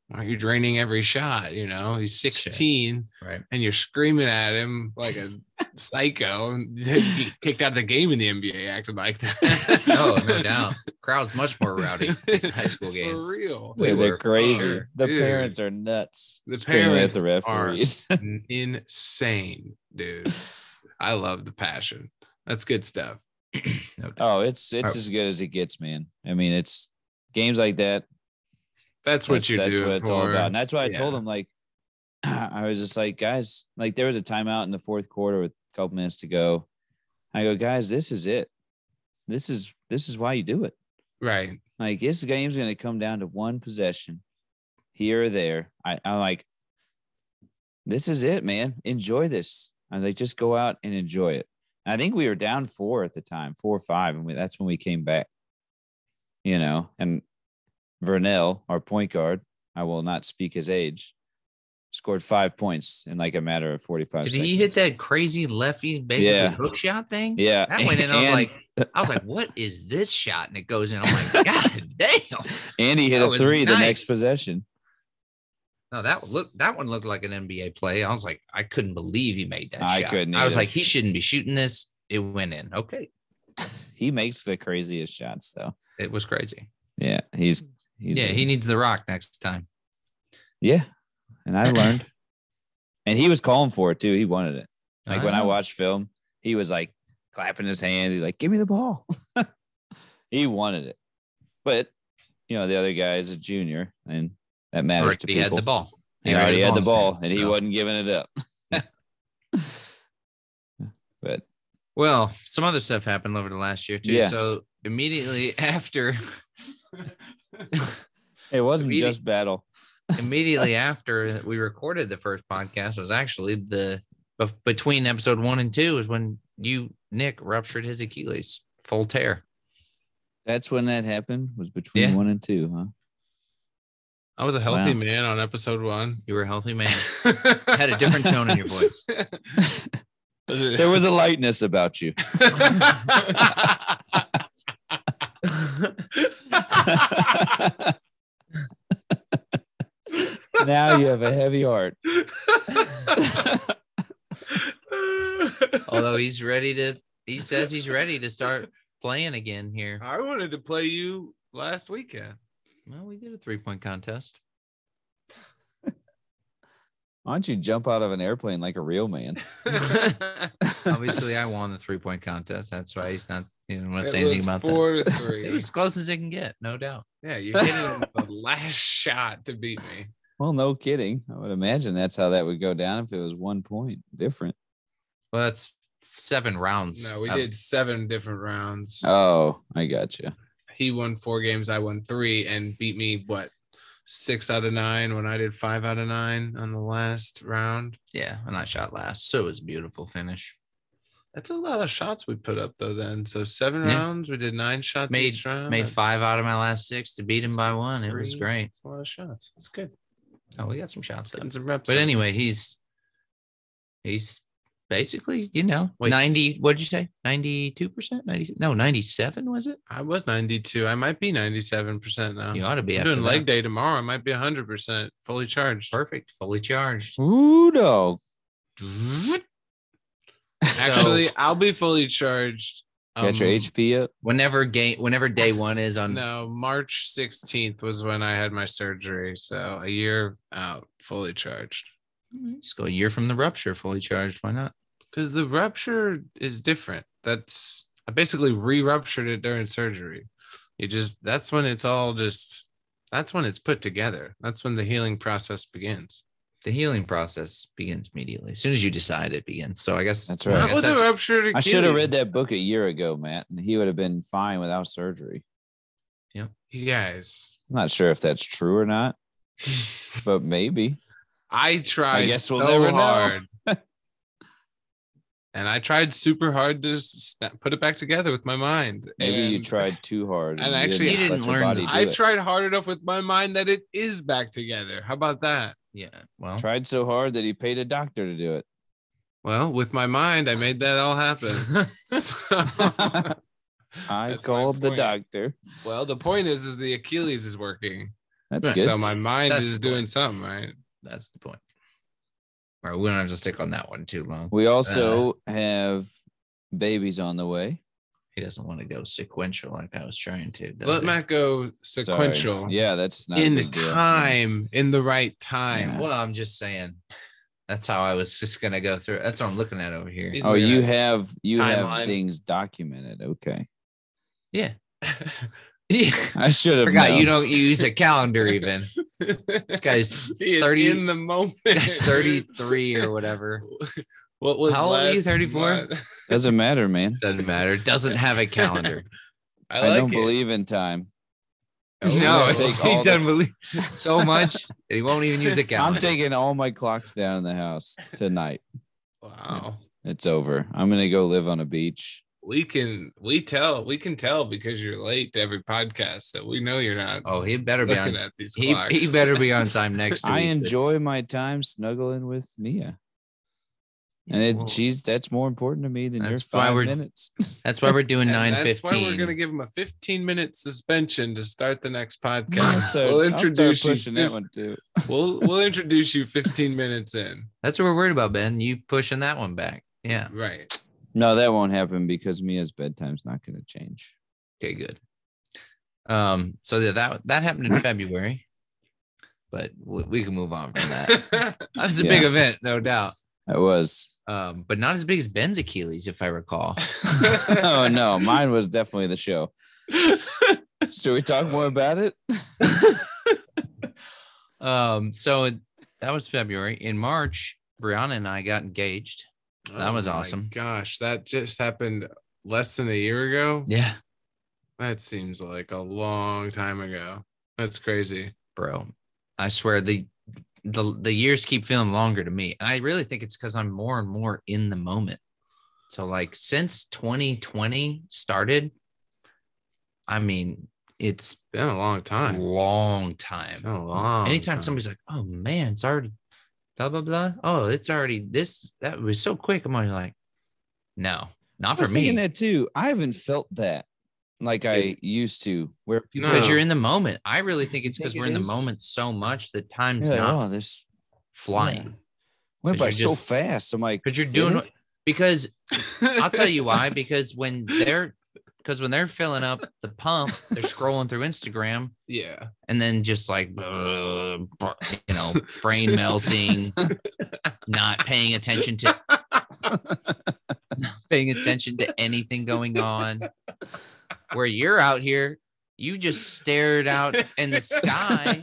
[SPEAKER 3] "Why are you draining every shot?" You know, he's
[SPEAKER 1] Shit.
[SPEAKER 3] sixteen
[SPEAKER 1] Right.
[SPEAKER 3] and you're screaming at him like a psycho. And he'd get kicked out of the game in the NBA acting like that.
[SPEAKER 1] Oh, no doubt. Crowd's much more rowdy these high school games.
[SPEAKER 3] For real.
[SPEAKER 1] They
[SPEAKER 2] Dude,
[SPEAKER 1] were
[SPEAKER 2] they're crazy.
[SPEAKER 3] sure,
[SPEAKER 2] the
[SPEAKER 3] dude.
[SPEAKER 2] parents are nuts.
[SPEAKER 3] The
[SPEAKER 2] screaming at the
[SPEAKER 3] parents are-
[SPEAKER 2] referees.
[SPEAKER 3] N- insane, dude. I love the passion. That's good stuff.
[SPEAKER 1] No doubt.
[SPEAKER 2] oh, it's it's
[SPEAKER 1] Are-
[SPEAKER 2] as good as it gets, man. I mean, it's games like that.
[SPEAKER 3] That's what you
[SPEAKER 2] that's
[SPEAKER 3] do.
[SPEAKER 2] what it's all about. And that's why I told
[SPEAKER 3] Yeah.
[SPEAKER 2] him, like, I was just like, guys, like there was a timeout in the fourth quarter with a couple minutes to go. I go, guys, this is it. This is this is why you do it.
[SPEAKER 3] Right.
[SPEAKER 2] Like this game's gonna come down to one possession here or there. I, I'm like, this is it, man. Enjoy this. I was like, just go out and enjoy it. And I think we were down four at the time, four or five, and we, that's when we came back. You know, and Vernell, our point guard, I will not speak his age, scored five points in like a matter of 45
[SPEAKER 1] Did
[SPEAKER 2] seconds.
[SPEAKER 1] he hit that crazy lefty basically
[SPEAKER 2] Yeah.
[SPEAKER 1] hook shot thing?
[SPEAKER 2] Yeah.
[SPEAKER 1] That went in. I was
[SPEAKER 2] and,
[SPEAKER 1] like, I was like, what is this shot? And it goes in. I'm like, God damn.
[SPEAKER 2] and he hit
[SPEAKER 1] that
[SPEAKER 2] a
[SPEAKER 1] was
[SPEAKER 2] three the next
[SPEAKER 1] nice.
[SPEAKER 2] possession.
[SPEAKER 1] No, that look that one looked like an NBA play. I was like, I couldn't believe he made that
[SPEAKER 2] I
[SPEAKER 1] shot.
[SPEAKER 2] couldn't
[SPEAKER 1] I was
[SPEAKER 2] either.
[SPEAKER 1] like, he shouldn't be shooting this. It went in. Okay.
[SPEAKER 2] He makes the craziest shots though.
[SPEAKER 1] It was crazy.
[SPEAKER 2] Yeah, he's he's
[SPEAKER 1] yeah,
[SPEAKER 2] a-
[SPEAKER 1] he needs the rock next time.
[SPEAKER 2] Yeah. And I learned. and he was calling for it too. He wanted it. Like when I
[SPEAKER 1] Ah.
[SPEAKER 2] watched film, he was like clapping his hands. He's like, give me the ball. he wanted it. But, you know, the other guy is a junior and that matters to
[SPEAKER 1] Already
[SPEAKER 2] people.
[SPEAKER 1] had the ball.
[SPEAKER 2] He
[SPEAKER 1] He
[SPEAKER 2] already had the
[SPEAKER 1] ball.
[SPEAKER 2] ball and he
[SPEAKER 1] So-
[SPEAKER 2] wasn't giving it up. but
[SPEAKER 1] Well, some other stuff happened over the last year too.
[SPEAKER 2] Yeah.
[SPEAKER 1] So immediately after
[SPEAKER 2] It wasn't
[SPEAKER 1] Speedy.
[SPEAKER 2] just battle.
[SPEAKER 1] Immediately after we recorded the first podcast was actually the bef- between episode one and two is when you Nick ruptured his Achilles full tear.
[SPEAKER 2] That's when that happened. Was between
[SPEAKER 1] Yeah.
[SPEAKER 2] one and two, huh?
[SPEAKER 3] I was a healthy
[SPEAKER 2] Wow.
[SPEAKER 3] man on episode one.
[SPEAKER 1] You were a healthy man.
[SPEAKER 3] Had
[SPEAKER 1] a different tone in your voice.
[SPEAKER 3] Was it-
[SPEAKER 2] There was a lightness about you. now you have a heavy heart.
[SPEAKER 1] Although he's ready to, he says he's ready to start playing again here.
[SPEAKER 3] I wanted to play you last weekend.
[SPEAKER 1] Well, we did a three point contest.
[SPEAKER 2] Why don't you jump out of an airplane like a real man?
[SPEAKER 1] Obviously, I won the three point contest. That's why he's not. You know, not
[SPEAKER 3] It
[SPEAKER 1] say anything
[SPEAKER 3] was
[SPEAKER 1] about
[SPEAKER 3] four to
[SPEAKER 1] that.
[SPEAKER 3] three.
[SPEAKER 1] It's as close as it can get, no doubt.
[SPEAKER 3] yeah, you hit it on the last shot to beat me.
[SPEAKER 2] Well, no kidding. I would imagine that's how that would go down if it was one point different.
[SPEAKER 1] Well, that's seven rounds.
[SPEAKER 3] No, we
[SPEAKER 1] of-
[SPEAKER 3] did seven different rounds.
[SPEAKER 2] Oh, I got you.
[SPEAKER 3] he won four games, I won three, and beat me what six out of nine when I did five out of nine on the last round.
[SPEAKER 1] Yeah, and I shot last, so it was a beautiful finish.
[SPEAKER 3] That's a lot of shots we put up though. Then so seven
[SPEAKER 1] Yeah.
[SPEAKER 3] rounds, we did nine shots
[SPEAKER 1] Made-
[SPEAKER 3] each round.
[SPEAKER 1] Made
[SPEAKER 3] Oh, That's-
[SPEAKER 1] five out of my last six to beat him by one. It was
[SPEAKER 3] Three.
[SPEAKER 1] great.
[SPEAKER 3] That's a lot of shots. It's good.
[SPEAKER 1] Oh, we got some shots up.
[SPEAKER 3] Getting some reps.
[SPEAKER 1] But
[SPEAKER 3] in.
[SPEAKER 1] anyway, he's he's basically, you know,
[SPEAKER 3] Wait.
[SPEAKER 1] ninety. What did you say? Ninety-two percent? Ninety? No, ninety-seven was it?
[SPEAKER 3] I was ninety two. I might be ninety seven percent now.
[SPEAKER 1] You ought to be
[SPEAKER 3] I'm
[SPEAKER 1] after
[SPEAKER 3] doing leg
[SPEAKER 1] that.
[SPEAKER 3] day tomorrow. I might be hundred percent fully charged.
[SPEAKER 1] Perfect, fully charged.
[SPEAKER 2] Ooh, dog.
[SPEAKER 3] Actually, I'll be fully charged.
[SPEAKER 2] got your
[SPEAKER 3] um,
[SPEAKER 2] HP up.
[SPEAKER 1] Whenever game, whenever day one is on,
[SPEAKER 3] No, March 16th was when I had my surgery. So a year out, fully charged.
[SPEAKER 1] let's go a year from the rupture, fully charged. Why not?
[SPEAKER 3] Because the rupture is different. That's, I basically re ruptured it during surgery. You just, that's when it's all just, that's when it's put together. That's when the healing process begins.
[SPEAKER 1] The healing process begins immediately. As soon as you decide, it begins. So I guess
[SPEAKER 2] That's
[SPEAKER 1] well, I
[SPEAKER 2] right.
[SPEAKER 3] Not
[SPEAKER 1] guess
[SPEAKER 3] with a
[SPEAKER 1] that's-
[SPEAKER 3] ruptured
[SPEAKER 2] I should have read
[SPEAKER 3] Achilles.
[SPEAKER 2] that book a year ago, Matt, and he would have been fine without surgery.
[SPEAKER 3] You guys.
[SPEAKER 2] I'm not sure if that's true or not, but maybe.
[SPEAKER 3] I tried
[SPEAKER 2] guess we'll
[SPEAKER 3] so
[SPEAKER 2] never know.
[SPEAKER 3] hard. and I tried super hard to snap, put it back together with my mind.
[SPEAKER 2] Maybe you
[SPEAKER 3] And-
[SPEAKER 2] tried too hard.
[SPEAKER 3] and actually-
[SPEAKER 2] you
[SPEAKER 3] You
[SPEAKER 2] didn't, just
[SPEAKER 1] didn't
[SPEAKER 2] let your
[SPEAKER 1] learn
[SPEAKER 2] body
[SPEAKER 1] to-
[SPEAKER 2] do
[SPEAKER 3] I
[SPEAKER 2] it.
[SPEAKER 3] tried hard enough with my mind that it is back together. How about that?
[SPEAKER 1] yeah. Well,
[SPEAKER 2] tried so hard that he paid a doctor to do it.
[SPEAKER 3] Well, with my mind, I made that all happen. So-
[SPEAKER 2] I
[SPEAKER 3] That's my
[SPEAKER 2] called the
[SPEAKER 3] point.
[SPEAKER 2] doctor.
[SPEAKER 3] well, the point is, is the Achilles is working.
[SPEAKER 2] That's
[SPEAKER 1] Right.
[SPEAKER 2] good.
[SPEAKER 3] So my mind
[SPEAKER 1] That's
[SPEAKER 3] is
[SPEAKER 1] the
[SPEAKER 3] doing
[SPEAKER 1] point.
[SPEAKER 3] something, right?
[SPEAKER 1] that's the point. All right, we don't have to stick on that one too long.
[SPEAKER 2] we
[SPEAKER 3] Uh-huh.
[SPEAKER 2] also have babies on the way.
[SPEAKER 1] He doesn't want to go sequential like I was trying to. does
[SPEAKER 3] Let
[SPEAKER 1] he?
[SPEAKER 3] Matt go
[SPEAKER 2] Sorry.
[SPEAKER 3] sequential.
[SPEAKER 2] Yeah, that's not a
[SPEAKER 3] In
[SPEAKER 2] good deal.
[SPEAKER 3] time, in the right time.
[SPEAKER 2] Yeah.
[SPEAKER 1] Well, I'm just saying. That's how I was just gonna go through. That's what I'm looking at over here.
[SPEAKER 3] He's-
[SPEAKER 2] Oh, you
[SPEAKER 3] Yeah.
[SPEAKER 2] have you
[SPEAKER 3] Timeline.
[SPEAKER 2] have things documented. Okay.
[SPEAKER 1] Yeah. Yeah.
[SPEAKER 2] I should
[SPEAKER 1] I
[SPEAKER 2] have
[SPEAKER 1] forgot
[SPEAKER 2] known.
[SPEAKER 1] you don't use a calendar even. This guy's
[SPEAKER 3] He is
[SPEAKER 1] 30
[SPEAKER 3] in the moment.
[SPEAKER 1] That's 33 or whatever.
[SPEAKER 3] What was
[SPEAKER 1] How old are you,
[SPEAKER 3] last
[SPEAKER 1] 34?
[SPEAKER 3] month?
[SPEAKER 2] Doesn't matter, man.
[SPEAKER 1] Doesn't matter. Doesn't have a calendar.
[SPEAKER 3] I,
[SPEAKER 2] I,
[SPEAKER 3] like
[SPEAKER 2] don't
[SPEAKER 3] it.
[SPEAKER 2] believe in time.
[SPEAKER 1] No,
[SPEAKER 2] I'll
[SPEAKER 1] it's,
[SPEAKER 2] take
[SPEAKER 1] he
[SPEAKER 2] all
[SPEAKER 1] doesn't believe so much. that He won't even use a
[SPEAKER 2] I'm
[SPEAKER 1] calendar.
[SPEAKER 2] taking all my clocks down in the house tonight.
[SPEAKER 3] Wow.
[SPEAKER 2] It's over. I'm gonna go live on a beach.
[SPEAKER 3] we can we tell we can tell because you're late to every podcast so we know you're not
[SPEAKER 1] oh, he better be
[SPEAKER 3] looking
[SPEAKER 1] on.
[SPEAKER 3] at these
[SPEAKER 1] He,
[SPEAKER 3] clocks.
[SPEAKER 1] he better be on time next week.
[SPEAKER 2] I enjoy my time snuggling with Mia. And
[SPEAKER 1] Well,
[SPEAKER 2] it, she's that's more important to me than your
[SPEAKER 1] That's why
[SPEAKER 2] five
[SPEAKER 1] we're-
[SPEAKER 2] minutes.
[SPEAKER 1] That's why we're doing
[SPEAKER 3] And
[SPEAKER 1] nine
[SPEAKER 3] that's why we're gonna
[SPEAKER 1] fifteen.
[SPEAKER 3] give him a 15 minute suspension to start the next
[SPEAKER 2] I'll
[SPEAKER 3] podcast
[SPEAKER 2] start,
[SPEAKER 3] we'll
[SPEAKER 2] I'll start
[SPEAKER 3] introduce
[SPEAKER 2] pushing
[SPEAKER 3] you
[SPEAKER 2] that one too.
[SPEAKER 3] we'll we'll introduce you 15 minutes in
[SPEAKER 1] That's what we're worried about, Ben. You pushing that one back. Yeah.
[SPEAKER 3] right
[SPEAKER 2] No, that won't happen because Mia's bedtime's not going to change.
[SPEAKER 1] Okay, good. Um, so yeah, that that happened in February, but we, we can move on from that. That was a big
[SPEAKER 2] Yeah.
[SPEAKER 1] event, no doubt.
[SPEAKER 2] It was.
[SPEAKER 1] Um, but not as big as Ben's Achilles, if I recall.
[SPEAKER 2] oh no, mine was definitely the show. Should we talk more about it?
[SPEAKER 1] Um, so that was February. In March, Brianna and I got engaged. That was
[SPEAKER 3] Oh my
[SPEAKER 1] awesome.
[SPEAKER 3] gosh that just happened less than a year ago
[SPEAKER 1] Yeah.
[SPEAKER 3] That seems like a long time ago. That's crazy.
[SPEAKER 1] bro. I swear the the the years keep feeling longer to me. And I really think it's because I'm more and more in the moment. So like since 2020 started, I mean it's
[SPEAKER 3] Been a long
[SPEAKER 1] a
[SPEAKER 3] time.
[SPEAKER 1] long
[SPEAKER 3] Been
[SPEAKER 1] time.
[SPEAKER 3] a long
[SPEAKER 1] Anytime
[SPEAKER 3] time.
[SPEAKER 1] somebody's like, "Oh man, it's already blah blah blah," oh, it's already this that was so quick. I'm always like, no, not
[SPEAKER 2] I
[SPEAKER 1] for
[SPEAKER 2] was
[SPEAKER 1] me.
[SPEAKER 2] thinking that too. I haven't felt that like I used to. Where
[SPEAKER 1] It's
[SPEAKER 2] people
[SPEAKER 1] because
[SPEAKER 3] No.
[SPEAKER 1] you're in the moment. I really think it's
[SPEAKER 2] You
[SPEAKER 1] because
[SPEAKER 2] think
[SPEAKER 1] we're in
[SPEAKER 2] it
[SPEAKER 1] the
[SPEAKER 2] is?
[SPEAKER 1] moment so much that time's
[SPEAKER 2] are like,
[SPEAKER 1] not
[SPEAKER 2] oh, this
[SPEAKER 1] flying.
[SPEAKER 2] went
[SPEAKER 1] 'Cause
[SPEAKER 2] by
[SPEAKER 1] you're
[SPEAKER 2] so
[SPEAKER 1] just-
[SPEAKER 2] fast. I'm like,
[SPEAKER 1] Because you're
[SPEAKER 2] did
[SPEAKER 1] doing
[SPEAKER 2] it?
[SPEAKER 1] what- because I'll tell you why. Because when they're because when they're filling up the pump, they're scrolling through Instagram
[SPEAKER 3] Yeah.
[SPEAKER 1] and then just like uh, br- you know, brain melting, not paying attention to not paying attention to anything going on. Where you're out here, you just stared out in the sky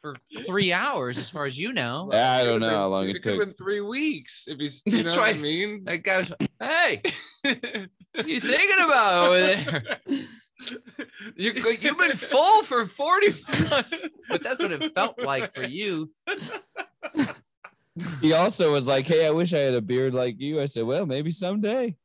[SPEAKER 1] for three hours, as far as you know.
[SPEAKER 2] I don't
[SPEAKER 3] could've
[SPEAKER 2] know
[SPEAKER 3] been-
[SPEAKER 2] how long it
[SPEAKER 3] could've
[SPEAKER 2] took.
[SPEAKER 3] been three weeks. If he's, you know
[SPEAKER 1] That's
[SPEAKER 3] what I
[SPEAKER 1] right.
[SPEAKER 3] mean.
[SPEAKER 1] That guy's, hey, what you thinking about over there? You, you've been full for 40 months. But that's what it felt like for you.
[SPEAKER 2] He also was like, hey, I wish I had a beard like you. I said, well, maybe someday.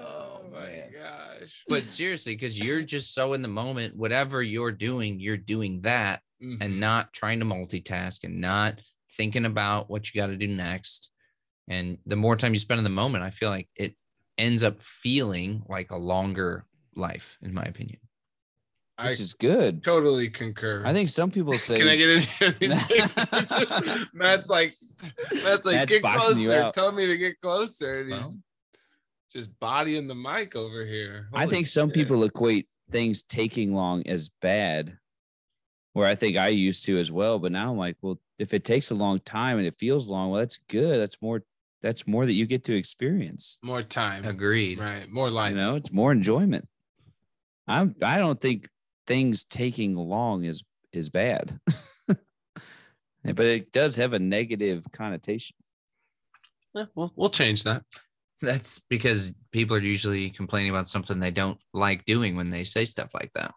[SPEAKER 3] oh my
[SPEAKER 1] man.
[SPEAKER 3] gosh.
[SPEAKER 1] But seriously, because you're just so in the moment, whatever you're doing, you're doing that
[SPEAKER 3] Mm-hmm.
[SPEAKER 1] and not trying to multitask and not thinking about what you got to do next. And the more time you spend in the moment, I feel like it ends up feeling like a longer life, in my opinion.
[SPEAKER 3] I
[SPEAKER 2] Which is good.
[SPEAKER 3] totally concur.
[SPEAKER 2] I think some people say
[SPEAKER 3] Can I get in here? Matt's like, Matt's like,
[SPEAKER 2] Matt's
[SPEAKER 3] get
[SPEAKER 2] boxing you
[SPEAKER 3] closer.
[SPEAKER 2] out.
[SPEAKER 3] Tell me to get closer, and he's
[SPEAKER 1] Well.
[SPEAKER 3] just bodying the mic over here.
[SPEAKER 2] I
[SPEAKER 3] Holy
[SPEAKER 2] think some
[SPEAKER 3] shit.
[SPEAKER 2] people equate things taking long as bad, where I think I used to as well. But now I'm like, well, if it takes a long time and it feels long, well, that's good. That's more. That's more that you get to experience.
[SPEAKER 3] more time,
[SPEAKER 1] Agreed.
[SPEAKER 3] right? More life.
[SPEAKER 2] You know, it's more enjoyment. I'm. I don't think things taking long is is bad, but it does have a negative connotation.
[SPEAKER 3] Yeah, we'll, we'll change that.
[SPEAKER 1] That's because people are usually complaining about something they don't like doing when they say stuff like that.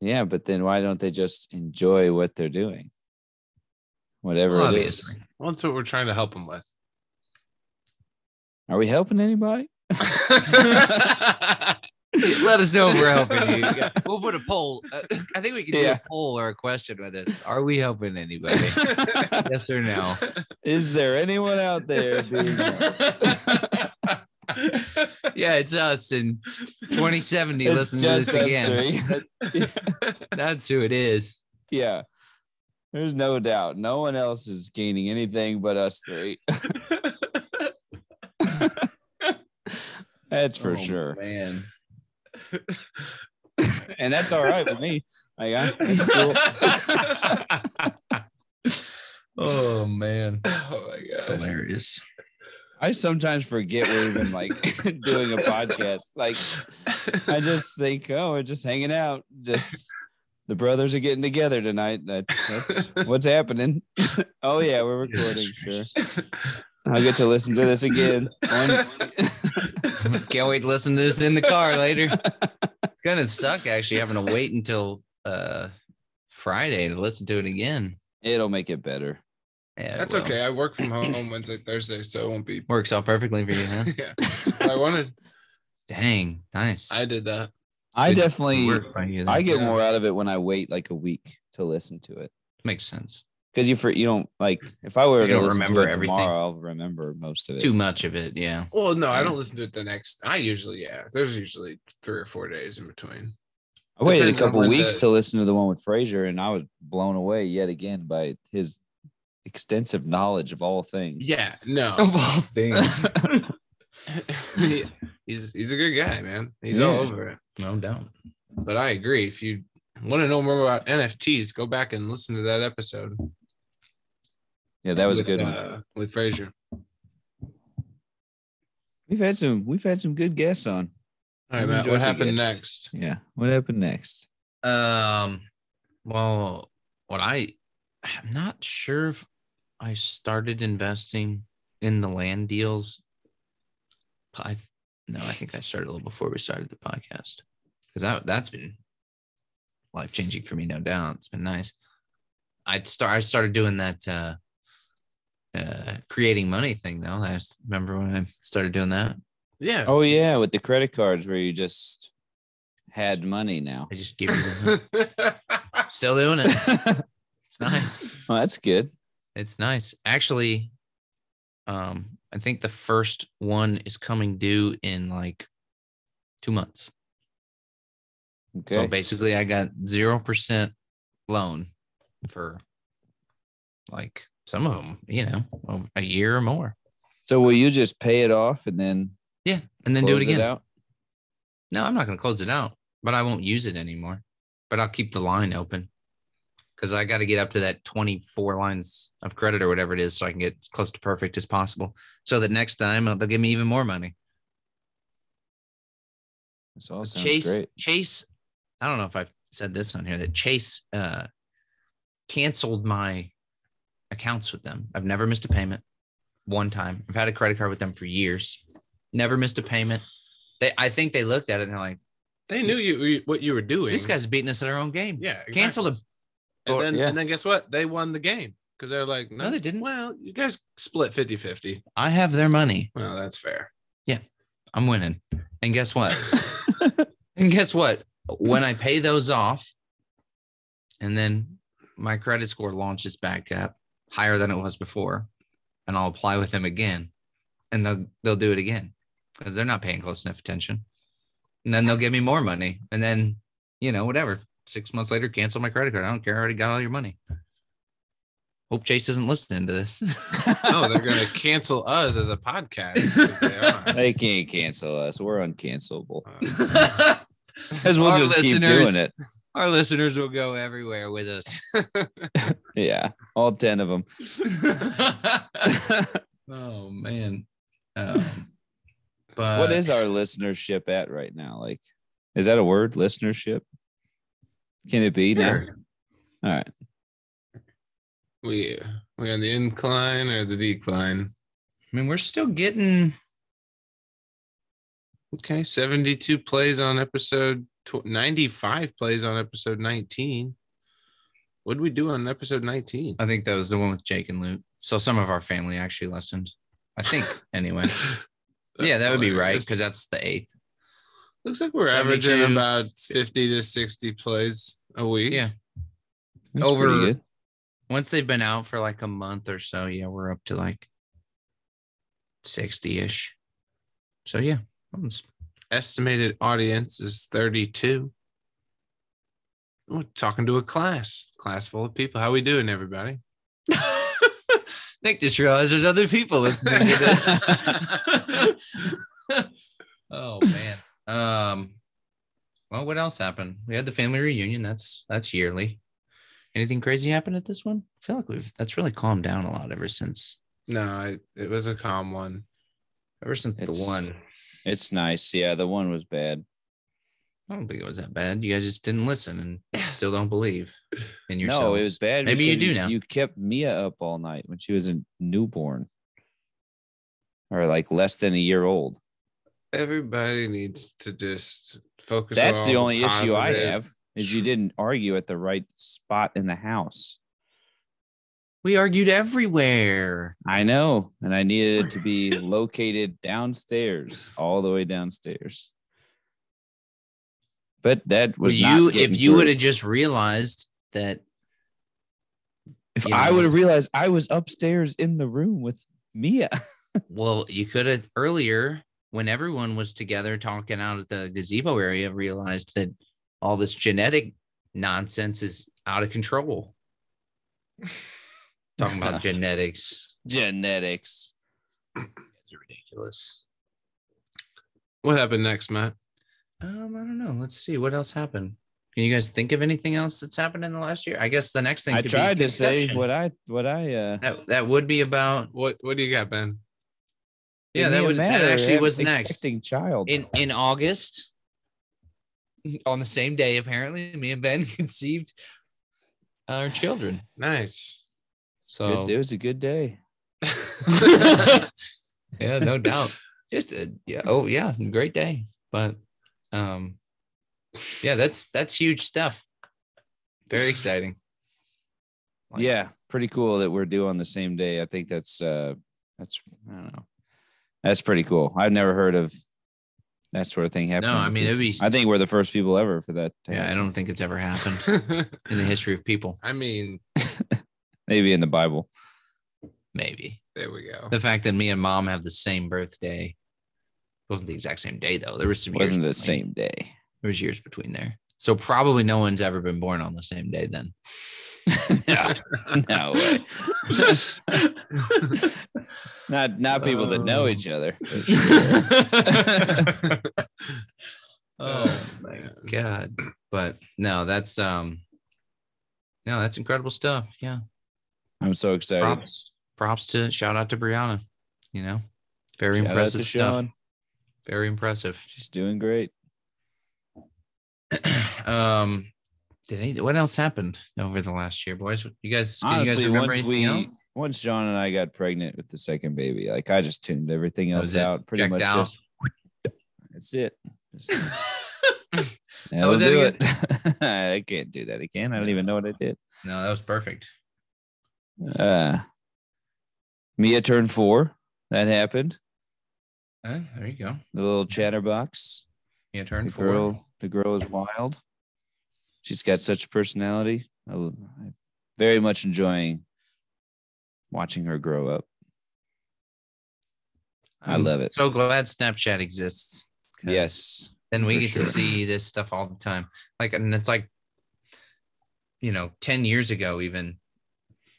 [SPEAKER 2] Yeah, but then why don't they just enjoy what they're doing? Whatever it is.
[SPEAKER 1] Obviously.
[SPEAKER 3] Well, that's what we're trying to help them with.
[SPEAKER 2] Are we helping anybody?
[SPEAKER 1] Let us know if we're helping you. We'll put a poll. Uh, I think we can do
[SPEAKER 2] Yeah.
[SPEAKER 1] a poll or a question with this. Are we helping anybody? yes or no?
[SPEAKER 2] Is there anyone out there? Being
[SPEAKER 1] Yeah, it's us in 2070
[SPEAKER 2] It's
[SPEAKER 1] Listen to this
[SPEAKER 2] just us
[SPEAKER 1] again. That's who it is.
[SPEAKER 2] yeah. There's no doubt. No one else is gaining anything but us three. that's for
[SPEAKER 1] Oh,
[SPEAKER 2] sure.
[SPEAKER 1] Man.
[SPEAKER 2] And that's all right with me. Like, I, that's cool.
[SPEAKER 1] oh man.
[SPEAKER 3] oh my
[SPEAKER 1] That's
[SPEAKER 3] god.
[SPEAKER 1] hilarious.
[SPEAKER 2] I sometimes forget we're even like doing a podcast. Like I just think, oh, we're just hanging out. Just the brothers are getting together tonight. That's that's what's happening. oh yeah, we're
[SPEAKER 1] Jesus
[SPEAKER 2] recording. Sure,
[SPEAKER 1] Christ.
[SPEAKER 2] I'll get to listen to this again. One-
[SPEAKER 1] Can't wait to listen to this in the car later. It's gonna suck actually having to wait until uh Friday to listen to it again.
[SPEAKER 2] it'll make it better.
[SPEAKER 1] Yeah, it
[SPEAKER 3] That's
[SPEAKER 1] will.
[SPEAKER 3] okay. I work from home Wednesday, Thursday, so it won't be.
[SPEAKER 1] Works out perfectly for you, huh?
[SPEAKER 3] yeah. But I wanted.
[SPEAKER 1] Dang, nice.
[SPEAKER 3] I did that.
[SPEAKER 2] I
[SPEAKER 1] Good
[SPEAKER 2] definitely,
[SPEAKER 1] work by you there.
[SPEAKER 2] I get
[SPEAKER 3] Yeah.
[SPEAKER 2] more out of it when I wait like a week to listen to it
[SPEAKER 1] makes sense.
[SPEAKER 2] because you for you don't like if I were
[SPEAKER 1] You
[SPEAKER 2] to
[SPEAKER 1] don't
[SPEAKER 2] listen
[SPEAKER 1] remember
[SPEAKER 2] to it
[SPEAKER 1] everything.
[SPEAKER 2] tomorrow, I'll remember most of it.
[SPEAKER 1] Too much of it, yeah.
[SPEAKER 3] Well, no, I don't listen to it the next. I usually, yeah. There's usually three or four days in between.
[SPEAKER 2] I waited a
[SPEAKER 3] Depends on
[SPEAKER 2] couple
[SPEAKER 3] when
[SPEAKER 2] weeks
[SPEAKER 3] the-
[SPEAKER 2] to listen to the one with Frazier, and I was blown away yet again by his extensive knowledge of all things.
[SPEAKER 3] Yeah. No.
[SPEAKER 1] all things.
[SPEAKER 3] He- he's he's a good guy, man. He's all
[SPEAKER 2] Yeah.
[SPEAKER 3] over it.
[SPEAKER 1] no doubt.
[SPEAKER 3] But I agree. If you want to know more about NFTs, go back and listen to that episode.
[SPEAKER 2] Yeah, that was a
[SPEAKER 3] with,
[SPEAKER 2] good one.
[SPEAKER 3] uh, with Frazier.
[SPEAKER 2] We've had some we've had some good guests on.
[SPEAKER 3] All right,
[SPEAKER 2] You
[SPEAKER 3] Matt.
[SPEAKER 2] enjoyed
[SPEAKER 3] What
[SPEAKER 2] the guest.
[SPEAKER 3] happened next?
[SPEAKER 2] Yeah. What happened next?
[SPEAKER 1] Um, well, what I I'm not sure if I started investing in the land deals. I No, I think I started a little before we started the podcast because that that's been life changing for me, no doubt. It's been nice. I start I started doing that uh, uh, creating money thing though. I s- remember when I started doing that.
[SPEAKER 3] Yeah.
[SPEAKER 2] Oh yeah, with the credit cards where you just had money now.
[SPEAKER 1] I just give you the- still doing it. It's nice.
[SPEAKER 2] Well, that's good.
[SPEAKER 1] It's nice. Actually, um, I think the first one is coming due in like two months.
[SPEAKER 2] Okay.
[SPEAKER 1] So basically, I got zero percent loan for like some of them, you know, over a year or more,
[SPEAKER 2] So will you just pay it off and then
[SPEAKER 1] and then do it
[SPEAKER 2] close
[SPEAKER 1] again.
[SPEAKER 2] out?
[SPEAKER 1] no, I'm not going to close it out, but I won't use it anymore. But I'll keep the line open because I got to get up to that 24 lines of credit or whatever it is, so I can get as close to perfect as possible. So that next time uh, they'll give me even more money.
[SPEAKER 2] This all sounds
[SPEAKER 1] Chase,
[SPEAKER 2] great.
[SPEAKER 1] Chase, I don't know if I've said this on here that Chase uh, canceled my accounts with them. I've never missed a payment one time. I've had a credit card with them for years, never missed a payment. They, I think they looked at it and they're like,
[SPEAKER 3] they knew you what you were doing.
[SPEAKER 1] "This guy's beating us at our own game.
[SPEAKER 3] yeah, exactly.
[SPEAKER 1] Cancel them."
[SPEAKER 3] And
[SPEAKER 1] Or-
[SPEAKER 3] then,
[SPEAKER 2] yeah.
[SPEAKER 3] and then guess what? They won the game because they're like, no,
[SPEAKER 1] they didn't.
[SPEAKER 3] Well, you guys split 50 50.
[SPEAKER 1] I have their money.
[SPEAKER 3] Well, that's fair.
[SPEAKER 1] I'm winning. And guess what? and guess what? When I pay those off, and then my credit score launches back up higher than it was before, and I'll apply with them again, and they'll they'll do it again because they're not paying close enough attention. And then they'll give me more money, and then you know whatever. Six months later, cancel my credit card. I don't care. I already got all your money. Hope Chase isn't listening to this.
[SPEAKER 3] no, they're going to cancel us as a podcast. if They are.
[SPEAKER 2] They can't cancel us. We're uncancelable.
[SPEAKER 3] Uh,
[SPEAKER 2] As we'll
[SPEAKER 1] Our
[SPEAKER 2] just keep
[SPEAKER 1] listeners-
[SPEAKER 2] doing it.
[SPEAKER 1] Our listeners will go everywhere with us.
[SPEAKER 2] Yeah. All 10 of them.
[SPEAKER 1] oh man. Um, but
[SPEAKER 2] what is our listenership at right now? Like, is that a word? Listenership? Can it be now?
[SPEAKER 1] Sure.
[SPEAKER 2] All right.
[SPEAKER 3] we we on the incline or the decline?
[SPEAKER 1] I mean, we're still getting
[SPEAKER 3] Okay, 72 plays on episode tw- 95 plays on episode 19. What did we do on episode 19?
[SPEAKER 1] I think that was the one with Jake and Luke. So some of our family actually listened. I think anyway. yeah, that would be right because that's the eighth.
[SPEAKER 3] looks like we're averaging
[SPEAKER 1] 72.
[SPEAKER 3] about 50 to 60 plays a week.
[SPEAKER 1] Yeah.
[SPEAKER 2] That's
[SPEAKER 1] Over-
[SPEAKER 2] pretty good.
[SPEAKER 1] Once they've been out for like a month or so, yeah, we're up to like 60-ish. So yeah. that one's-
[SPEAKER 3] Estimated audience is 32. We're talking to a class, class full of people. How we doing, everybody?
[SPEAKER 1] Nick just realized there's other people listening to this. oh man. Um well, what else happened? We had the family reunion. That's that's yearly. Anything crazy happened at this one? I feel like we've that's really calmed down a lot ever since
[SPEAKER 3] No, I, it was a calm one.
[SPEAKER 1] ever since
[SPEAKER 2] It's-
[SPEAKER 1] the one.
[SPEAKER 2] It's nice. Yeah. The one was bad.
[SPEAKER 1] I don't think it was that bad. You guys just didn't listen and still don't believe in yourself.
[SPEAKER 2] No, it was bad.
[SPEAKER 1] Maybe you
[SPEAKER 2] because
[SPEAKER 1] do now.
[SPEAKER 2] You kept Mia up all night when she was a newborn or like less than a year old.
[SPEAKER 3] Everybody needs to just focus. on
[SPEAKER 2] That's the
[SPEAKER 3] all
[SPEAKER 2] only issue I
[SPEAKER 3] positive-
[SPEAKER 2] have is you didn't argue at the right spot in the house.
[SPEAKER 1] we argued everywhere.
[SPEAKER 2] I know, and I needed it to be located downstairs, all the way downstairs. But that was not
[SPEAKER 1] you if
[SPEAKER 2] getting
[SPEAKER 1] you
[SPEAKER 2] through.
[SPEAKER 1] would have just realized that
[SPEAKER 2] If
[SPEAKER 1] you
[SPEAKER 2] I
[SPEAKER 1] know-
[SPEAKER 2] would have realized I was upstairs in the room with Mia.
[SPEAKER 1] Well, you could have earlier when everyone was together talking out at the gazebo area realized that all this genetic nonsense is out of control. Talking about genetics.
[SPEAKER 2] Genetics.
[SPEAKER 1] It's ridiculous.
[SPEAKER 3] What happened next, Matt?
[SPEAKER 1] Um, I don't know. Let's see what else happened. Can you guys think of anything else that's happened in the last year? I guess the next thing
[SPEAKER 2] I
[SPEAKER 1] could be
[SPEAKER 2] tried to say
[SPEAKER 1] conception.
[SPEAKER 2] what I what I uh
[SPEAKER 1] that that would be about.
[SPEAKER 3] What What do you got, Ben?
[SPEAKER 1] Yeah,
[SPEAKER 2] it
[SPEAKER 1] that
[SPEAKER 2] didn't
[SPEAKER 1] would that
[SPEAKER 2] matter.
[SPEAKER 1] actually
[SPEAKER 2] I
[SPEAKER 1] was next.
[SPEAKER 2] expecting child.
[SPEAKER 1] in in August, on the same day, apparently, me and Ben conceived our children.
[SPEAKER 3] Nice.
[SPEAKER 1] So
[SPEAKER 2] Good- it was a good day.
[SPEAKER 1] yeah, no doubt. just a, yeah oh yeah great day but um yeah that's that's huge stuff very exciting Like,
[SPEAKER 2] yeah, pretty cool that we're due on the same day. I think that's uh that's I don't know. That's pretty cool. I've never heard of that sort of thing happening.
[SPEAKER 1] no i mean it'd be
[SPEAKER 2] I think we're the first people ever for that. to
[SPEAKER 1] yeah i
[SPEAKER 2] happen.
[SPEAKER 1] don't think it's ever happened in the history of people
[SPEAKER 3] I mean,
[SPEAKER 2] maybe in the Bible.
[SPEAKER 1] maybe
[SPEAKER 3] there we go.
[SPEAKER 1] the fact that me and mom have the same birthday wasn't the exact same day though there was some
[SPEAKER 2] It wasn't
[SPEAKER 1] years
[SPEAKER 2] the
[SPEAKER 1] between-
[SPEAKER 2] same day.
[SPEAKER 1] there was years between there so probably no one's ever been born on the same day then
[SPEAKER 2] no, no way. Not not people that know
[SPEAKER 1] Uh.
[SPEAKER 3] Oh.
[SPEAKER 2] each other.
[SPEAKER 3] Oh, man.
[SPEAKER 1] god but no that's um no that's incredible stuff yeah
[SPEAKER 2] I'm so excited.
[SPEAKER 1] props props to shout out to brianna you know very
[SPEAKER 2] Shout out
[SPEAKER 1] impressive
[SPEAKER 2] to
[SPEAKER 1] stuff
[SPEAKER 2] Sean.
[SPEAKER 1] very impressive
[SPEAKER 2] She's doing great.
[SPEAKER 1] um did any, what else happened over the last year boys you guys can
[SPEAKER 2] Honestly,
[SPEAKER 1] you guys remember
[SPEAKER 2] once
[SPEAKER 1] anything
[SPEAKER 2] we
[SPEAKER 1] else?
[SPEAKER 2] once John and I got pregnant with the second baby, like I just tuned everything
[SPEAKER 1] That
[SPEAKER 2] else
[SPEAKER 1] was it.
[SPEAKER 2] out. Pretty
[SPEAKER 1] Checked
[SPEAKER 2] much
[SPEAKER 1] out.
[SPEAKER 2] just that's it. Just-
[SPEAKER 1] How
[SPEAKER 2] That'll
[SPEAKER 1] was that
[SPEAKER 2] do it. I can't do that again. I don't even know what I did.
[SPEAKER 1] no that was perfect
[SPEAKER 2] Uh, Mia turned four. That happened.
[SPEAKER 1] Uh, there you go
[SPEAKER 2] The little chatterbox.
[SPEAKER 1] you turn
[SPEAKER 2] The
[SPEAKER 1] four
[SPEAKER 2] girl. The girl is wild. She's got such a personality. I, l- I very much enjoying watching her grow up. I
[SPEAKER 1] I'm
[SPEAKER 2] love it.
[SPEAKER 1] so glad snapchat exists 'cause
[SPEAKER 2] Yes.
[SPEAKER 1] then we
[SPEAKER 2] for
[SPEAKER 1] get to
[SPEAKER 2] sure.
[SPEAKER 1] see this stuff all the time like and it's like you know 10 years ago even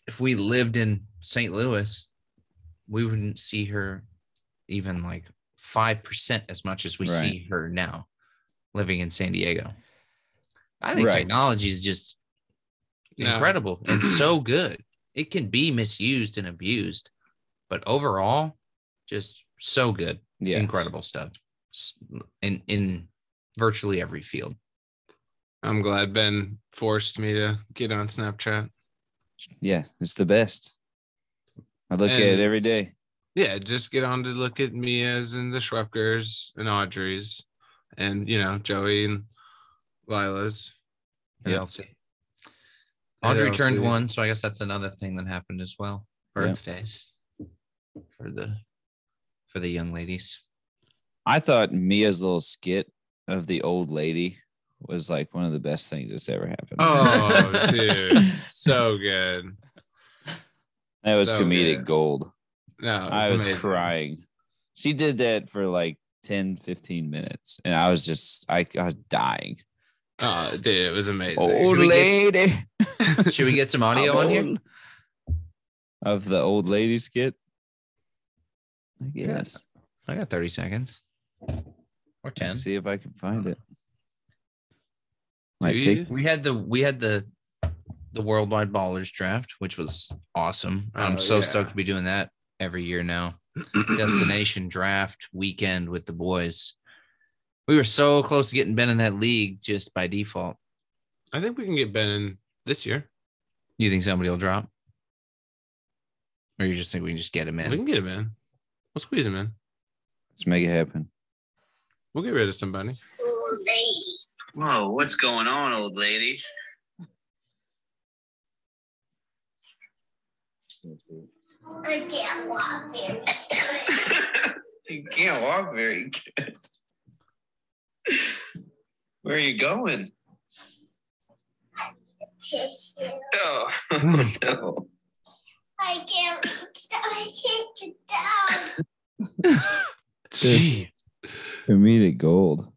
[SPEAKER 1] if we lived in st louis we wouldn't see her even like 5% as much as we
[SPEAKER 2] Right.
[SPEAKER 1] see her now living in san diego i think
[SPEAKER 2] Right.
[SPEAKER 1] technology is just
[SPEAKER 3] No.
[SPEAKER 1] incredible and so good it can be misused and abused but overall just so good
[SPEAKER 2] Yeah.
[SPEAKER 1] incredible stuff s- in in virtually every field.
[SPEAKER 3] I'm glad Ben forced me to get on Snapchat.
[SPEAKER 2] Yeah. It's the best. I look at it
[SPEAKER 3] And-
[SPEAKER 2] every day.
[SPEAKER 3] Yeah, just get on to look at Mia's and the Schweppkers and Audrey's and, you know, Joey and Lila's.
[SPEAKER 1] Yeah.
[SPEAKER 3] Elsie.
[SPEAKER 1] Audrey
[SPEAKER 3] LLC.
[SPEAKER 1] turned one, so I guess that's another thing that happened as well.
[SPEAKER 2] Yeah.
[SPEAKER 1] Birthdays for the for the young ladies.
[SPEAKER 2] I thought Mia's little skit of the old lady was like one of the best things that's ever happened.
[SPEAKER 3] Oh, dude. So good.
[SPEAKER 2] that was
[SPEAKER 3] so
[SPEAKER 2] comedic
[SPEAKER 3] good.
[SPEAKER 2] gold.
[SPEAKER 3] No,
[SPEAKER 2] I was
[SPEAKER 3] amazing.
[SPEAKER 2] crying. She did that for like 10, 15 minutes. And I was just, I, I was dying.
[SPEAKER 3] Oh, dude, it was amazing.
[SPEAKER 2] Old
[SPEAKER 1] we get-
[SPEAKER 2] lady.
[SPEAKER 1] Should we get some audio on here?
[SPEAKER 2] Of the old lady skit? I guess.
[SPEAKER 1] I got 30 seconds. Or 10.
[SPEAKER 2] See if I can find it.
[SPEAKER 3] Do
[SPEAKER 2] Might
[SPEAKER 3] you?
[SPEAKER 2] take
[SPEAKER 1] We had the we had the the worldwide ballers draft, which was awesome. I'm
[SPEAKER 3] Oh,
[SPEAKER 1] so
[SPEAKER 3] yeah.
[SPEAKER 1] stoked to be doing that every year now. destination draft weekend with the boys. We were so close to getting Ben in that league just by default.
[SPEAKER 3] I think we can get Ben in this year.
[SPEAKER 1] You think somebody will drop? Or you just think we can just get him
[SPEAKER 3] We
[SPEAKER 1] in?
[SPEAKER 3] can get him in. We'll squeeze him in.
[SPEAKER 2] let's make it happen.
[SPEAKER 3] We'll get rid of somebody.
[SPEAKER 4] Whoa, what's going on, old lady?
[SPEAKER 5] I can't walk in.
[SPEAKER 4] you can't walk very good. Where are you going?
[SPEAKER 5] Tissue.
[SPEAKER 4] Oh, no.
[SPEAKER 5] I can't reach down. I can't get down.
[SPEAKER 2] Jeez. Comedic gold.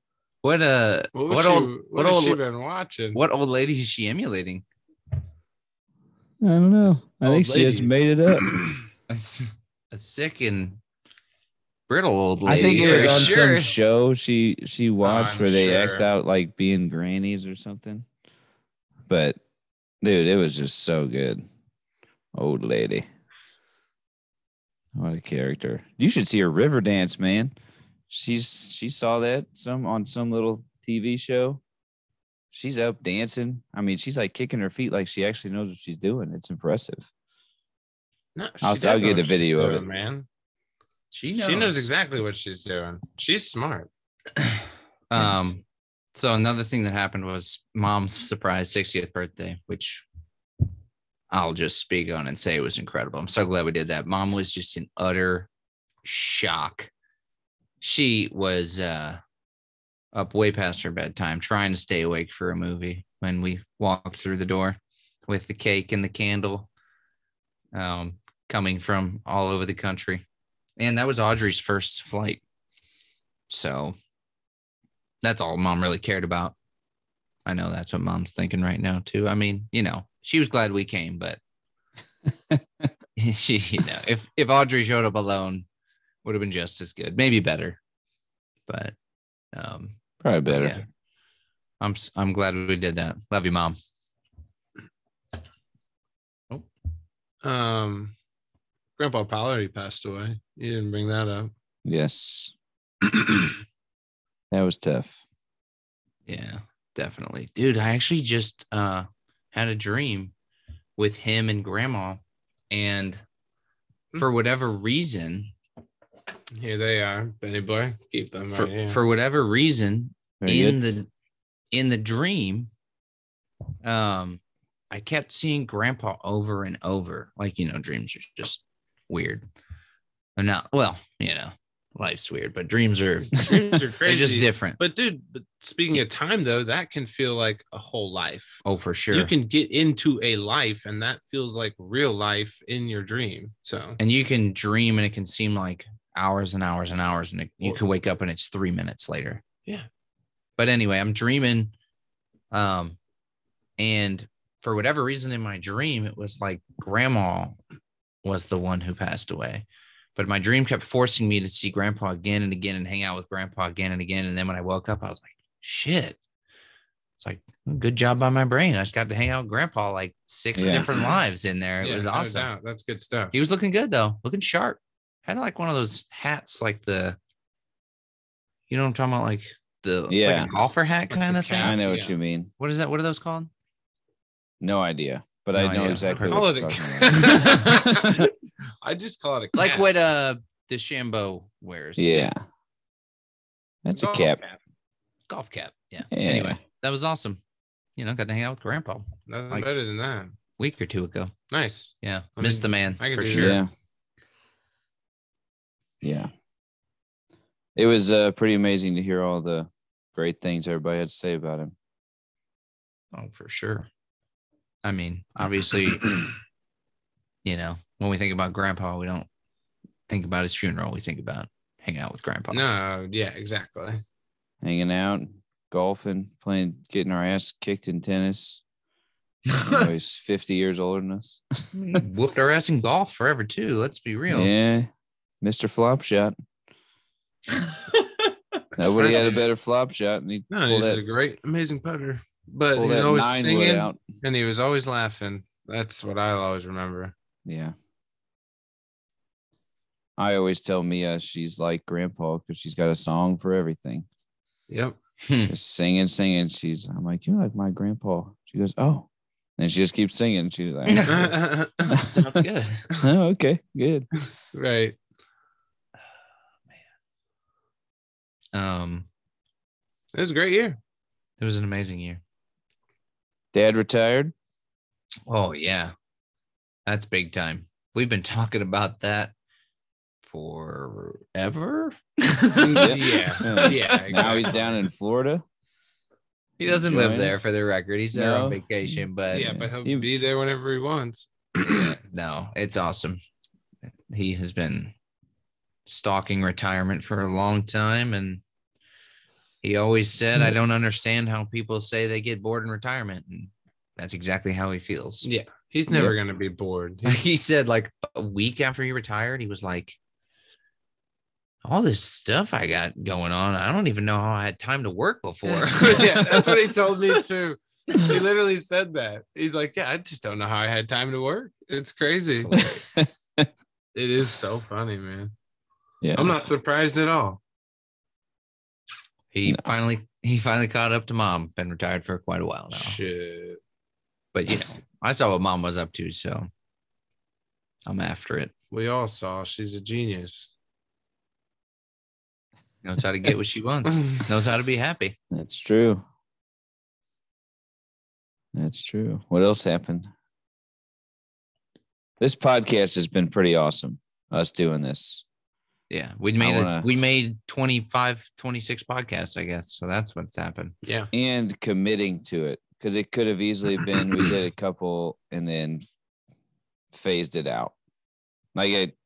[SPEAKER 1] What uh
[SPEAKER 3] What,
[SPEAKER 1] what,
[SPEAKER 3] was she,
[SPEAKER 1] old
[SPEAKER 3] what,
[SPEAKER 1] what
[SPEAKER 3] has she
[SPEAKER 1] old
[SPEAKER 3] been watching?
[SPEAKER 1] what old lady is she emulating?
[SPEAKER 2] I don't know.
[SPEAKER 3] Just
[SPEAKER 2] I think
[SPEAKER 3] old
[SPEAKER 2] she just
[SPEAKER 3] ladies.
[SPEAKER 2] made it up.
[SPEAKER 1] A, s- a sick and brittle old
[SPEAKER 2] I
[SPEAKER 1] lady.
[SPEAKER 2] think it
[SPEAKER 3] Yeah,
[SPEAKER 2] was on
[SPEAKER 3] sure.
[SPEAKER 2] some show she she watched
[SPEAKER 3] I'm
[SPEAKER 2] where they act
[SPEAKER 3] sure.
[SPEAKER 2] out like being grannies or something. But dude, it was just so good. Old lady. What a character. You should see her river dance, man. She's she saw that some on some little TV show. She's up dancing. I mean, she's like kicking her feet like she actually knows what she's doing. It's impressive.
[SPEAKER 3] No,
[SPEAKER 2] I'll-
[SPEAKER 3] she
[SPEAKER 2] I'll
[SPEAKER 3] does know
[SPEAKER 2] get a
[SPEAKER 3] what she's
[SPEAKER 2] video of
[SPEAKER 3] doing,
[SPEAKER 2] it.
[SPEAKER 3] man.
[SPEAKER 1] She knows.
[SPEAKER 3] She knows exactly what she's doing. She's smart.
[SPEAKER 1] Um, so another thing that happened was mom's surprise 60th birthday, which I'll just speak on and say it was incredible. I'm so glad we did that. Mom was just in utter shock. She was uh, up way past her bedtime, trying to stay awake for a movie when we walked through the door with the cake and the candle um, coming from all over the country. And that was Audrey's first flight. So that's all mom really cared about. I know that's what mom's thinking right now too. I mean, you know, she was glad we came, but she, you know, if if Audrey showed up alone, would have been just as good, maybe better. But um,
[SPEAKER 2] Probably better.
[SPEAKER 1] yeah, I'm s- I'm glad we did that. Love you, mom.
[SPEAKER 3] Um, Grandpa Polly passed away. You didn't bring that up.
[SPEAKER 2] Yes. That was tough.
[SPEAKER 1] Yeah, definitely. Dude, I actually just uh had a dream with him and grandma and for whatever reason,
[SPEAKER 3] here they are, Benny boy. Keep them right
[SPEAKER 1] for,
[SPEAKER 3] here.
[SPEAKER 1] for whatever reason,
[SPEAKER 2] Very
[SPEAKER 1] in
[SPEAKER 2] good.
[SPEAKER 1] the in the dream um i kept seeing grandpa over and over like you know dreams are just weird They're not well you know life's weird but dreams are they're
[SPEAKER 3] You're crazy.
[SPEAKER 1] just different
[SPEAKER 3] But dude, but speaking of time though, that can feel like a whole life.
[SPEAKER 1] oh for sure
[SPEAKER 3] You can get into a life, and that feels like real life in your dream. So
[SPEAKER 1] and you can dream and it can seem like hours and hours and hours and it, you
[SPEAKER 3] Well-
[SPEAKER 1] can wake up and it's three minutes later
[SPEAKER 3] Yeah.
[SPEAKER 1] but anyway i'm dreaming um and for whatever reason in my dream it was like grandma was the one who passed away but my dream kept forcing me to see grandpa again and again and hang out with grandpa again and again and then when i woke up i was like shit it's like good job by my brain i just got to hang out with grandpa like six
[SPEAKER 2] Yeah.
[SPEAKER 1] different lives in there it
[SPEAKER 3] Yeah,
[SPEAKER 1] was
[SPEAKER 3] no
[SPEAKER 1] awesome
[SPEAKER 3] doubt. That's good stuff.
[SPEAKER 1] he was looking good though, looking sharp. Had like one of those hats, like the, you know what I'm talking about, like the it's
[SPEAKER 2] Yeah.
[SPEAKER 1] like a golfer hat
[SPEAKER 3] the
[SPEAKER 1] kind of
[SPEAKER 3] cap.
[SPEAKER 1] thing.
[SPEAKER 2] I know
[SPEAKER 3] Yeah.
[SPEAKER 2] what you mean.
[SPEAKER 1] What is that? What are those called?
[SPEAKER 2] No idea, but
[SPEAKER 1] No
[SPEAKER 2] I know
[SPEAKER 1] idea.
[SPEAKER 2] exactly
[SPEAKER 3] Call
[SPEAKER 2] what
[SPEAKER 3] it
[SPEAKER 2] you're
[SPEAKER 3] a-
[SPEAKER 2] talking about.
[SPEAKER 3] I just call it a
[SPEAKER 1] Like
[SPEAKER 3] cap.
[SPEAKER 1] what uh DeChambeau wears.
[SPEAKER 2] yeah. That's a
[SPEAKER 3] Golf
[SPEAKER 2] cap.
[SPEAKER 1] golf cap. Yeah.
[SPEAKER 2] Yeah.
[SPEAKER 1] Anyway, that was awesome. You know, got to hang out with Grandpa a
[SPEAKER 3] Nothing
[SPEAKER 1] Like-
[SPEAKER 3] better than that.
[SPEAKER 1] week or two ago.
[SPEAKER 3] Nice.
[SPEAKER 1] Yeah,
[SPEAKER 3] I
[SPEAKER 1] missed
[SPEAKER 3] mean,
[SPEAKER 1] the man
[SPEAKER 3] I could
[SPEAKER 1] for
[SPEAKER 3] do
[SPEAKER 1] sure.
[SPEAKER 2] Yeah. Yeah. It was uh, pretty amazing to hear all the great things everybody had to say about him.
[SPEAKER 1] Oh, for sure. I mean, obviously, you know, when we think about Grandpa, we don't think about his funeral. We think about hanging out with Grandpa.
[SPEAKER 3] No, yeah, exactly.
[SPEAKER 2] Hanging out, golfing, playing, getting our ass kicked in tennis. You know, he's 50 years older than us.
[SPEAKER 1] whooped our ass in golf forever too. Let's be real.
[SPEAKER 2] Yeah. Mr. Flop Shot. Nobody had a better flop shot. And he
[SPEAKER 3] No,
[SPEAKER 2] pulled
[SPEAKER 3] he's
[SPEAKER 2] that,
[SPEAKER 3] a great, amazing putter. But
[SPEAKER 2] pulled
[SPEAKER 3] he's
[SPEAKER 2] that
[SPEAKER 3] always
[SPEAKER 2] nine
[SPEAKER 3] singing
[SPEAKER 2] wood out.
[SPEAKER 3] and he was always laughing. That's what I'll always remember.
[SPEAKER 2] Yeah. I always tell Mia she's like grandpa because she's got a song for everything.
[SPEAKER 3] Yep.
[SPEAKER 1] Hmm.
[SPEAKER 2] Just singing, singing. She's I'm like, You're like my grandpa. She goes, Oh. And she just keeps singing. She's like,
[SPEAKER 1] Sounds good.
[SPEAKER 2] Oh, okay, good.
[SPEAKER 3] right.
[SPEAKER 1] Um,
[SPEAKER 3] It was a great year.
[SPEAKER 1] it was an amazing year.
[SPEAKER 2] Dad retired.
[SPEAKER 1] Oh yeah, that's big time. We've been talking about that forever.
[SPEAKER 3] Yeah. Yeah.
[SPEAKER 2] Now he's down in Florida.
[SPEAKER 1] he doesn't live
[SPEAKER 2] Enjoying it.
[SPEAKER 1] there for the record. He's there on
[SPEAKER 2] No.
[SPEAKER 1] vacation, but
[SPEAKER 3] Yeah, but he'll
[SPEAKER 2] You-
[SPEAKER 3] be there whenever he wants.
[SPEAKER 1] yeah, no, it's awesome. He has been stalking retirement for a long time and he always said, I don't understand how people say they get bored in retirement. And that's exactly how he feels.
[SPEAKER 3] Yeah. He's never going to be bored. He's-
[SPEAKER 1] He said, like a week after he retired, he was like, All this stuff I got going on, I don't even know how I had time to work before.
[SPEAKER 3] yeah, that's what he told me too. He literally said that. He's like, Yeah, I just don't know how I had time to work. It's crazy. It is so funny, man.
[SPEAKER 2] Yeah.
[SPEAKER 3] I'm not surprised at all.
[SPEAKER 1] he
[SPEAKER 2] No.
[SPEAKER 1] finally he finally caught up to mom, been retired for quite a while now.
[SPEAKER 3] Shit.
[SPEAKER 1] but you know, I saw what mom was up to, so I'm after it.
[SPEAKER 3] We all saw she's a genius.
[SPEAKER 1] knows how to get what she wants. Knows how to be happy.
[SPEAKER 2] That's true. That's true. What else happened? This podcast has been pretty awesome. Us doing this.
[SPEAKER 1] Yeah, we made a-
[SPEAKER 2] wanna-
[SPEAKER 1] we made 25, 26 podcasts, I guess. So that's what's happened.
[SPEAKER 3] yeah.
[SPEAKER 2] and committing to it because it could have easily been we did a couple and then phased it out like it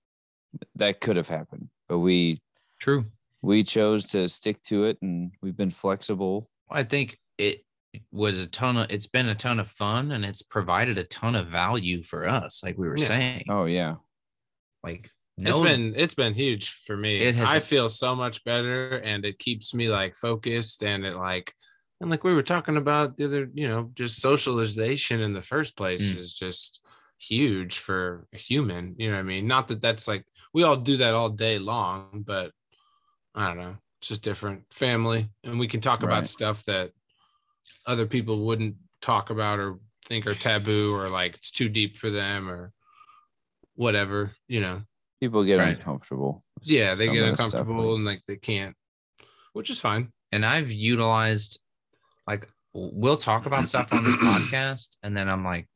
[SPEAKER 2] that could have happened but we
[SPEAKER 1] True.
[SPEAKER 2] we chose to stick to it and we've been flexible
[SPEAKER 1] I think it was a ton of it's been a ton of fun and it's provided a ton of value for us, like we were
[SPEAKER 3] Yeah.
[SPEAKER 1] saying.
[SPEAKER 2] oh yeah
[SPEAKER 1] Like
[SPEAKER 3] it's
[SPEAKER 1] no
[SPEAKER 3] been it's been huge for me.
[SPEAKER 1] It has-
[SPEAKER 3] I feel so much better and it keeps me like focused and it like and like we were talking about the other, you know, just socialization in the first place
[SPEAKER 1] Mm.
[SPEAKER 3] is just huge for a human, you know what I mean? Not that that's like we all do that all day long, but I don't know. It's just different family and we can talk
[SPEAKER 2] Right.
[SPEAKER 3] about stuff that other people wouldn't talk about or think are taboo or like it's too deep for them or whatever, you know
[SPEAKER 2] people get
[SPEAKER 1] Right.
[SPEAKER 2] uncomfortable with
[SPEAKER 3] yeah they
[SPEAKER 2] some
[SPEAKER 3] get
[SPEAKER 2] of the stuff
[SPEAKER 3] uncomfortable
[SPEAKER 2] we-
[SPEAKER 3] and like they can't which is fine
[SPEAKER 1] and I've utilized like we'll talk about stuff on this podcast and then I'm like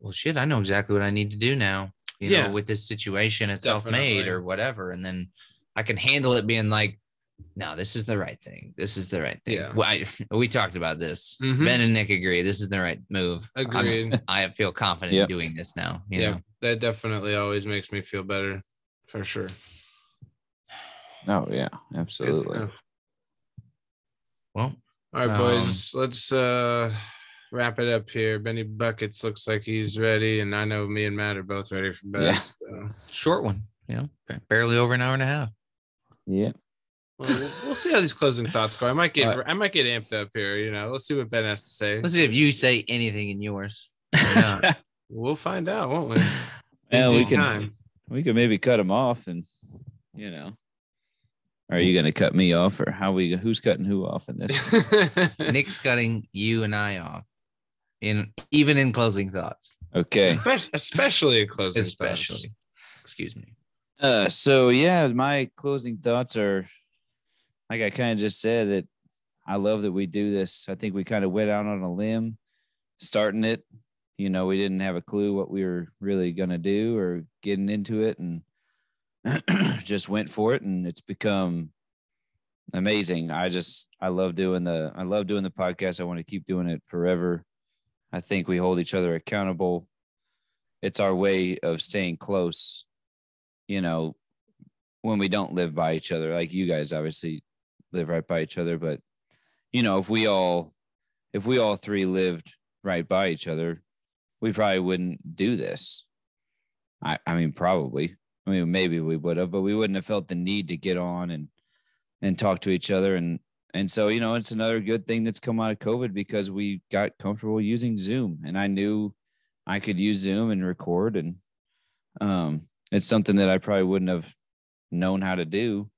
[SPEAKER 1] well shit I know exactly what I need to do now you
[SPEAKER 3] Yeah.
[SPEAKER 1] know with this situation it's self-made
[SPEAKER 3] Definitely.
[SPEAKER 1] or whatever and then I can handle it being like no this is the right thing this is the right thing
[SPEAKER 3] Yeah.
[SPEAKER 1] well, I, we talked about this
[SPEAKER 3] Mhm.
[SPEAKER 1] Ben and Nick agree this is the right move I'm-
[SPEAKER 3] agreed
[SPEAKER 1] I feel confident
[SPEAKER 2] Yep.
[SPEAKER 1] in doing this now you
[SPEAKER 3] yeah
[SPEAKER 1] know
[SPEAKER 3] that definitely always makes me feel better for sure Good
[SPEAKER 2] oh yeah absolutely
[SPEAKER 3] stuff.
[SPEAKER 1] well
[SPEAKER 3] all right boys
[SPEAKER 2] Um,
[SPEAKER 3] let's uh wrap it up here benny buckets looks like he's ready and i know me and matt are both ready for bed
[SPEAKER 2] Yeah.
[SPEAKER 3] so.
[SPEAKER 1] short one you know ba- barely over an hour and a half
[SPEAKER 2] yeah
[SPEAKER 3] well, we'll- we'll see how these closing thoughts go i might get
[SPEAKER 2] All
[SPEAKER 3] i might get amped up here you know let's see what ben has to say
[SPEAKER 1] let's see if you say anything in yours or not.
[SPEAKER 3] we'll find out won't we
[SPEAKER 2] Yeah,
[SPEAKER 3] In
[SPEAKER 2] we
[SPEAKER 3] due
[SPEAKER 2] can-
[SPEAKER 3] time.
[SPEAKER 2] we could maybe cut them off and you know are you going to cut me off or how we who's cutting who off in this
[SPEAKER 1] Nick's cutting you and I off. In even in closing thoughts,
[SPEAKER 2] okay
[SPEAKER 3] Espec- especially in closing thoughts.
[SPEAKER 1] especially. Excuse me.
[SPEAKER 2] Uh, so yeah, my closing thoughts are like I kind of just said that I love that we do this. I think we kind of went out on a limb starting it. You know, we didn't have a clue what we were really going to do or getting into it and just went for it and it's become amazing. I just I love doing the I love doing the podcast. I want to keep doing it forever. I think we hold each other accountable. It's our way of staying close you know, when we don't live by each other, like you guys obviously live right by each other, but you know, if we all if we all three lived right by each other, we probably wouldn't do this. I I mean probably. I mean maybe we would have, but we wouldn't have felt the need to get on and and talk to each other and and so you know it's another good thing that's come out of covid because we got comfortable using zoom and i knew i could use zoom and record and um it's something that I probably wouldn't have known how to do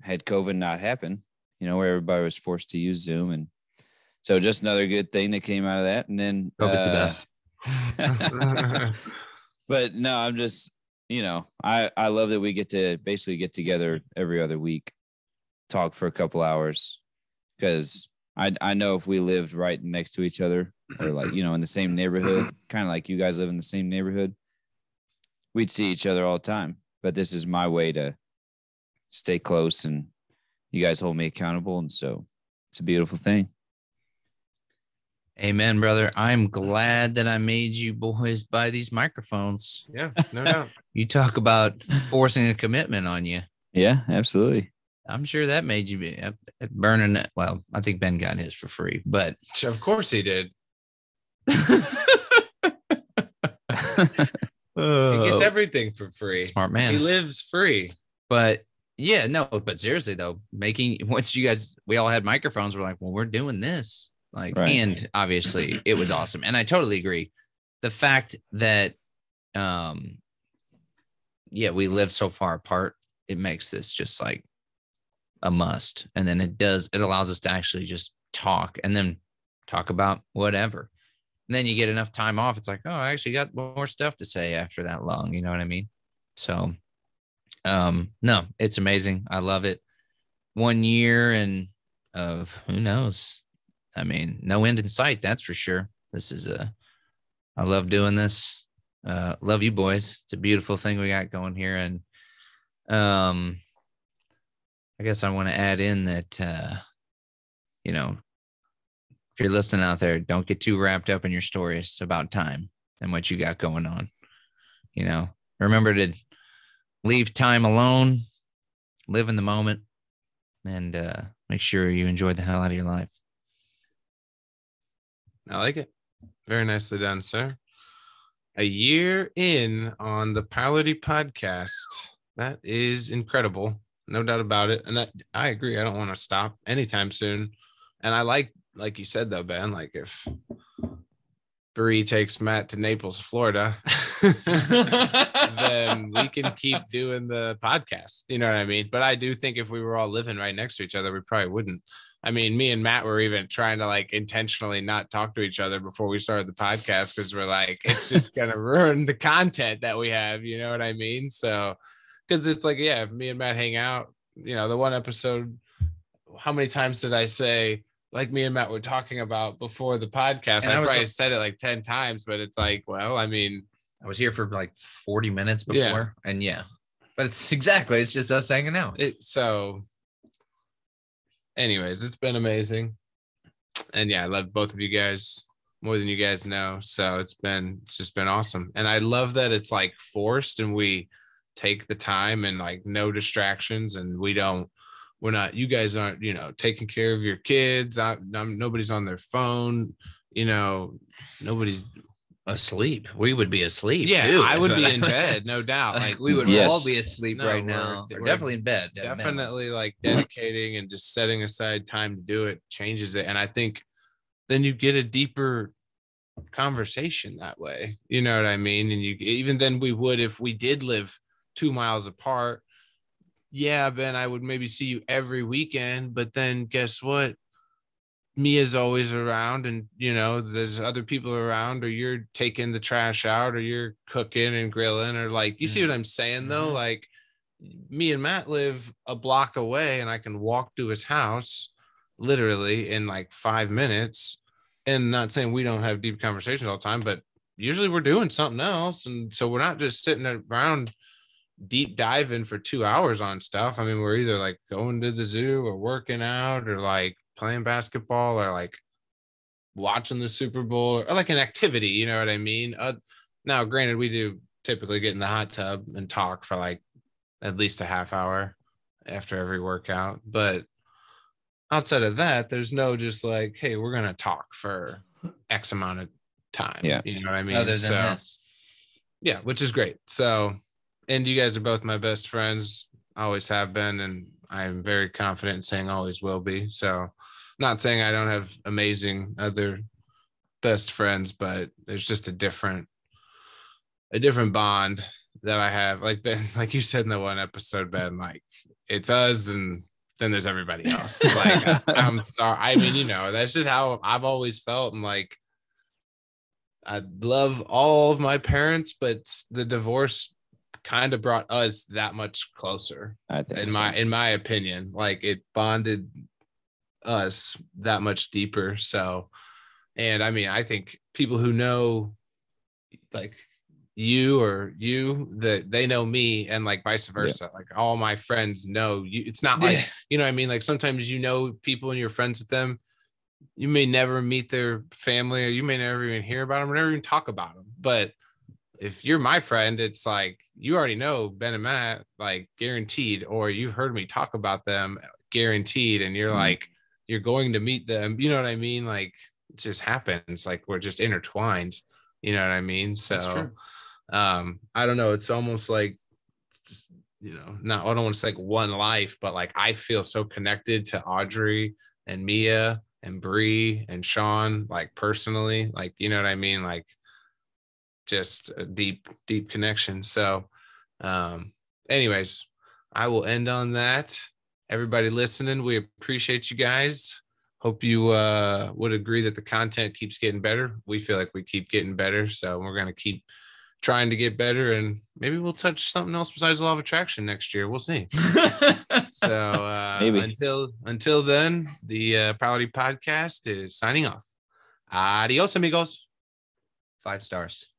[SPEAKER 2] had COVID not happened, you know, where everybody was forced to use Zoom. And so just another good thing that came out of that. And then
[SPEAKER 1] COVID's the
[SPEAKER 2] uh,
[SPEAKER 1] best. Uh,
[SPEAKER 2] but no, I'm just, you know, I I love that we get to basically get together every other week, talk for a couple hours, because I I know if we lived right next to each other or like you know in the same neighborhood, kind of like you guys live in the same neighborhood, we'd see each other all the time. But this is my way to stay close, and you guys hold me accountable, and so it's a beautiful thing.
[SPEAKER 1] Amen, brother. I'm glad that I made you boys buy these microphones.
[SPEAKER 3] yeah, no doubt.
[SPEAKER 1] You talk about forcing a commitment on you.
[SPEAKER 2] Yeah, absolutely.
[SPEAKER 1] I'm sure that made you be uh, burning. it. Well, I think Ben got his for free, but
[SPEAKER 3] Of course he did. He
[SPEAKER 2] Uh,
[SPEAKER 3] gets everything for free.
[SPEAKER 1] smart
[SPEAKER 3] He
[SPEAKER 1] man.
[SPEAKER 3] lives free.
[SPEAKER 1] but yeah, no, but seriously though, making once you guys we all had microphones, we're like, well, we're doing this. Like,
[SPEAKER 2] Right.
[SPEAKER 1] and obviously it was awesome. And I totally agree. The fact that um yeah, we live so far apart, it makes this just like a must. And then it does it allows us to actually just talk and then talk about whatever. And then you get enough time off. It's like, oh, I actually got more stuff to say after that long. You know what I mean? So um no it's amazing i love it one year and of who knows. I mean, no end in sight, that's for sure. This is a, I love doing this. Uh, love you boys. It's a beautiful thing we got going here. And um, I guess I want to add in that, uh, you know, if you're listening out there, don't get too wrapped up in your stories about time and what you got going on. You know, remember to leave time alone, live in the moment, and uh, make sure you enjoy the hell out of your life.
[SPEAKER 3] I like it. Very nicely done, sir. A year in on the Piloty podcast. That is incredible. No doubt about it. And I, I agree. I don't want to stop anytime soon. And I like, like you said, though, Ben, like if Bree takes Matt to Naples, Florida, then we can keep doing the podcast. You know what I mean? But I do think if we were all living right next to each other, we probably wouldn't. I mean, me and Matt were even trying to like intentionally not talk to each other before we started the podcast because we're like, it's just gonna ruin the content that we have. You know what I mean? So, because it's like, yeah, if me and Matt hang out, you know, the one episode, how many times did I say? Like me and Matt were talking about before the podcast,
[SPEAKER 1] And
[SPEAKER 3] I,
[SPEAKER 1] I was
[SPEAKER 3] probably
[SPEAKER 1] like-
[SPEAKER 3] said it like ten times, but it's like, well, I mean,
[SPEAKER 1] I was here for like 40 minutes before,
[SPEAKER 3] Yeah.
[SPEAKER 1] and yeah, but it's exactly, it's just us hanging out.
[SPEAKER 3] it so anyways it's been amazing and yeah i love both of you guys more than you guys know so it's been it's just been awesome and i love that it's like forced and we take the time and like no distractions and we don't we're not you guys aren't you know taking care of your kids I, I'm, nobody's on their phone you know nobody's
[SPEAKER 1] asleep. We would be asleep.
[SPEAKER 3] yeah
[SPEAKER 1] too,
[SPEAKER 3] i
[SPEAKER 1] is
[SPEAKER 3] would
[SPEAKER 1] what
[SPEAKER 3] be in bed no doubt like
[SPEAKER 1] Like we would
[SPEAKER 2] Yes.
[SPEAKER 1] all be asleep
[SPEAKER 3] No,
[SPEAKER 1] right
[SPEAKER 3] we're-
[SPEAKER 1] now. We're,
[SPEAKER 3] we're
[SPEAKER 1] definitely in bed. at minimum.
[SPEAKER 3] definitely like dedicating and just setting aside time to do it changes it and i think then you get a deeper conversation that way you know what i mean and you even then we would if we did live two miles apart yeah ben i would maybe see you every weekend but then guess what mia's always around and you know there's other people around or you're taking the trash out or you're cooking and grilling or like you see what i'm saying though
[SPEAKER 1] Mhm.
[SPEAKER 3] like me and Matt live a block away and I can walk to his house literally in like five minutes. And not saying we don't have deep conversations all the time, but usually we're doing something else. And so we're not just sitting around deep diving for two hours on stuff. I mean, we're either like going to the zoo or working out or like playing basketball or like watching the Super Bowl or like an activity. You know what I mean? Uh, now, granted, we do typically get in the hot tub and talk for like at least a half hour after every workout. But outside of that, there's no just like, hey, we're gonna talk for X amount of time.
[SPEAKER 2] Yeah.
[SPEAKER 3] You know what I mean?
[SPEAKER 1] Other than
[SPEAKER 3] So-
[SPEAKER 1] this,
[SPEAKER 3] yeah, which is great. So, and you guys are both my best friends, always have been, and I'm very confident in saying always will be. So, not saying I don't have amazing other best friends, but there's just a different, a different bond that I have. Like Ben, like you said in the one episode, Ben, like it's us and then there's everybody else. Like I- I'm sorry. I mean, you know, that's just how I've always felt. And like I love all of my parents, but the divorce kind of brought us that much closer
[SPEAKER 2] I think
[SPEAKER 3] in
[SPEAKER 2] so.
[SPEAKER 3] my in my opinion like it bonded us that much deeper so and i mean i think people who know like you or you that they know me and like vice versa like all my friends know you it's not like
[SPEAKER 1] Yeah.
[SPEAKER 3] you know what i mean like sometimes you know people and you're friends with them you may never meet their family or you may never even hear about them or never even talk about them but if you're my friend, it's like you already know Ben and Matt, like guaranteed, or you've heard me talk about them guaranteed, and you're
[SPEAKER 2] Mhm.
[SPEAKER 3] like, you're going to meet them. You know what I mean? Like it just happens. Like we're just intertwined. You know what I mean? So
[SPEAKER 2] That's true.
[SPEAKER 3] um, I don't know. It's almost like just, you know, not I don't want to say like one life, but like I feel so connected to Audrey and Mia and Bree and Sean, like personally, like you know what I mean? Like just a deep, deep connection. So um, anyways, I will end on that. Everybody listening, we appreciate you guys. Hope you uh, would agree that the content keeps getting better. We feel like we keep getting better, so we're gonna keep trying to get better, and maybe we'll touch something else besides law of attraction next year. We'll see. So uh,
[SPEAKER 2] Maybe.
[SPEAKER 3] until until then, the uh, Priority Podcast is signing off. Adios, amigos.
[SPEAKER 1] Five stars.